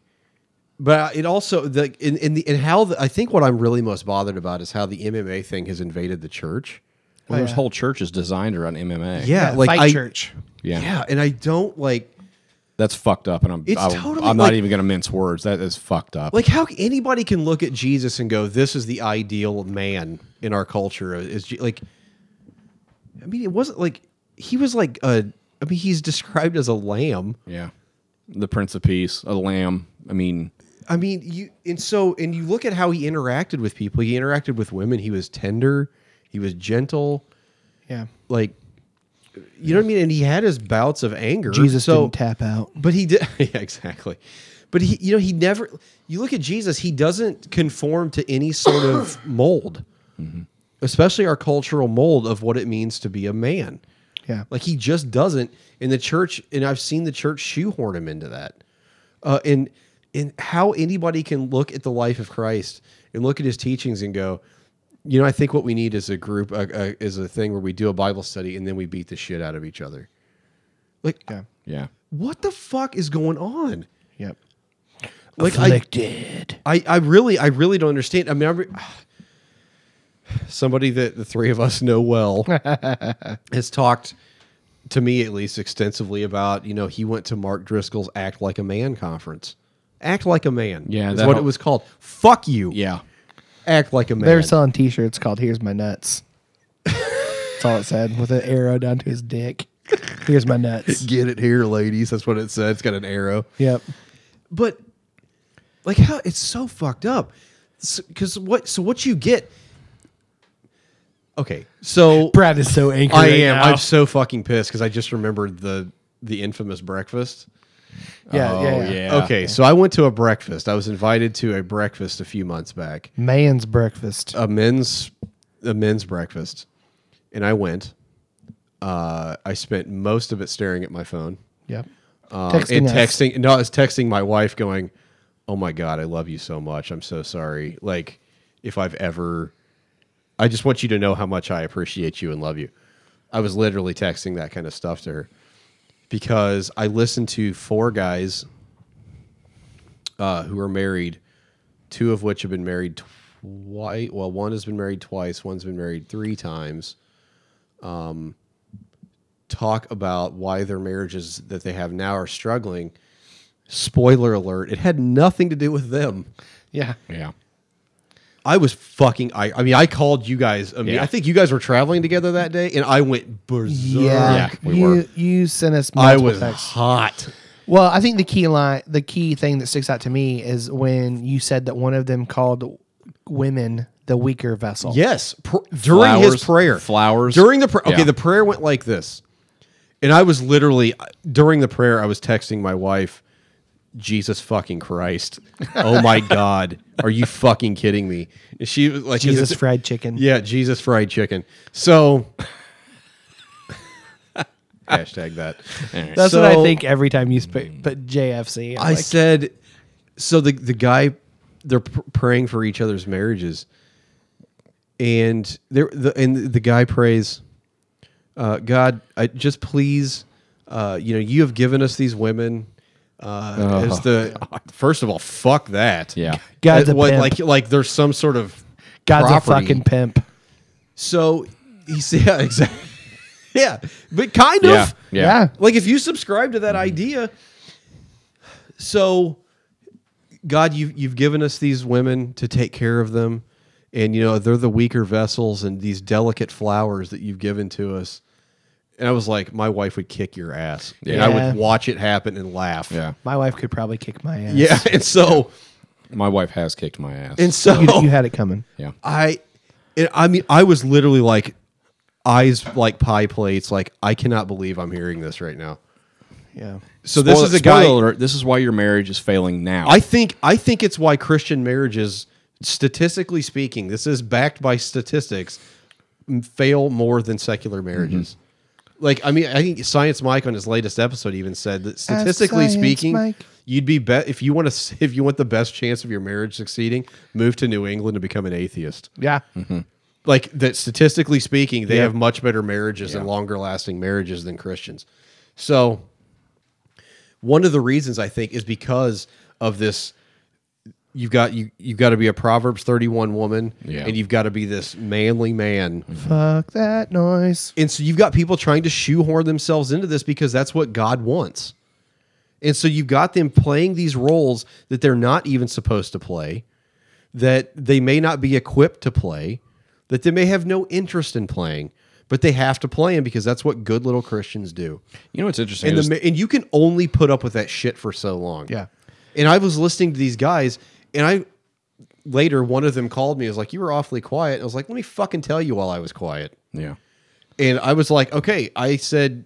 S2: but it also the in in the and how the, I think what I'm really most bothered about is how the MMA thing has invaded the church.
S3: Well, there's whole churches designed around MMA.
S2: Yeah,
S1: Yeah,
S2: like
S1: fight
S2: I,
S1: church.
S3: Yeah.
S2: yeah, and I don't like
S3: That's fucked up, and I'm
S2: It's
S3: I,
S2: totally
S3: am
S2: like-
S3: not even going to mince words. That is fucked up.
S2: Like how anybody can look at Jesus and go, "This is the ideal man in our culture." Is Je-" like, I mean, it wasn't like he was like a. I mean, he's described as a lamb.
S3: yeah, the Prince of Peace, a lamb. I mean,
S2: I mean, you and so and you look at how he interacted with people. He interacted with women. He was tender. He was gentle.
S1: Yeah,
S2: Like, you know what I mean? And he had his bouts of anger.
S4: Jesus
S2: so,
S4: didn't tap out.
S2: But he did. Yeah, exactly. But he, you know, he never. You look at Jesus; he doesn't conform to any sort of mold,
S4: Mm-hmm.
S2: especially our cultural mold of what it means to be a man.
S4: Yeah.
S2: like he just doesn't. in the church, and I've seen the church shoehorn him into that. Uh, and and how anybody can look at the life of Christ and look at his teachings and go, you know, I think what we need is a group, uh, uh, is a thing where we do a Bible study and then we beat the shit out of each other. Like,
S3: Yeah.
S2: what the fuck is going on?
S4: Yep.
S2: Like, I,
S4: Afflicted.
S2: I, I really, I really don't understand. I mean, I re- somebody that the three of us know well has talked to me at least extensively about. You know, he went to Mark Driscoll's "Act Like a Man" conference. Act like a man.
S3: Yeah,
S2: is
S3: that
S2: what it
S3: whole-
S2: was called. Fuck you.
S3: Yeah.
S2: act like a man.
S4: They were selling T-shirts called "Here's My Nuts." That's all it said, with an arrow down to his dick. Here's my nuts.
S2: Get it here, ladies. That's what it said. It's got an arrow.
S4: Yep.
S2: but like how it's so fucked up because what so what you get okay so
S4: Brad is so angry.
S2: i
S4: right
S2: am
S4: now.
S2: i'm so fucking pissed because i just remembered the the infamous breakfast
S4: yeah,
S2: Oh,
S4: yeah, Oh, yeah.
S2: okay so i went to a breakfast i was invited to a breakfast a few months back
S4: Man's breakfast.
S2: a men's a men's breakfast and i went uh i spent most of it staring at my phone
S4: Yep.
S2: Um,
S4: Texting
S2: and
S4: us.
S2: texting. No, I was texting my wife, going, "Oh my god, I love you so much. I'm so sorry. Like, if I've ever, I just want you to know how much I appreciate you and love you." I was literally texting that kind of stuff to her because I listened to four guys uh, who are married, two of which have been married twice. Well, one has been married twice. One's been married three times. Um. Talk about why their marriages that they have now are struggling. Spoiler alert: It had nothing to do with them.
S4: Yeah.
S3: Yeah.
S2: I was fucking. I. I mean, I called you guys. I, mean,
S3: Yeah.
S2: I think you guys were traveling together that day, and I went berserk.
S4: Yeah.
S3: we
S4: you
S3: were.
S4: you sent us.
S2: I
S4: Multiple
S2: was
S4: texts.
S2: hot.
S4: Well, I think the key line, the key thing that sticks out to me is when you said that one of them called women the weaker vessel.
S2: Yes, pr- during his
S3: Flowers,
S2: prayer,
S3: flowers.
S2: during the prayer. Okay,
S3: Yeah.
S2: the prayer went like this, and I was literally uh, during the prayer. I was texting my wife, "Jesus fucking Christ! Oh my God! Are you fucking kidding me?" And she was like,
S4: Jesus
S2: fried.
S4: fried chicken.
S2: Yeah, Jesus fried chicken. So hashtag that.
S4: That's what I
S2: So, Mm.
S4: think every time you sp- put JFC.
S2: I said. So the the guy, they're pr- praying for each other's marriages, and there the and the guy prays, uh, God, I just please, uh, you know, you have given us these women. Uh, as the first of all, fuck that.
S3: Yeah.
S4: God's
S2: Uh,
S4: a
S2: what,
S4: pimp.
S2: like like there's some sort of
S4: God's
S2: property.
S4: a fucking pimp.
S2: So he said, yeah, exactly. yeah, but kind of.
S3: Yeah. Yeah.
S4: Yeah.
S2: Like if you subscribe to that idea, so God, you've you've given us these women to take care of them, and you know they're the weaker vessels and these delicate flowers that you've given to us. And I was like, my wife would kick your ass, and I
S4: Yeah.
S2: would watch it happen and laugh.
S3: Yeah.
S4: My wife could probably kick my ass.
S2: yeah. And so,
S3: My wife has kicked my ass.
S2: and so,
S4: You, you had it coming.
S3: yeah.
S2: I, it, I mean, I was literally like, eyes like pie plates. Like, I cannot believe I'm hearing this right now.
S4: Yeah.
S2: So this
S3: Spoil-
S2: is a
S3: spoiler
S2: guy.
S3: alert, this is why your marriage is failing now.
S2: I think I think it's why Christian marriages, statistically speaking, this is backed by statistics, m- fail more than secular
S4: Mm-hmm.
S2: marriages. Like, I mean, I think Science Mike on his latest episode even said that statistically
S4: Science
S2: speaking,
S4: Mike.
S2: you'd be bet if you want to if you want the best chance of your marriage succeeding, move to New England to become an atheist.
S4: Yeah.
S2: Mm-hmm. like that statistically speaking they have much better marriages and longer lasting marriages than christians so one of the reasons i think is because of this you've got you you've got to be a proverbs 31 woman
S3: Yeah.
S2: and you've got to be this manly man
S4: Fuck that noise.
S2: and so you've got people trying to shoehorn themselves into this because that's what god wants and so you've got them playing these roles that they're not even supposed to play, that they may not be equipped to play, that they may have no interest in playing, but they have to play them because that's what good little Christians do.
S3: you know what's interesting?
S2: And,
S3: is-
S2: the, ma- and you can only put up with that shit for so long.
S4: Yeah.
S2: And I was listening to these guys, and I later one of them called me. I was like, "You were awfully quiet." I was like, "Let me fucking tell you while I was quiet."
S3: yeah.
S2: And I was like, okay, I said,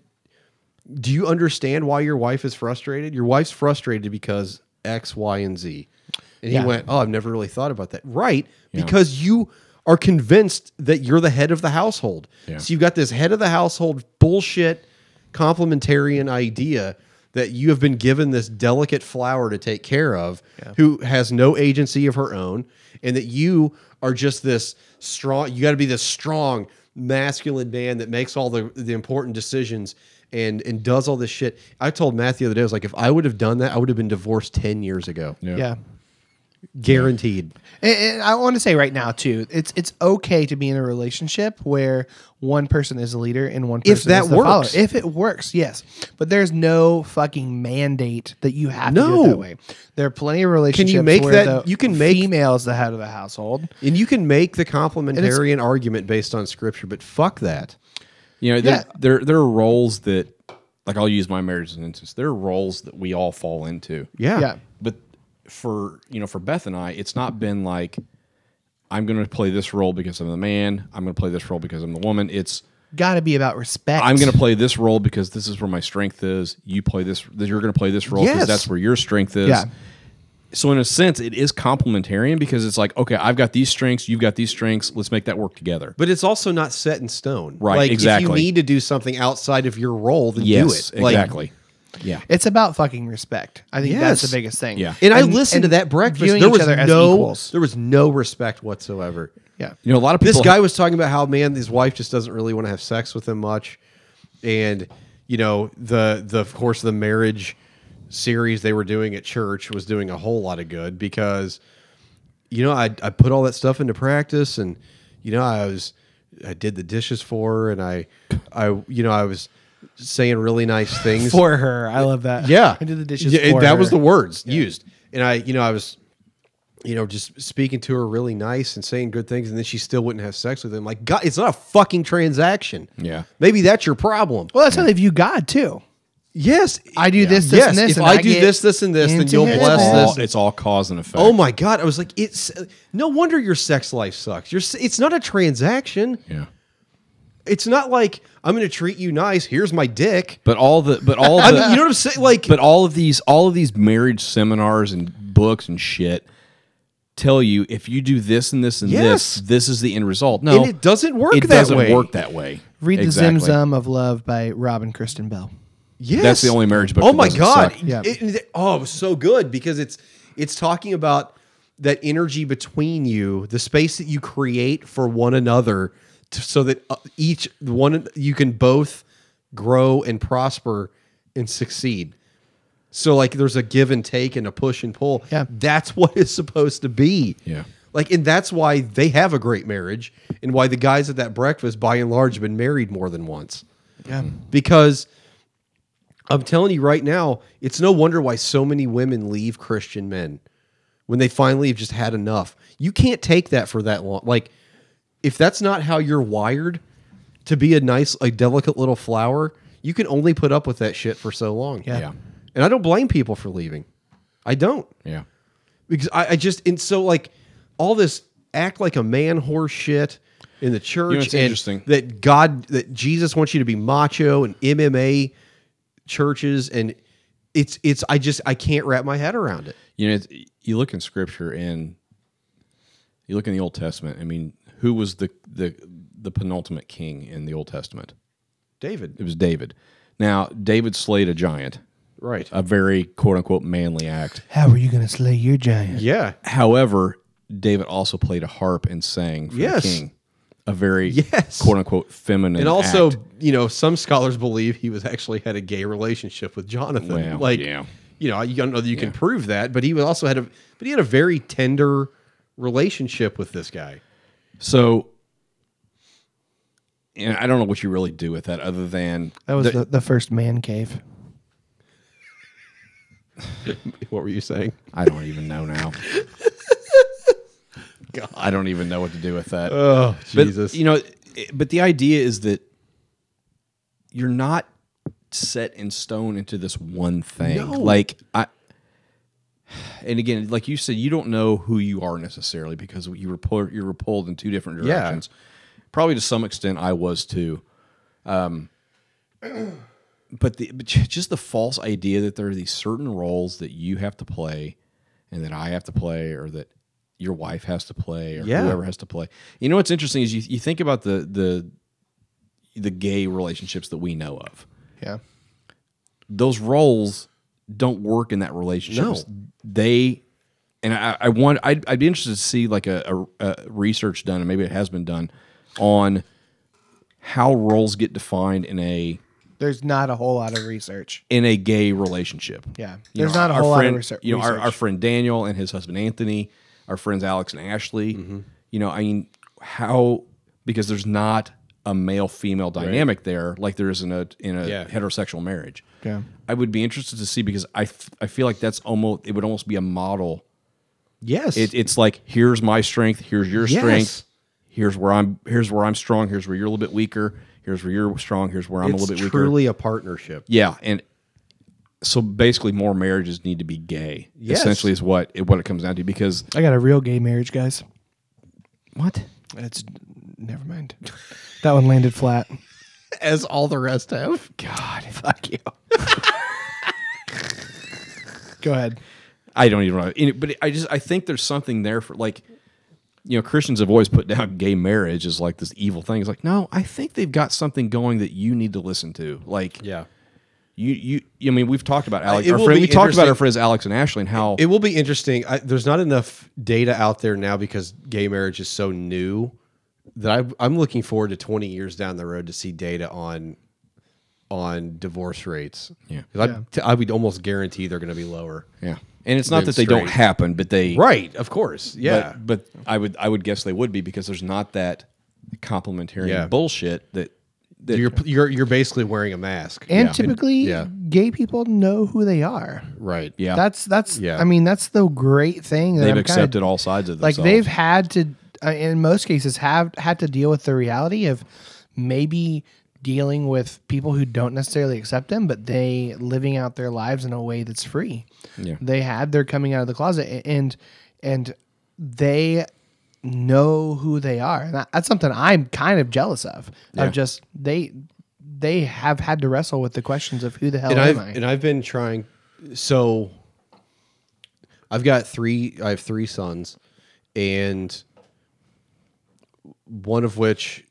S2: do you understand why your wife is frustrated? Your wife's frustrated because X, Y, and Z. And he went, oh, I've never really thought about that. Right. Because you are convinced that you're the head of the household. So you've got this head of the household bullshit complementarian idea that you have been given this delicate flower to take care of who has no agency of her own and that you are just this strong you got to be this strong masculine man that makes all the the important decisions and and does all this shit i told matt the other day i was like if i would have done that i would have been divorced 10 years ago
S1: yeah.
S2: guaranteed
S1: And, and I want to say right now too, it's it's okay to be in a relationship where one person is a leader and one person
S2: If that
S1: is the
S2: works.
S1: follower. If it works, yes. But there's no fucking mandate that you have to do
S2: No.
S1: it that way. There are plenty of relationships
S2: make
S1: where
S2: that-
S1: the
S2: you can make-
S1: females the head of the household.
S2: and you can make the complementarian argument based on scripture but fuck that
S3: You know, there,
S1: Yeah.
S3: there there are roles that, like, I'll use my marriage as an instance. There are roles that we all fall into.
S2: yeah
S1: Yeah.
S3: But for you know, for Beth and I, it's not been like I'm going to play this role because I'm the man. I'm going to play this role because I'm the woman. It's
S1: Got to be about respect.
S3: I'm going to play this role because this is where my strength is. You play this. You're going to play this role because
S2: Yes.
S3: that's where your strength is.
S1: Yeah.
S3: So in a sense, it is complementarian because it's like, okay, I've got these strengths, you've got these strengths. Let's make that work together.
S2: But it's also not set in stone.
S3: Right,
S2: Like if you
S3: exactly.
S2: need to do something outside of your role, then
S3: yes,
S2: do it. Like,
S3: exactly. yeah.
S1: It's about fucking respect. I think that's
S2: Yes.
S1: the biggest thing.
S3: Yeah.
S2: and I listened to
S1: and
S2: that breakfast.
S1: viewing
S2: There
S1: each
S2: was
S1: other as
S2: no
S1: equals.
S2: there was no respect whatsoever.
S1: Yeah.
S3: You know, a lot of people.
S2: This guy was talking about how man, his wife just doesn't really want to have sex with him much. And you know, the the of course the marriage series they were doing at church was doing a whole lot of good because you know, I I put all that stuff into practice and you know, I was I did the dishes for her and I I you know, I was saying really nice things
S1: For her, I love that.
S2: Yeah,
S1: I did the dishes.
S2: Yeah,
S1: for
S2: that was
S1: her.
S2: the words used, and I, you know, I was, you know, just speaking to her really nice and saying good things, and then she still wouldn't have sex with him. Like, God, it's not a fucking transaction.
S3: Yeah.
S2: maybe that's your problem.
S1: Well, that's how they view God too.
S2: Yes,
S1: I do this, this,
S2: yes.
S1: and this,
S2: If
S1: and
S2: I,
S1: I
S2: do
S1: get
S2: this, this, and this, then
S1: into
S2: you'll
S1: heaven.
S2: bless
S3: it's all,
S2: this.
S3: it's all cause and effect.
S2: Oh my God! I was like, it's no wonder your sex life sucks. Your, s- it's not a transaction.
S3: Yeah.
S2: It's not like I'm going to treat you nice. Here's my dick.
S3: But all the but all the
S2: I mean, you know what I'm saying? Like,
S3: but all of these all of these marriage seminars and books and shit tell you if you do this and this and
S2: Yes.
S3: this, this is the end result. No,
S2: and it doesn't work
S3: it
S2: that
S3: doesn't
S2: way.
S3: work that way.
S1: Read
S3: Exactly.
S1: the Zim Zum of Love by Robin Kristen Bell.
S2: Yes.
S3: That's the only marriage book
S2: Oh
S3: that
S2: my
S3: doesn't
S2: god!
S3: suck.
S1: Yeah.
S2: It- it- oh, it was so good because it's it's talking about that energy between you, the space that you create for one another, to, so that uh, each one you can both grow and prosper and succeed. So like, there's a give and take and a push and pull.
S1: Yeah.
S2: that's what it's supposed to be.
S3: Yeah.
S2: Like, and that's why they have a great marriage, and why the guys at that breakfast, by and large, have been married more than once
S1: Yeah.
S2: because I'm telling you right now, it's no wonder why so many women leave Christian men when they finally have just had enough. You can't take that for that long. Like, if that's not how you're wired to be a nice, a delicate little flower, you can only put up with that shit for so long.
S1: Yeah.
S3: Yeah.
S2: And I don't blame people for leaving. I don't
S3: Yeah.
S2: because I, I just and so like all this act like a man horse shit in the church.
S3: You know, it's
S2: and
S3: interesting.
S2: that God that Jesus wants you to be macho and MMA churches and it's it's I just I can't wrap my head around it.
S3: You know, it's, you look in scripture and you look in the Old Testament. I mean, who was the the the penultimate king in the Old Testament?
S2: David,
S3: It was David. Now, David slayed a giant,
S2: right?
S3: a very quote unquote manly act.
S1: How are you going to slay your giant?
S2: yeah,
S3: However, David also played a harp and sang for
S2: Yes.
S3: the king, a very
S2: Yes.
S3: quote unquote feminine.
S2: and also
S3: act.
S2: you know some scholars believe he was actually had a gay relationship with Jonathan.
S3: Well,
S2: like
S3: yeah.
S2: you know I don't know that you can prove that, but he was also had a but he had a very tender relationship with this guy.
S3: so. And I don't know what you really do with that other than
S1: That was the, the first man cave.
S2: What were you saying?
S3: I don't even know now. I don't even know what to do with that.
S2: Oh
S3: but
S2: Jesus!
S3: you know, it- but the idea is that you're not set in stone into this one thing. Like I, and again, like you said, you don't know who you are necessarily because you were pulled, you were pulled in two different
S2: Yeah.
S3: directions. Probably to some extent, I was too. Um, but the but ju- just the false idea that there are these certain roles that you have to play and that I have to play or that your wife has to play or
S2: Yeah.
S3: whoever has to play. You know what's interesting is you, you think about the the the gay relationships that we know of.
S1: Yeah.
S3: Those roles don't work in that relationship.
S2: No.
S3: They and I, I want I'd, I'd be interested to see like a, a, a research done and maybe it has been done on how roles get defined in a
S1: There's not a whole lot of research.
S3: in a gay relationship.
S1: Yeah.
S3: You
S1: There's
S3: know,
S1: not a
S3: our
S1: whole lot of
S3: friend-
S1: research-
S3: You know, our,
S1: research.
S3: our friend Daniel and his husband Anthony, our friends Alex and Ashley.
S1: Mm-hmm.
S3: You know, I mean, how because there's not a male female dynamic there like there is in a in a
S2: Yeah.
S3: heterosexual marriage.
S1: Yeah.
S3: I would be interested to see because I, f- I feel like that's almost it would almost be a model.
S2: Yes.
S3: It, it's like here's my strength, here's your
S2: Yes.
S3: strength, here's where I'm here's where I'm strong, here's where you're a little bit weaker, here's where you're strong, here's where I'm a
S2: It's
S3: little bit weaker.
S2: truly a partnership.
S3: Yeah, and so basically, more marriages need to be gay.
S2: Yes.
S3: Essentially, is what it, what it comes down to. Because
S1: I got a real gay marriage, guys.
S3: what?
S1: It's never mind. That one landed flat.
S2: As all the rest have.
S3: God, fuck you.
S1: Go ahead.
S3: I don't even know. And- But I just I think there's something there for like, you know, Christians have always put down gay marriage as like this evil thing. It's like no, I think they've got something going that you need to listen to. Like,
S2: Yeah.
S3: you you. I mean, we've talked about Alex.
S2: it
S3: Our
S2: will
S3: friend,
S2: be
S3: we talked about
S2: interesting.
S3: our friends Alex and Ashley and how
S2: It will be interesting. I, there's not enough data out there now because gay marriage is so new that I, I'm looking forward to 20 years down the road to see data on on divorce rates.
S3: Yeah.
S2: 'Cause I, t- I would almost guarantee they're going to be lower.
S3: yeah. And it's not
S2: Then
S3: that they don't
S2: straight.
S3: happen, but they
S2: Right. Of course. Yeah.
S3: But, but I would I would guess they would be because there's not that complimentary
S2: Yeah.
S3: bullshit that that
S2: you're you're you're basically wearing a mask.
S1: And
S2: Yeah.
S1: typically,
S2: Yeah.
S1: gay people know who they are.
S2: right.
S3: yeah
S1: That's that's.
S2: Yeah.
S1: I mean, that's the great thing. That
S3: they've
S1: I'm kinda-
S3: accepted all sides of
S1: Like
S3: themselves.
S1: they've had to, uh, in most cases, have had to deal with the reality of maybe dealing with people who don't necessarily accept them, but they living out their lives in a way that's free.
S3: Yeah.
S1: They had their coming out of the closet, a- and and they know who they are, and that- that's something I'm kind of jealous of. Of just they they have had to wrestle with the questions of who the hell
S2: and
S1: am
S2: I've
S1: I?
S2: and I've been trying. So I've got three. I have three sons, and one of which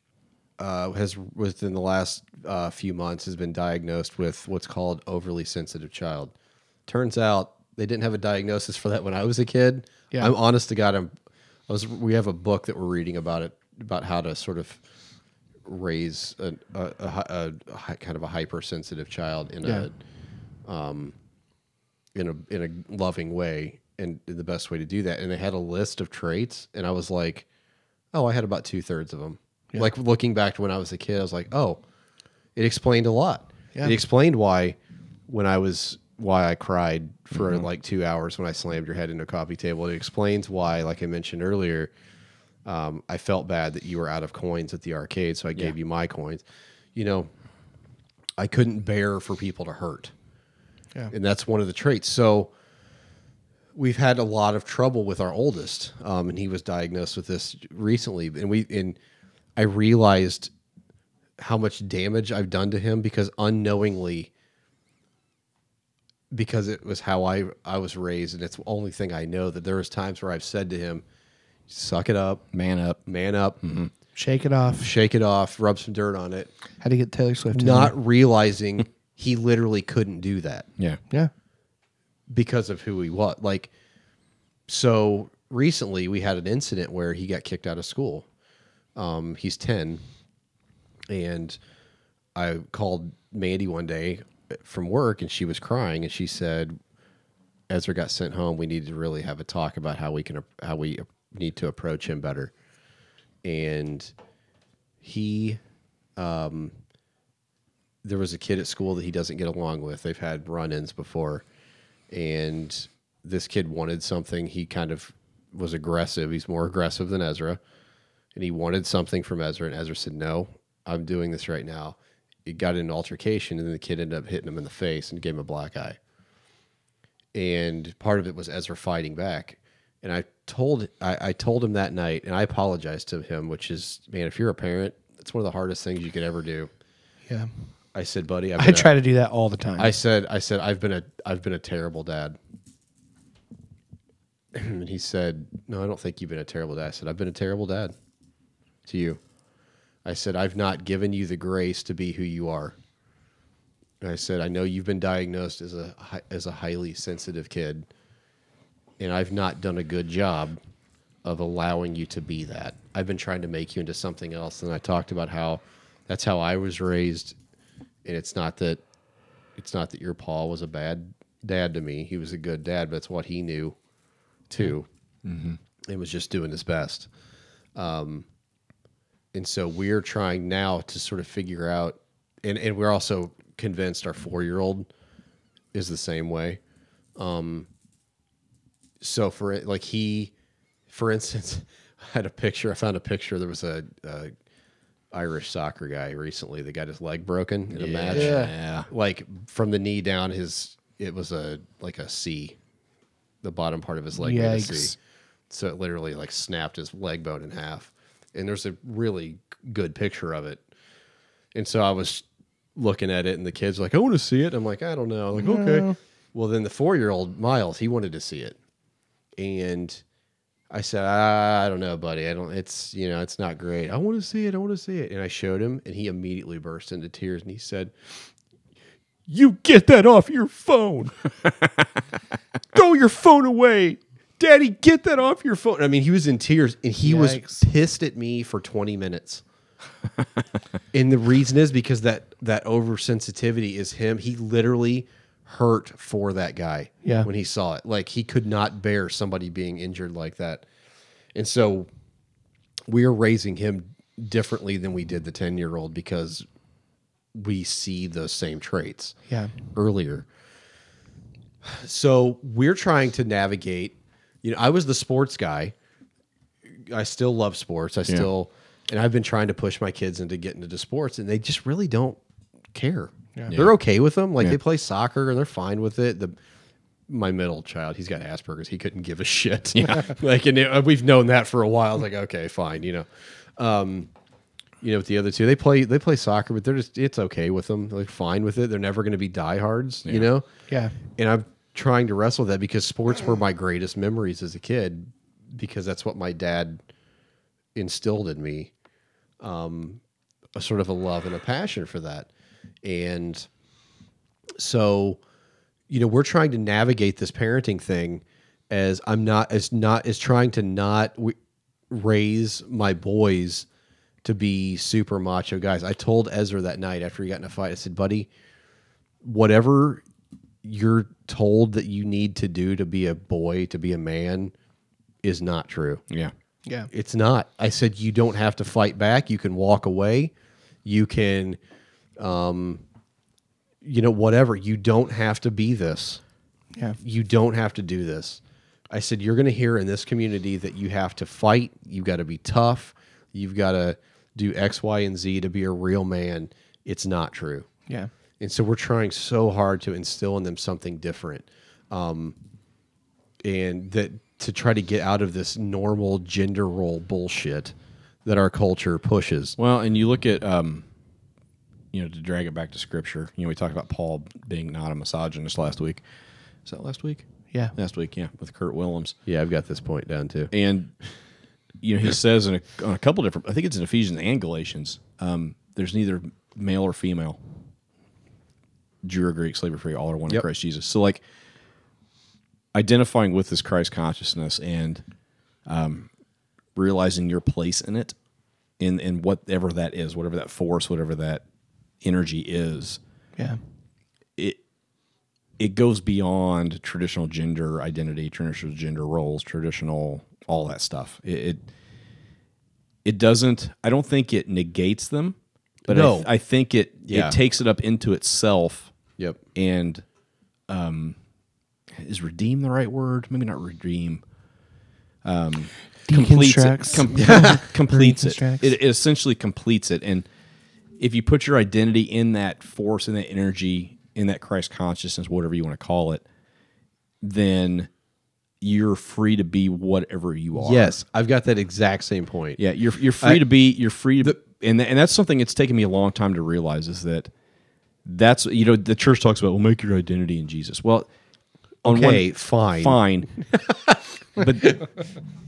S2: uh, has within the last uh, few months has been diagnosed with what's called overly sensitive child. Turns out they didn't have a diagnosis for that when I was a kid.
S1: Yeah.
S2: I'm honest to God. I'm. I was. We have a book that we're reading about it about how to sort of raise a, a, a, hi- a, hi- kind of a hypersensitive child in a um, in a in a loving way and the best way to do that. And they had a list of traits, and I was like, oh, I had about two thirds of them. Like looking back to when I was a kid, I was like, oh, it explained a lot. It explained why when I was why I cried for like two hours when I slammed your head into a coffee table. It explains why, like I mentioned earlier, um, I felt bad that you were out of coins at the arcade, so I gave you my coins. You know, I couldn't bear for people to hurt. And that's one of the traits. So we've had a lot of trouble with our oldest, um, and he was diagnosed with this recently. And we and I realized how much damage I've done to him because unknowingly, because it was how I I was raised, and it's the only thing I know that there was times where I've said to him, "Suck it up,
S3: man up.
S2: man up,
S1: Shake it off.
S2: shake it off, rub some dirt on it,"
S1: Had to get Taylor Swift. in there.
S2: not realizing he literally couldn't do that
S3: Yeah,
S1: yeah.
S2: because of who he was. Like, so recently we had an incident where he got kicked out of school. Um, he's 10. And I called Mandy one day from work and she was crying and she said, Ezra got sent home. We need to really have a talk about how we can, how we need to approach him better. And he there was a kid at school that he doesn't get along with. They've had run-ins before, and this kid wanted something. He kind of was aggressive. He's more aggressive than Ezra, and he wanted something from Ezra. And Ezra said, "No, I'm doing this right now." It got in an altercation, and then the kid ended up hitting him in the face and gave him a black eye. And part of it was Ezra fighting back. And I told I, I told him that night, and I apologized to him, which is, man, if you're a parent, it's one of the hardest things you could ever do
S1: Yeah.
S2: I said, buddy, I've
S4: I
S2: been a-
S4: try to do that all the time.
S2: I said, I said, I've been a, I've been a terrible dad. and he said, No, I don't think you've been a terrible dad. I said, I've been a terrible dad to you. I said, I've not given you the grace to be who you are. And I said, I know you've been diagnosed as a hi- as a highly sensitive kid, and I've not done a good job of allowing you to be that. I've been trying to make you into something else, and I talked about how that's how I was raised, and it's not that it's not that your pa was a bad dad to me. He was a good dad, but that's what he knew too. And was just doing his best. Um, and so we're trying now to sort of figure out, and, and we're also convinced our four year old is the same way. Um, so for it, like he, for instance, I had a picture. I found a picture. There was a, a Irish soccer guy recently that got his leg broken in a match.
S3: Yeah.
S2: Like from the knee down, his it was a like a C. The bottom part of his leg made a
S4: Yikes.
S2: C. So it literally like snapped his leg bone in half. And there's a really good picture of it. And so I was looking at it, and the kids were like, I want to see it. I'm like, I don't know. I'm like, okay. Well, then the four year old Miles, he wanted to see it. And I said, "Ah, I, I don't know, buddy. I don't, it's, you know, it's not great. I want to see it. I want to see it. And I showed him, and he immediately burst into tears and he said, You get that off your phone. Throw your phone away. Daddy, get that off your phone. I mean, he was in tears and he was pissed at me for 20 minutes. and the reason is because that that oversensitivity is him. He literally hurt for that guy
S4: Yeah.
S2: when he saw it. Like he could not bear somebody being injured like that. And so we're raising him differently than we did the 10 year old because we see those same traits
S4: yeah.
S2: earlier. So we're trying to navigate. You know, I was the sports guy. I still love sports. I still, and I've been trying to push my kids into getting into sports, and they just really don't care. They're okay with them. Like they play soccer and they're fine with it. The my middle child, he's got Asperger's. He couldn't give a shit. Yeah, like and it- we've known that for a while. It's like okay, fine. You know, Um, you know, with the other two, they play they play soccer, but they're just it's okay with them. They're fine with it. They're never going to be diehards, you know.
S4: Yeah.
S2: And I'm trying to wrestle with that because sports were my greatest memories as a kid, because that's what my dad instilled in me, um, a sort of a love and a passion for that, and so, you know, we're trying to navigate this parenting thing as I'm not as not as trying to not w- raise my boys to be super macho guys. I told Ezra that night after he got in a fight, I said, buddy, whatever you're told that you need to do to be a boy, to be a man, is not true.
S3: Yeah.
S4: Yeah.
S2: It's not. I said you don't have to fight back. You can walk away. You can, um, you know, whatever. You don't have to be this.
S4: Yeah.
S2: You don't have to do this. I said you're going to hear in this community that you have to fight. You've got to be tough. You've got to do X, Y, and Z to be a real man. It's not true.
S4: Yeah.
S2: And so we're trying so hard to instill in them something different. Um, and that to try to get out of this normal gender role bullshit that our culture pushes.
S3: Well, and you look at, um, you know, to drag it back to scripture, you know, we talked about Paul being not a misogynist last week. Is that last week?
S4: Yeah.
S3: Last week, yeah, with Kurt Willems.
S2: Yeah, I've got this point down too.
S3: and you know he says in a, on a couple different i think it's in ephesians and galatians um, there's neither male or female jew or greek slave or free all are one in
S2: Yep.
S3: christ jesus so like identifying with this christ consciousness and um, realizing your place in it in in whatever that is whatever that force whatever that energy is
S4: Yeah.
S3: it it goes beyond traditional gender identity, traditional gender roles, traditional all that stuff. It it, it doesn't. I don't think it negates them, but I,
S2: No.
S3: I think it
S2: Yeah.
S3: it takes it up into itself
S2: Yep.
S3: and um, is redeem the right word? Maybe not redeem. Completes it.
S4: Deconstructs.
S3: Com- completes it.
S4: Reconstructs.
S3: it. It essentially completes it, and if you put your identity in that force, in that energy, in that Christ consciousness, whatever you want to call it, then you're free to be whatever you are.
S2: Yes, I've got that exact same point.
S3: Yeah, you're you're free to be you're free to and and that's something it's taken me a long time to realize is that that's you know the church talks about well make your identity in Jesus. Well, on
S2: Okay,
S3: one,
S2: fine.
S3: fine, but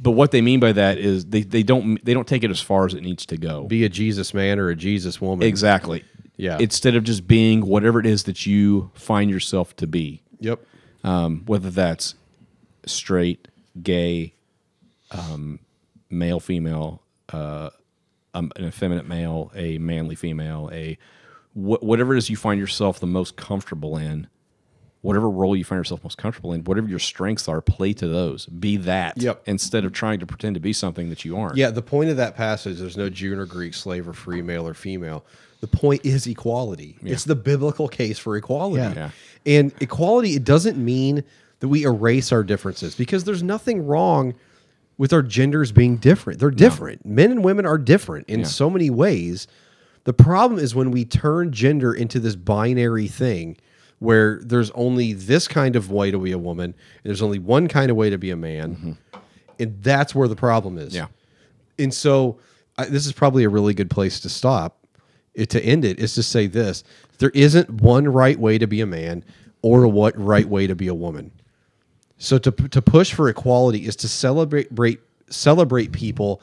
S3: but what they mean by that is they they don't they don't take it as far as it needs to go.
S2: Be a Jesus man or a Jesus woman.
S3: exactly.
S2: Yeah.
S3: Instead of just being whatever it is that you find yourself to be
S2: Yep.
S3: um, whether that's straight, gay, um, male, female, uh, um, an effeminate male, a manly female, a wh- whatever it is you find yourself the most comfortable in, whatever role you find yourself most comfortable in, whatever your strengths are, play to those. Be that
S2: Yep.
S3: instead of trying to pretend to be something that you aren't.
S2: Yeah, the point of that passage, there's no Jew or Greek, slave or free, male or female. The point is equality. It's the biblical case for equality.
S3: Yeah.
S2: And equality, it doesn't mean that we erase our differences because there's nothing wrong with our genders being different. They're different. Men and women are different in so many ways. The problem is when we turn gender into this binary thing where there's only this kind of way to be a woman and there's only one kind of way to be a man. And that's where the problem is
S3: Mm-hmm. Yeah.
S2: and so I, this is probably a really good place to stop it, to end it is to say this there isn't one right way to be a man or what right way to be a woman so to, to push for equality is to celebrate break- celebrate people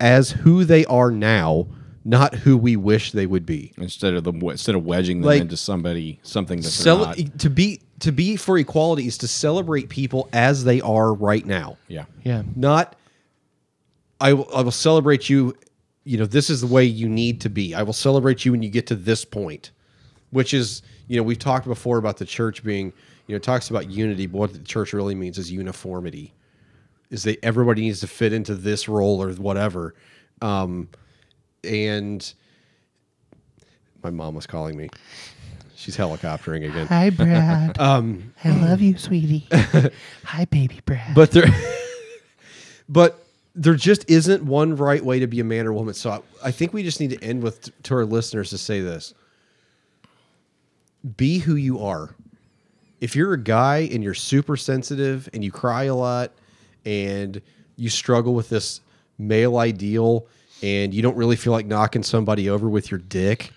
S2: as who they are now not who we wish they would be
S3: Instead of them, instead of wedging them
S2: Like-
S3: into somebody, something that they're
S2: Cele-
S3: not.
S2: to be to be for equality is to celebrate people as they are right now
S3: Yeah.
S1: Yeah.
S2: not I will, I will celebrate you you know this is the way you need to be i will celebrate you when you get to this point which is you know we've talked before about the church being you know it talks about unity but what the church really means is uniformity is that everybody needs to fit into this role or whatever um and my mom was calling me she's helicoptering again
S4: Hi, Brad. um, I love you, sweetie. Hi, baby Brad.
S2: but there but there just isn't one right way to be a man or woman so I, I think we just need to end with to our listeners to say this be who you are if you're a guy and you're super sensitive and you cry a lot and you struggle with this male ideal and you don't really feel like knocking somebody over with your dick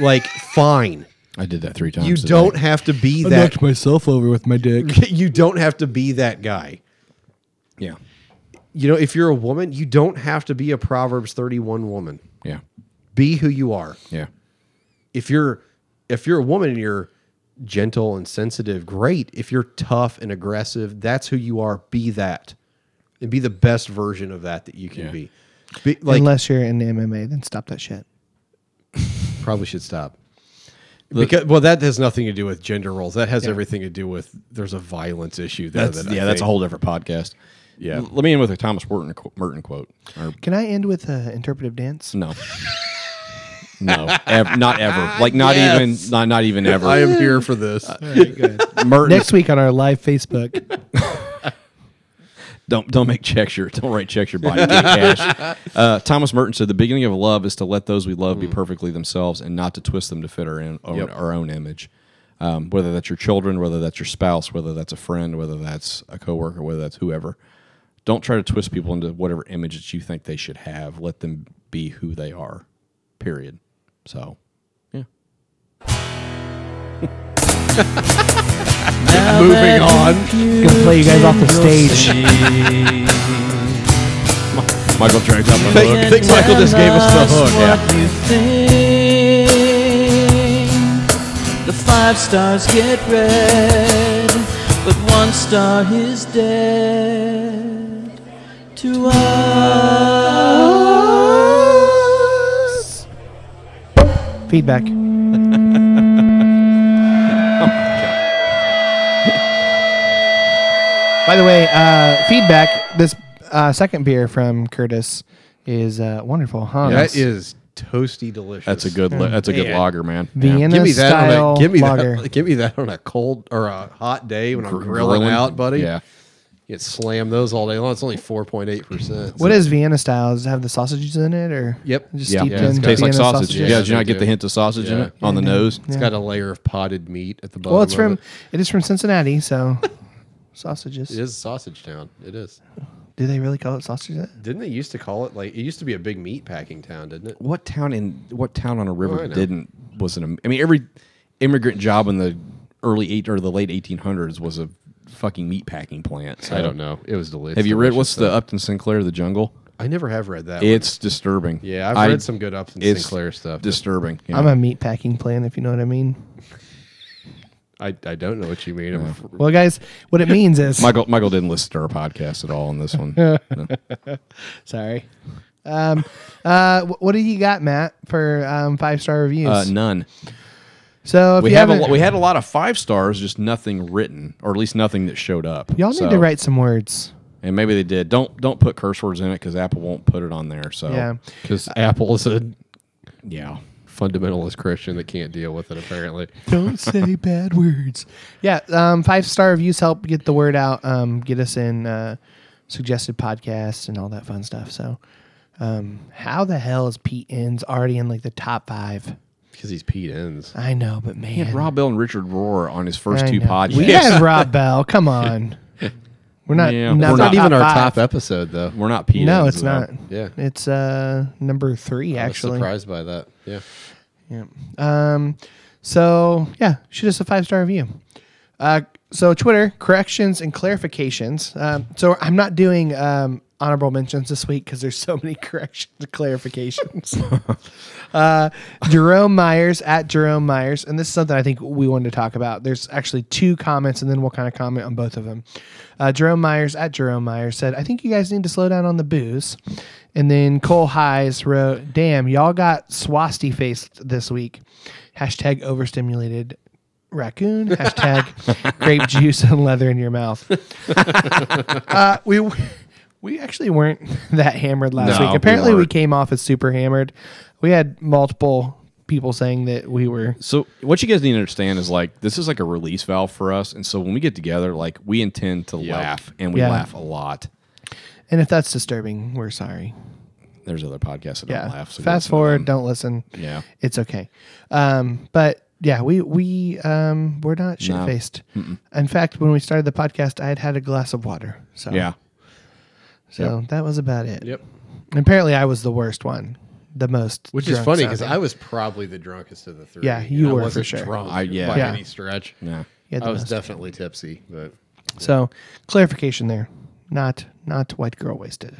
S2: like fine
S3: I did that three times.
S2: you
S3: today.
S2: don't have to be that
S9: myself over with my dick.
S2: you don't have to be that guy
S3: Yeah.
S2: you know, if you're a woman, you don't have to be a Proverbs 31 woman.
S3: Yeah.
S2: Be who you are.
S3: Yeah.
S2: If you're if you're a woman and you're gentle and sensitive, great. If you're tough and aggressive, that's who you are. Be that. And be the best version of that that you can
S3: Yeah.
S2: be. be like
S1: Unless you're in MMA, then stop that shit.
S2: probably should stop. Because well, that has nothing to do with gender roles. That has everything to do with there's a violence issue there.
S3: That's-
S2: that I
S3: yeah, that's a
S2: think-
S3: whole different podcast.
S2: Yeah.
S3: L- let me end with a Thomas Merton, qu- Merton quote. Or,
S1: Can I end with an interpretive dance?
S3: no, no, ev- not ever. Like not even not, not even ever.
S2: I am here for this.
S3: Uh, Merton,
S1: Next week on our live Facebook.
S3: don't don't make checks your don't write checks your body cash. Uh, Thomas Merton said the beginning of love is to let those we love be perfectly themselves and not to twist them to fit our in, own, our own image. Um, whether that's your children, whether that's your spouse, whether that's a friend, whether that's a coworker, whether that's whoever, don't try to twist people into whatever image that you think they should have. Let them be who they are. Period. So, yeah.
S2: Moving on.
S4: gonna play you guys off the stage.
S3: Michael dragged up on the
S2: I think Michael just gave us the hook.
S7: What you think. The five stars get red, but one star is dead to us.
S4: Feedback.
S2: Oh
S1: By the way, uh, feedback. This uh, second beer from Curtis is uh, wonderful, huh?
S2: That is toasty delicious.
S3: That's a good. Lo- that's a good
S2: Man.
S3: lager, man.
S1: Vienna
S2: give me that
S1: style
S2: on a, give me
S1: lager.
S2: that give me that on a cold or a hot day when I'm
S3: Gr-
S2: grilling, out, buddy.
S3: Yeah.
S2: you slam those all day long. It's only four point eight percent.
S1: What is Vienna style? Does it have the sausages in it, or
S2: Yep.
S1: just
S3: Yeah.
S1: steeped
S2: Yeah,
S1: in
S2: it's got-
S3: Tastes like
S1: Vienna
S3: sausage.
S1: sausages?
S3: Yeah,
S2: Yeah,
S3: did you
S2: they
S3: not get
S2: do.
S3: the hint of sausage in
S2: Yeah.
S3: it on the nose?
S2: It's got a layer of potted meat at the bottom.
S1: Well, Oh, it's
S2: of
S1: from
S2: it.
S1: it is from Cincinnati, so sausages.
S2: It is sausage town. It is.
S4: Do they really call it sausage? Head?
S3: Mm.
S2: Didn't they used to call it like it used to be a big meat packing town, didn't it?
S3: What town in what town on a river
S2: Oh, I know.
S3: didn't wasn't? A, I mean, every immigrant job in the early eight or the late 1800s was a fucking meat packing plant. So
S2: I don't know. It was delicious.
S3: Have you read what's
S2: delicious,
S3: the Upton Sinclair the Jungle?
S2: though. I never have read that. one.
S3: It's disturbing.
S2: Yeah, I've
S3: I-
S2: read some good Upton
S3: it's
S2: Sinclair stuff. but
S3: Disturbing. yeah.
S1: I'm a meat packing plan, if you know what I mean.
S2: I, I don't know what you mean. I'm f-
S1: Well, guys, what it means is
S3: Michael Michael didn't listen to our podcast at all on this one.
S1: sorry. Um, uh, wh- what do you got, Matt, for um, five star reviews?
S3: Uh, none.
S1: so if
S3: We
S1: you
S3: have a,
S1: haven't-
S3: lo- we had a lot of five stars, just nothing written, or at least nothing that showed up.
S1: y'all need
S3: So-
S1: to write some words.
S3: and maybe they did. Don't don't put curse words in it because Apple won't put it on there. So
S1: Yeah.
S2: Because Apple is a
S3: yeah.
S2: fundamentalist Christian that can't deal with it, apparently.
S1: Don't say bad words. Yeah, um, five star reviews help get the word out, um, get us in uh, suggested podcasts and all that fun stuff. So, um, how the hell is Pete Ends already in like the top five?
S2: Because he's Pete ends.
S1: I know, but man,
S3: He had Rob Bell and Richard Rohr on his first
S1: I
S3: two
S1: know.
S3: podcasts.
S1: We had Rob Bell. Come on, we're not.
S3: Yeah,
S1: not
S3: we're
S1: the
S3: not
S2: Even our
S1: five.
S2: top episode, though.
S3: We're not Pete.
S1: No,
S3: Ends,
S1: it's
S3: though.
S1: not.
S2: Yeah.
S1: It's uh number three
S2: I was
S1: actually.
S2: surprised by that. Yeah.
S1: Yeah. Um, so yeah, shoot us a five star review. Uh, so Twitter corrections and clarifications. Um, so I'm not doing um, honorable mentions this week because there's so many corrections and clarifications. uh, Jerome Myers at Jerome Myers, and this is something I think we wanted to talk about. There's actually two comments, and then we'll kind of comment on both of them. Uh, Jerome Myers at Jerome Myers said, "I think you guys need to slow down on the booze." And then Cole Hayes wrote, "Damn, y'all got swasty faced this week." Hashtag overstimulated raccoon. Hashtag grape juice and leather in your mouth. uh, we we actually weren't that hammered last
S3: No,
S1: week.
S3: we
S1: Apparently, we
S3: weren't.
S1: came off as super hammered. We had multiple people saying that we were.
S3: So what you guys need to understand is like this is like a release valve for us, and so when we get together, like we intend to laugh, and we
S1: Yeah.
S3: laugh a lot.
S1: And if that's disturbing, we're sorry.
S3: There's other podcasts that
S1: Yeah.
S3: don't laugh. so go
S1: Fast
S3: listen to
S1: forward.
S3: them.
S1: Don't listen.
S3: Yeah.
S1: It's okay. Um, but yeah, we we um, we're not shit faced. In fact, when we started the podcast, I had had a glass of water. So
S3: Yeah.
S1: so that was about it.
S2: Yep.
S1: And apparently, I was the worst one, the most.
S2: Which is
S1: drunk
S2: funny because I
S1: sounding.
S2: was probably the drunkest of the three.
S1: Yeah,
S2: and
S1: you
S2: I
S1: were for
S2: wasn't
S1: sure.
S2: Drunk
S3: I- yeah.
S2: by
S1: Yeah.
S2: any stretch.
S3: Yeah.
S1: You had the
S2: I was
S1: most.
S2: definitely tipsy, but
S1: So clarification there, not not white girl wasted.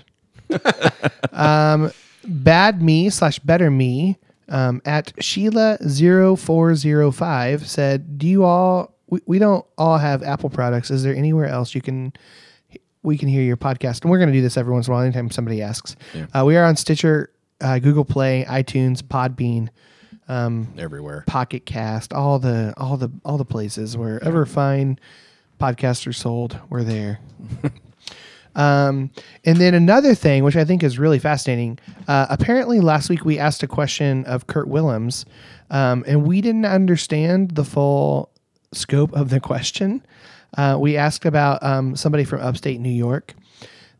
S1: um, bad me slash better me um, at Sheila 405 said, "Do you all? We, we don't all have Apple products. Is there anywhere else you can?" We can hear your podcast, and we're going to do this every once in a while. Anytime somebody asks, uh, we are on Stitcher, uh, Google Play, iTunes, Podbean,
S3: Everywhere.
S1: Pocket Cast, all the all the all the places wherever fine podcasts are sold, we're there. um, and then another thing, which I think is really fascinating. Uh, apparently, last week we asked a question of Kurt Willems, um, and we didn't understand the full scope of the question. Uh, we asked about um, somebody from upstate New York.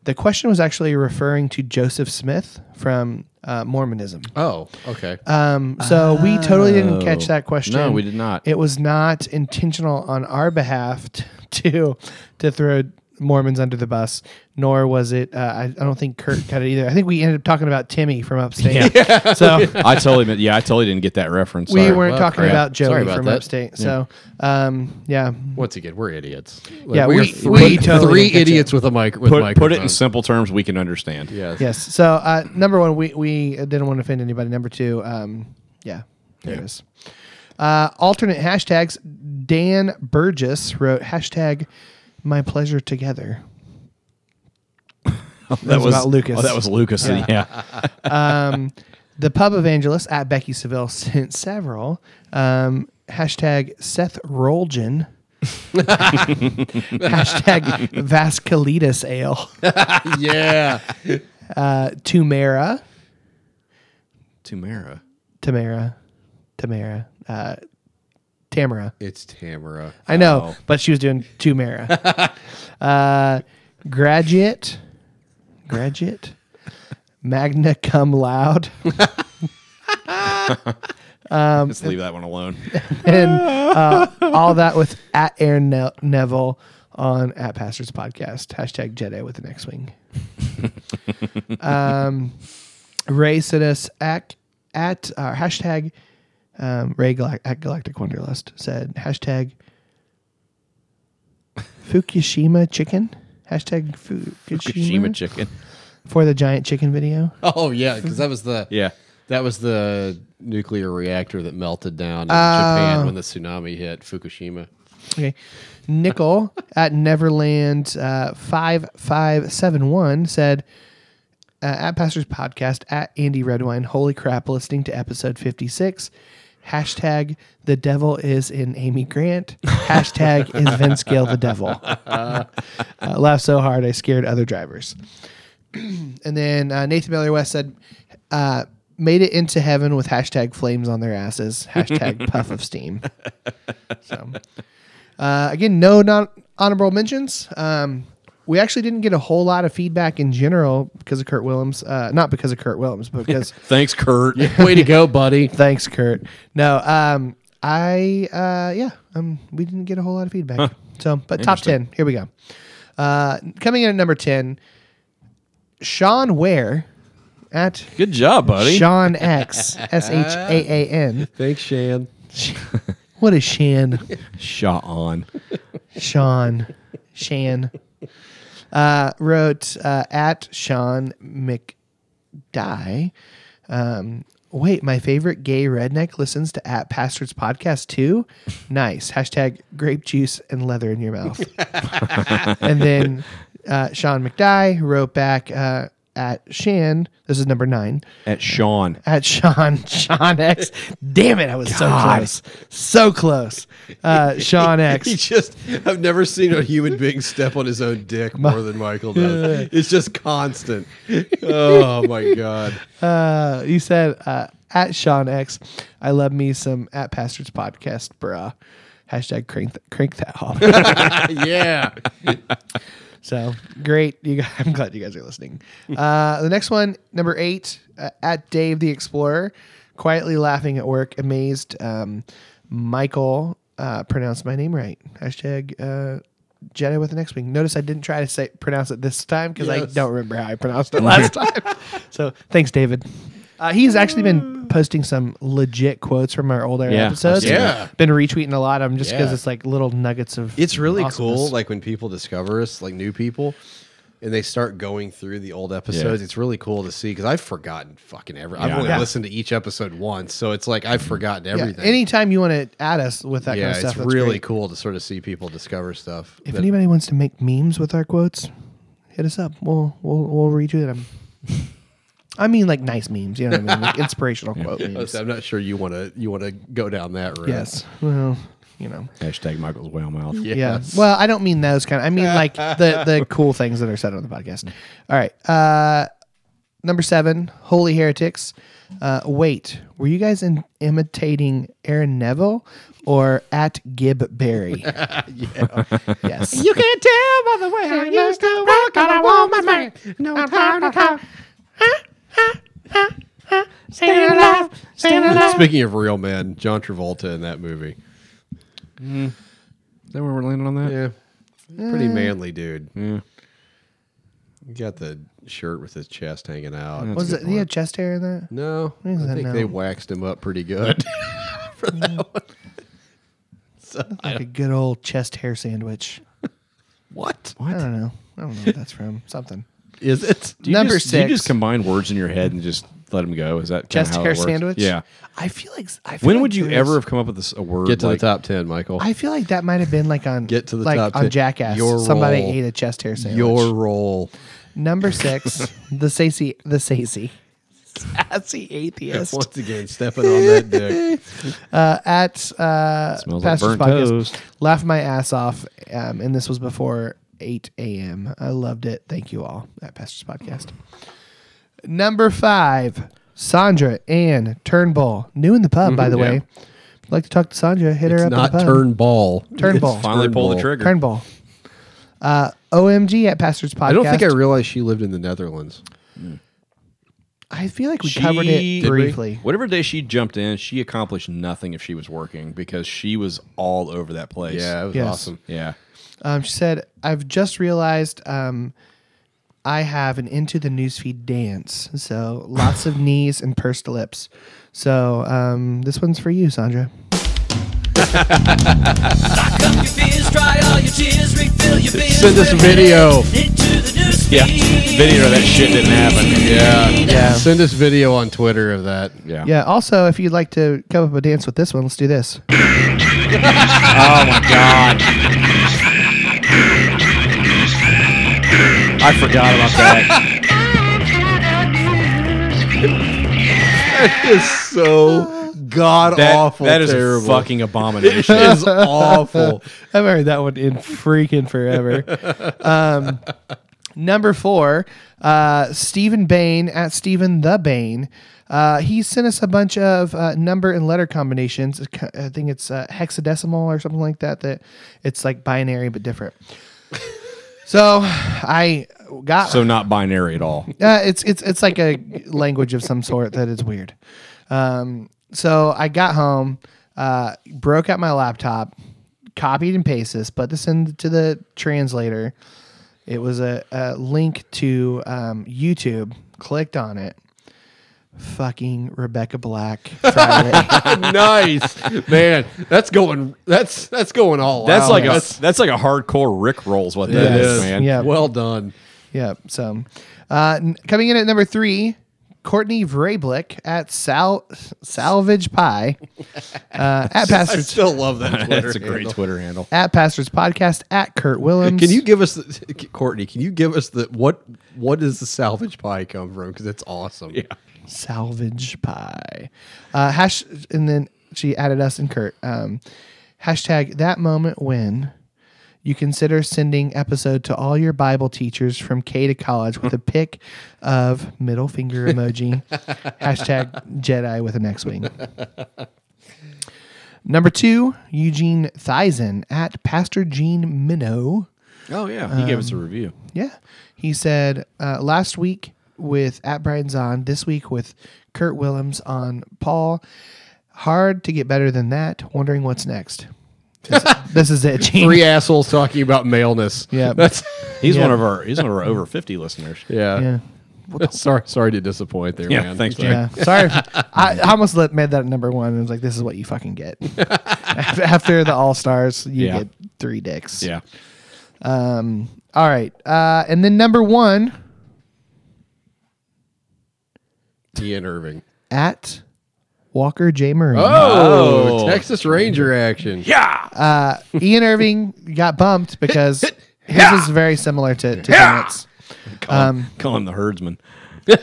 S1: The question was actually referring to Joseph Smith from uh, Mormonism.
S2: oh, okay.
S1: Um, so we totally didn't catch that question.
S3: No, we did not.
S1: It was not intentional on our behalf t- to to throw Mormons under the bus, nor was it. Uh, I, I don't think Kurt got it either. I think we ended up talking about Timmy from upstate. So
S3: I totally, meant- yeah, I totally didn't get that reference.
S1: we
S3: Sorry.
S1: weren't
S2: Well,
S1: talking
S2: crap.
S1: about Joey
S2: Sorry about
S1: from
S2: that.
S1: upstate. So um, yeah,
S2: Once again, we're idiots.
S1: Yeah,
S2: are
S1: we-
S2: th-
S1: we
S2: three
S1: totally didn't catch
S2: idiots with a mic. With
S3: put, put it in
S2: microphones.
S3: simple terms we can understand.
S2: Yes.
S1: yes. So uh, number one, we we didn't want to offend anybody. Number two, um, yeah, there it is. Uh, alternate hashtags. Dan Burgess wrote hashtag my pleasure together.
S3: that
S1: was about Lucas.
S3: Oh, that was Lucas. Yeah.
S1: The pub evangelist at Becky Seville sent several. Um, hashtag Seth Rolgen. hashtag Vasculitis Ale.
S2: Yeah.
S1: Uh, Tumera.
S3: Tumera.
S1: Tamara. Tamara. Uh, Tamara.
S2: it's Tamara.
S1: I know, but she was doing Tumera. uh, graduate. Graduate. Magna cum loud. um,
S3: Just leave that one alone.
S1: and uh, all that with at Aaron ne- Neville on at Pastors Podcast hashtag Jedi with an X wing. Um, Ray sent us at, at our hashtag um, Ray Galac- at Galactic Wonderlust said hashtag Fukushima chicken hashtag Fukushima,
S3: Fukushima chicken.
S1: for the giant chicken video.
S2: Oh yeah, because that was the
S3: Yeah.
S2: that was the nuclear reactor that melted down
S1: Oh.
S2: in Japan when the tsunami hit Fukushima.
S1: Okay, Nickel at Neverland uh, five five seven one said uh, at Pastors Podcast at Andy Redwine. Holy crap! Listening to episode fifty six. Hashtag the devil is in Amy Grant. Hashtag is Vince Gill the devil. Uh, laughed so hard I scared other drivers. and then uh, Nathan Miller West said, uh, "Made it into heaven with hashtag flames on their asses. Hashtag puff of steam." So uh, again, no non honorable mentions. Um, we actually didn't get a whole lot of feedback in general because of Kurt Willems. Uh, not because of Kurt Willems, but because
S3: Thanks, Kurt.
S2: Way to go, buddy!
S1: thanks, Kurt. No, um, I uh, yeah, um, we didn't get a whole lot of feedback. So, but top ten. Here we go. Uh, coming in at number ten, Sean Ware at
S3: Good job, buddy.
S1: Sean X S H A A N.
S2: Thanks, Shan.
S1: What is Shan?
S3: Shot on.
S1: Sean, Shan, uh, wrote uh, at Sean McDye. Um, wait, my favorite gay redneck listens to at Pastor's podcast too. Nice hashtag grape juice and leather in your mouth. and then uh, Sean McDye wrote back uh, at Shan. This is number nine
S3: At Sean.
S1: at Sean Sean X. Damn it, I was so close, so close. Uh, Sean X.
S2: He just, I've never seen a human being step on his own dick more than Michael does. It's just constant. Oh my God.
S1: Uh, you said uh, at Sean X, I love me some at Pastors podcast, bruh. Hashtag crank, th- crank that off.
S2: Yeah.
S1: so great. You guys, I'm glad you guys are listening. Uh, the next one, number eight, uh, at Dave the Explorer, quietly laughing at work, amazed. Um, Michael uh, pronounced my name right. Hashtag uh, Jedi with an X wing. Notice I didn't try to say pronounce it this time because I
S2: Yes.
S1: don't remember how I pronounced it last time. So thanks, David. Uh, he's actually been posting some legit quotes from our older
S3: Yeah, I've
S1: episodes.
S3: seen
S2: Yeah. that.
S1: been retweeting a lot of them just because
S2: Yeah.
S1: it's like little nuggets of.
S2: It's really cool.
S1: awesomeness.
S2: Like when people discover us, like new people, and they start going through the old episodes. It's really cool to see because I've forgotten fucking everything. I've
S3: Yeah.
S2: only
S3: Yeah.
S2: listened to each episode once. So it's like I've forgotten
S1: Yeah,
S2: everything.
S1: anytime you want to add us with that kind
S2: yeah,
S1: of stuff,
S2: it's
S1: that's
S2: really
S1: great.
S2: cool to sort of see people discover stuff.
S1: If
S2: that-
S1: anybody wants to make memes with our quotes, hit us up. We'll we'll we'll retweet them. I mean, like nice memes. You know what I mean? Like inspirational quote memes.
S2: Oh, I'm not sure you want to you want to go down that road.
S1: Yes. Well, you know.
S3: Hashtag Michael's whale mouth.
S2: Yes.
S1: Yeah. Well, I don't mean those kind. Of, I mean like the the cool things that are said on the podcast. All right. Uh, number seven, Holy Heretics. Uh, wait, were you guys in, imitating Aaron Neville or at Gib Berry? Yes. You can tell by the way I used to walk on a woman's man. No time to talk. Staying alive, staying alive.
S2: Speaking of real men, John Travolta in that movie.
S3: Is that where we're landing on that?
S2: Yeah. Pretty
S1: Eh.
S2: manly dude. Yeah. He got the shirt with his chest hanging out.
S1: Was it? He had chest hair in that.
S2: No, I
S1: Is that
S2: think
S1: no?
S2: they waxed him up pretty good.
S1: Like a good old chest hair sandwich.
S2: what
S1: I don't know. I don't know what that's from. Something.
S2: is it?
S3: Do you
S1: Number
S3: just- do you
S1: six.
S3: just combine words in your head and just let them go? Is that kinda
S1: chest
S3: how it
S1: hair
S3: works?
S1: sandwich.
S3: Yeah.
S1: I feel like I feel
S3: When
S1: like
S3: would you
S1: there's-
S3: ever have come up with this, a word?
S2: Get to
S3: like-
S2: the top ten, Michael.
S1: I feel like that might have been like on
S2: Get to the
S1: like
S2: top
S1: on
S2: tip.
S1: Jackass.
S2: Your
S1: somebody
S2: role.
S1: ate a chest hair sandwich.
S2: Your role.
S1: number six, the sassy, the sassy, sassy atheist
S2: Once again, stepping on that dick.
S1: uh, at uh,
S3: Smells like
S1: Pastor's
S3: burnt
S1: podcast.
S3: toast.
S1: Laughed my ass off, um, and this was before eight a.m. I loved it. Thank you all at Pastor's podcast. Number five, Sandra Ann Turnbull, new in the pub, by the
S3: Mm-hmm. yeah.
S1: way. I'd like to talk to Sandra. Hit her
S2: It's
S1: up. in
S2: not
S1: the pub.
S2: Turnbull.
S1: Turnbull.
S2: It's
S3: Finally pull the
S2: Turnbull.
S3: trigger.
S1: Turnbull. Uh, OMG at Pastor's Podcast.
S2: I don't think I realized she lived in the Netherlands.
S1: I feel like we
S3: She-
S1: covered it
S3: Did we?
S1: briefly.
S3: Whatever day she jumped in, she accomplished nothing if she was working because she was all over that place.
S2: Yeah, it was
S1: Yes.
S2: awesome.
S3: Yeah.
S1: Um, she said, "I've just realized um, I have an into the newsfeed dance. So lots of knees and pursed lips. So um, this one's for you, Sandra.
S7: Lock up your fears, dry all your tears, refill your beers.
S2: Send us
S7: We're
S2: a video.
S7: headed Into the news
S3: Yeah. Video of that shit didn't happen.
S2: Yeah.
S1: Yeah.
S2: Send us video on Twitter of that.
S3: Yeah.
S1: Yeah. Also, if you'd like to come up with a dance with this one, let's do this.
S3: I forgot about that.
S2: It's so god
S3: that
S2: awful.
S3: that is
S2: terrible.
S3: a fucking abomination.
S2: It is awful.
S1: I've heard that one in freaking forever. um, number four, uh, Stephen Bain at Stephen the Bain. Uh, he sent us a bunch of uh, number and letter combinations. I think it's uh, hexadecimal or something like that. That it's like binary but different. so I got
S3: so not binary at all.
S1: uh, it's it's it's like a language of some sort that is weird. Um, so I got home, uh, broke out my laptop, copied and pasted this, put this into the translator. It was a, a link to um, YouTube. Clicked on it. Fucking Rebecca Black. Friday.
S2: nice. Man, that's going that's that's going all
S1: Oh,
S3: That's
S2: out.
S3: like a that's like a hardcore Rick rolls. What
S2: It
S3: that is,
S2: is.
S3: man.
S1: Yeah.
S2: Well done.
S1: yeah. So uh, n- coming in at number three, Courtney Vrablick at Sal Salvage Pie uh, at
S2: I
S1: Pastor
S2: still love that Twitter.
S3: That's a great
S2: handle.
S3: Twitter handle.
S1: at Pastors Podcast at Kurt Willems.
S2: Can you give us the, Courtney? Can you give us the what? What does the salvage pie come from? Because it's awesome. Yeah.
S1: salvage pie? Uh, hash and then she added us and Kurt. Um, hashtag that moment when you consider sending episode to all your Bible teachers from K to college with a pic of middle finger emoji. hashtag Jedi with an X wing. Number two, Eugene Thisen at Pastor Gene Minow.
S3: Oh yeah,
S1: Um,
S3: he gave us a review.
S1: Yeah. He said uh, last week with at Brian Zahn, this week with Kurt Willems on Paul. Hard to get better than that. Wondering what's next. This, this is it, Gene.
S2: Three assholes talking about maleness.
S1: Yeah.
S2: That's
S3: He's
S1: Yeah.
S3: one of our he's one of our over fifty listeners.
S2: yeah.
S1: Yeah.
S2: sorry, sorry to disappoint there,
S3: Yeah,
S2: man.
S3: thanks, Jay.
S1: Yeah. Sorry. I, I almost let, made that number one. I was like, this is what you fucking get. After the All Stars, you
S3: Yeah.
S1: get three dicks.
S3: Yeah.
S1: Um, all right. Uh, and then number one
S2: Ian Irving.
S1: at Walker J. Marine.
S2: Oh, Texas Ranger action. Yeah.
S1: Ian Irving got bumped because his is very similar to, to Janet's.
S3: Call, him, call him the herdsman.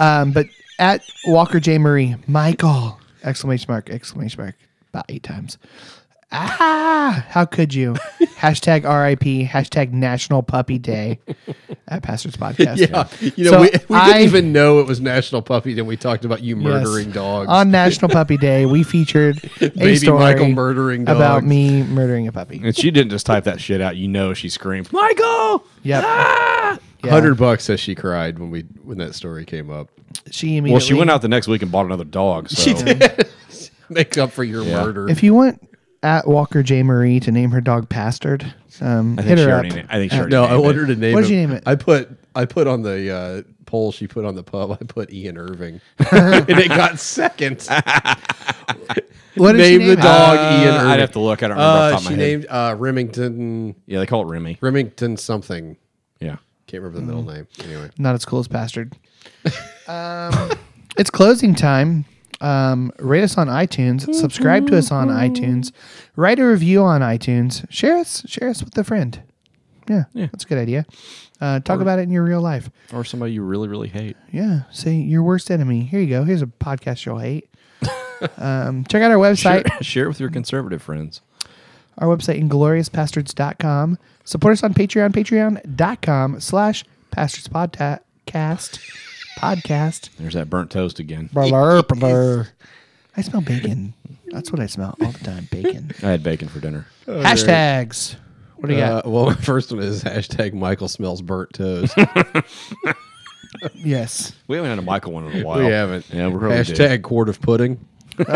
S1: Um, but at Walker J. Marie, Michael! Exclamation mark, exclamation mark, about eight times. Ah, how could you? hashtag RIP, hashtag National Puppy Day at Pastor's Podcast.
S2: Yeah. You know,
S1: So
S2: we, we
S1: I-
S2: didn't even know it was National Puppy. Then we talked about you
S1: Yes.
S2: murdering dogs.
S1: On National Puppy Day, we featured a
S2: Baby
S1: story
S2: Michael murdering dogs.
S1: about me murdering a puppy.
S3: And she didn't just type that shit out. You know she screamed, Michael.
S1: Yep.
S3: Ah!
S1: Yeah.
S2: Hundred bucks says she cried when we when that story came up.
S1: She immediately.
S3: Well, she went out the next week and bought another dog. So
S2: Make up for your murder.
S1: If you want at Walker J. Marie to name her dog Bastard, um,
S3: I
S1: hit
S3: think she
S1: her up.
S3: already. na- I think she already.
S2: No,
S3: named
S2: I
S3: it.
S2: wanted to name.
S1: What did
S2: him-
S1: you name it?
S2: I put I put on the uh, poll she put on the pub. I put Ian Irving, and it got second.
S1: What did she
S2: name the
S1: it?
S2: dog
S3: Uh,
S2: Ian Irving.
S3: I'd have to look. I don't remember off the
S2: Uh,
S3: top of my
S2: she
S3: head.
S2: named uh, Remington
S3: yeah, they call it Remy.
S2: Remington something.
S3: Yeah.
S2: Can't remember the middle name. Anyway,
S1: Not as cool as Bastard. um, it's closing time. Um, rate us on iTunes. Subscribe to us on iTunes. Write a review on iTunes. Share us. Share us with a friend. Yeah, that's a good idea. Uh, talk about it in your real life.
S3: Or somebody you really, really hate.
S1: Yeah, say your worst enemy. Here you go. Here's a podcast you'll hate. um, check out our website.
S3: Share it with your conservative friends.
S1: our website ingloriousbastards.com support us on patreon patreon.com slash bastards podcast podcast
S3: There's that burnt toast again.
S1: Brr, brr, brr. i smell bacon that's what i smell all the time bacon
S3: I had bacon for dinner.
S1: Oh, hashtags what do you
S2: uh,
S1: got
S2: well, my first one is hashtag Michael smells burnt toast.
S1: yes
S3: We haven't had a Michael one in a while.
S2: we haven't.
S3: Yeah, we really do.
S2: hashtag quart of pudding.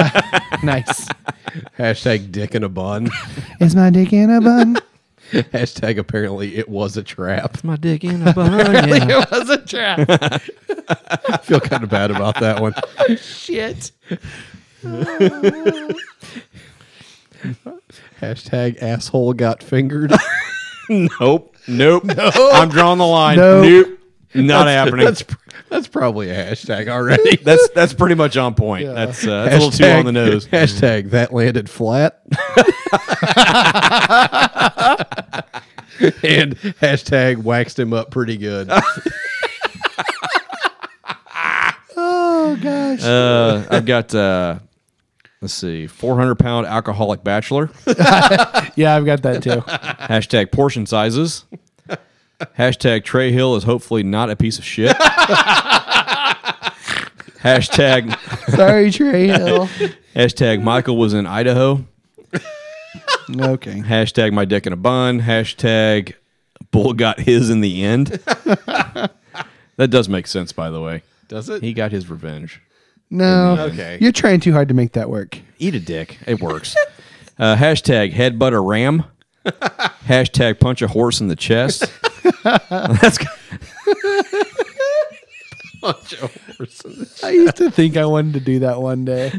S1: nice
S2: Hashtag dick in a bun.
S1: is my dick in a bun
S2: Hashtag apparently it was a trap.
S4: My dick in a bun.
S10: it was a trap.
S2: I feel kind of bad about that one.
S10: Shit.
S2: Hashtag asshole got fingered.
S4: Nope. Nope. I'm drawing the line.
S1: Nope.
S4: Nope. Not happening.
S2: That's that's probably a hashtag already.
S4: That's that's pretty much on point. That's, uh, that's a little too on the nose.
S2: Hashtag that landed flat. and hashtag waxed him up pretty good.
S4: Uh, I've got uh, let's see, 400 pound alcoholic bachelor.
S1: Yeah, I've got that too.
S4: Hashtag portion sizes. Hashtag Trey Hill is hopefully not a piece of shit. hashtag
S1: Sorry, Trey Hill.
S4: hashtag Michael was in Idaho.
S1: Okay.
S4: Hashtag my dick in a bun. Hashtag bull got his in the end. that does make sense, by the way.
S2: Does it?
S4: He got his revenge.
S1: No.
S2: Okay.
S1: You're trying too hard to make that work.
S4: Eat a dick. It works. uh, hashtag headbutt a ram. hashtag punch a horse in the chest. That's
S1: I used to think I wanted to do that one day.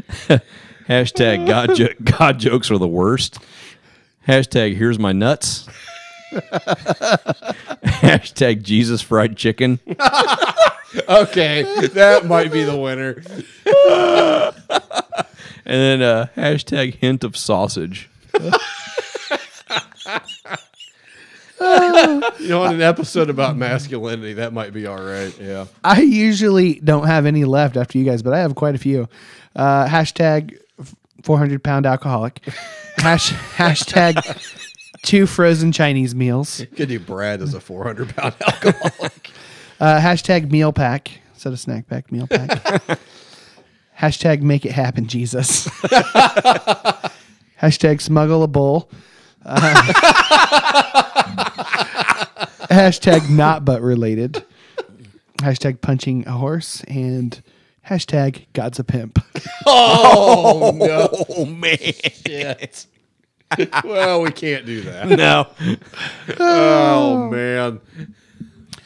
S4: hashtag God, jo- God jokes are the worst. Hashtag here's my nuts. hashtag Jesus fried chicken.
S2: Okay, that might be the winner.
S4: And then uh, hashtag hint of sausage.
S2: You know, on an episode about masculinity, that might be all right. Yeah.
S1: I usually don't have any left after you guys, but I have quite a few. Uh, hashtag 400 pound alcoholic. Hash, hashtag two frozen Chinese meals.
S2: Could do Brad as a 400 pound alcoholic.
S1: Uh, hashtag meal pack. Instead of snack pack, meal pack. hashtag make it happen, Jesus. hashtag smuggle a bowl. Uh, hashtag not butt related. Hashtag punching a horse and hashtag God's a pimp.
S4: Oh man!
S2: well, we can't do that.
S4: No,
S2: Oh, man.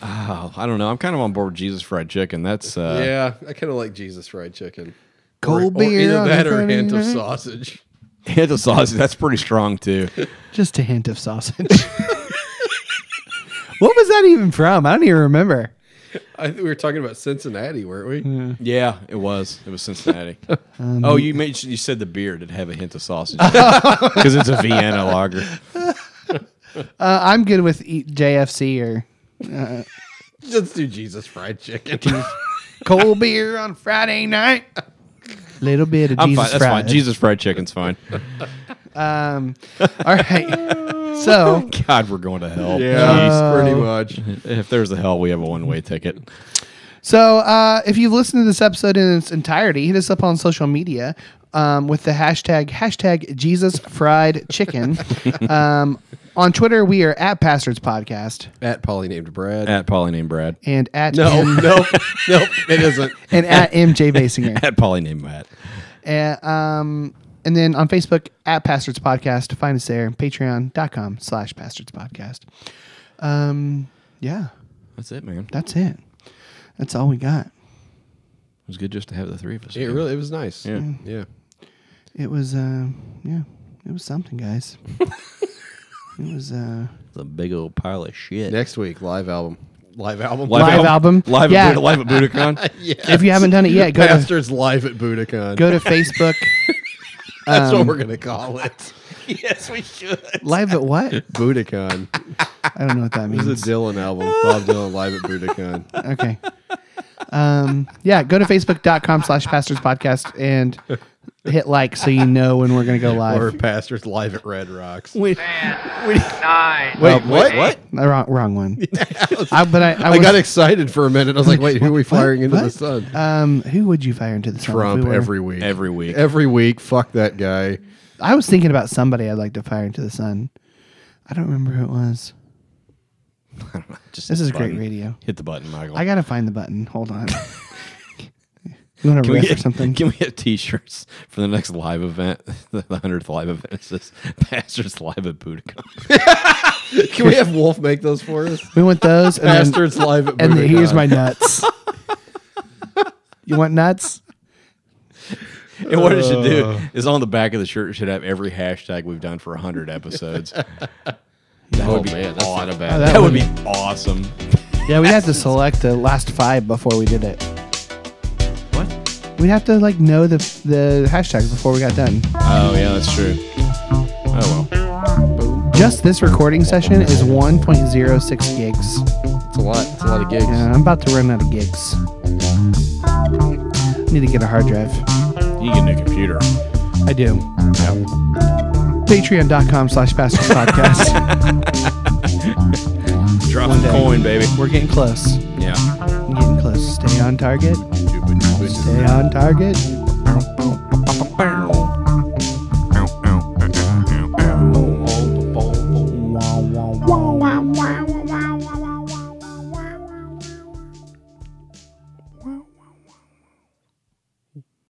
S4: oh, I don't know. I'm kind of on board with Jesus fried chicken. That's uh,
S2: Yeah, I kind of like Jesus fried chicken.
S1: Cold
S2: Or
S1: beer.
S2: either
S1: on a
S2: that or a
S1: Friday
S2: hint of
S1: night.
S2: sausage.
S4: hint of sausage. That's pretty strong too.
S1: Just a hint of sausage. what was that even from? I don't even remember.
S2: I think we were talking about Cincinnati, weren't we?
S4: Yeah, it was. It was Cincinnati.
S1: Um,
S4: oh, you mentioned you said the beer did have a hint of sausage because it's a Vienna lager.
S1: Uh, I'm good with eat JFC or
S2: Let's do Jesus fried chicken.
S1: cold beer on Friday night. Little bit of
S4: I'm
S1: Jesus
S4: fine. That's
S1: fried.
S4: fine. Jesus fried chicken's fine.
S1: Um, all right. So
S4: God, we're going to hell.
S2: yeah, pretty much.
S4: Jeez. If there's a hell, we have a one-way ticket.
S1: so uh, if you've listened to this episode in its entirety, hit us up on social media um, with the hashtag hashtag Jesus Fried Chicken. um, on Twitter, we are at Pastors Podcast
S2: At Polly named Brad.
S4: At Polly named Brad.
S1: and at
S2: no,
S1: M-
S2: no, no, it isn't.
S1: and at MJ Basinger.
S4: At Polly named Matt.
S1: And, um, and then on Facebook at Pastors Podcast, find us there. Patreon.com slash Pastors Podcast. Um, yeah,
S4: That's it, man. It
S1: that's it. That's all we got.
S4: was good just to have the three of us.
S2: It really, it was nice.
S4: Yeah.
S2: yeah.
S1: It was, uh, yeah, it was something, guys. it was uh,
S4: It's a big old pile of shit.
S2: Next week, live album. Live album.
S1: Live album.
S4: Live,
S1: Yeah.
S4: at, Budo- live at Budokan.
S1: if you haven't done it yet, go to,
S2: Pastors live at Budokan.
S1: go um, to Facebook.
S2: That's what we're gonna call it.
S1: Live at what?
S2: Budokan.
S1: I don't know what that
S2: This
S1: means.
S2: is a Dylan album. Bob Dylan live at Budokan.
S1: okay. Um, yeah, go to facebook.com slash pastors podcast and hit like so you know when we're going to go live.
S2: or Pastors live at Red Rocks.
S1: Wait.
S2: Wait, what? What?
S1: The wrong, wrong one. I, but I, I,
S2: I
S1: was-
S2: got excited for a minute. I was like, wait, who are we firing into the
S1: What?
S2: sun?
S1: Um, who would you fire into the sun? if
S2: Trump
S1: we were-
S2: every week.
S4: Every week.
S2: Every week. Fuck that guy.
S1: I was thinking about somebody I'd like to fire into the sun. I don't remember who it was.
S4: Just
S1: This
S4: hit
S1: is
S4: the
S1: great
S4: button.
S1: radio.
S4: Hit the button, Michael.
S1: I gotta find the button. Hold on. you want to
S4: Can we
S1: riff
S4: get
S1: or something?
S4: Can we get T-shirts for the next live event, the hundredth live event? It says "Pastors Live at Budokan."
S2: Can we have Wolf make those for us?
S1: We want those, and, then-
S2: Bastards live at
S1: and then
S2: Budokan.
S1: here's my nuts. you want nuts?
S4: And what it should do is on the back of the shirt, it should have every hashtag we've done for 100 episodes.
S3: Oh man, that's not a bad.
S1: that
S4: that would be awesome.
S1: Yeah, we'd have to select the last five before we did it.
S4: What?
S1: We'd have to like know the the hashtags before we got done.
S4: Oh, yeah, that's true. Oh, well.
S1: Just this recording session is 1.06 gigs.
S3: It's a lot. It's a lot of gigs.
S1: Yeah, I'm about to run out of gigs. Need to get a hard drive.
S4: You get a new computer.
S1: I do. Patreon.com slash pastors podcast.
S4: Drop
S1: One
S4: a
S1: day.
S4: coin, baby.
S1: We're getting close.
S4: Yeah.
S1: I'm getting close. Stay on target. Stay on target.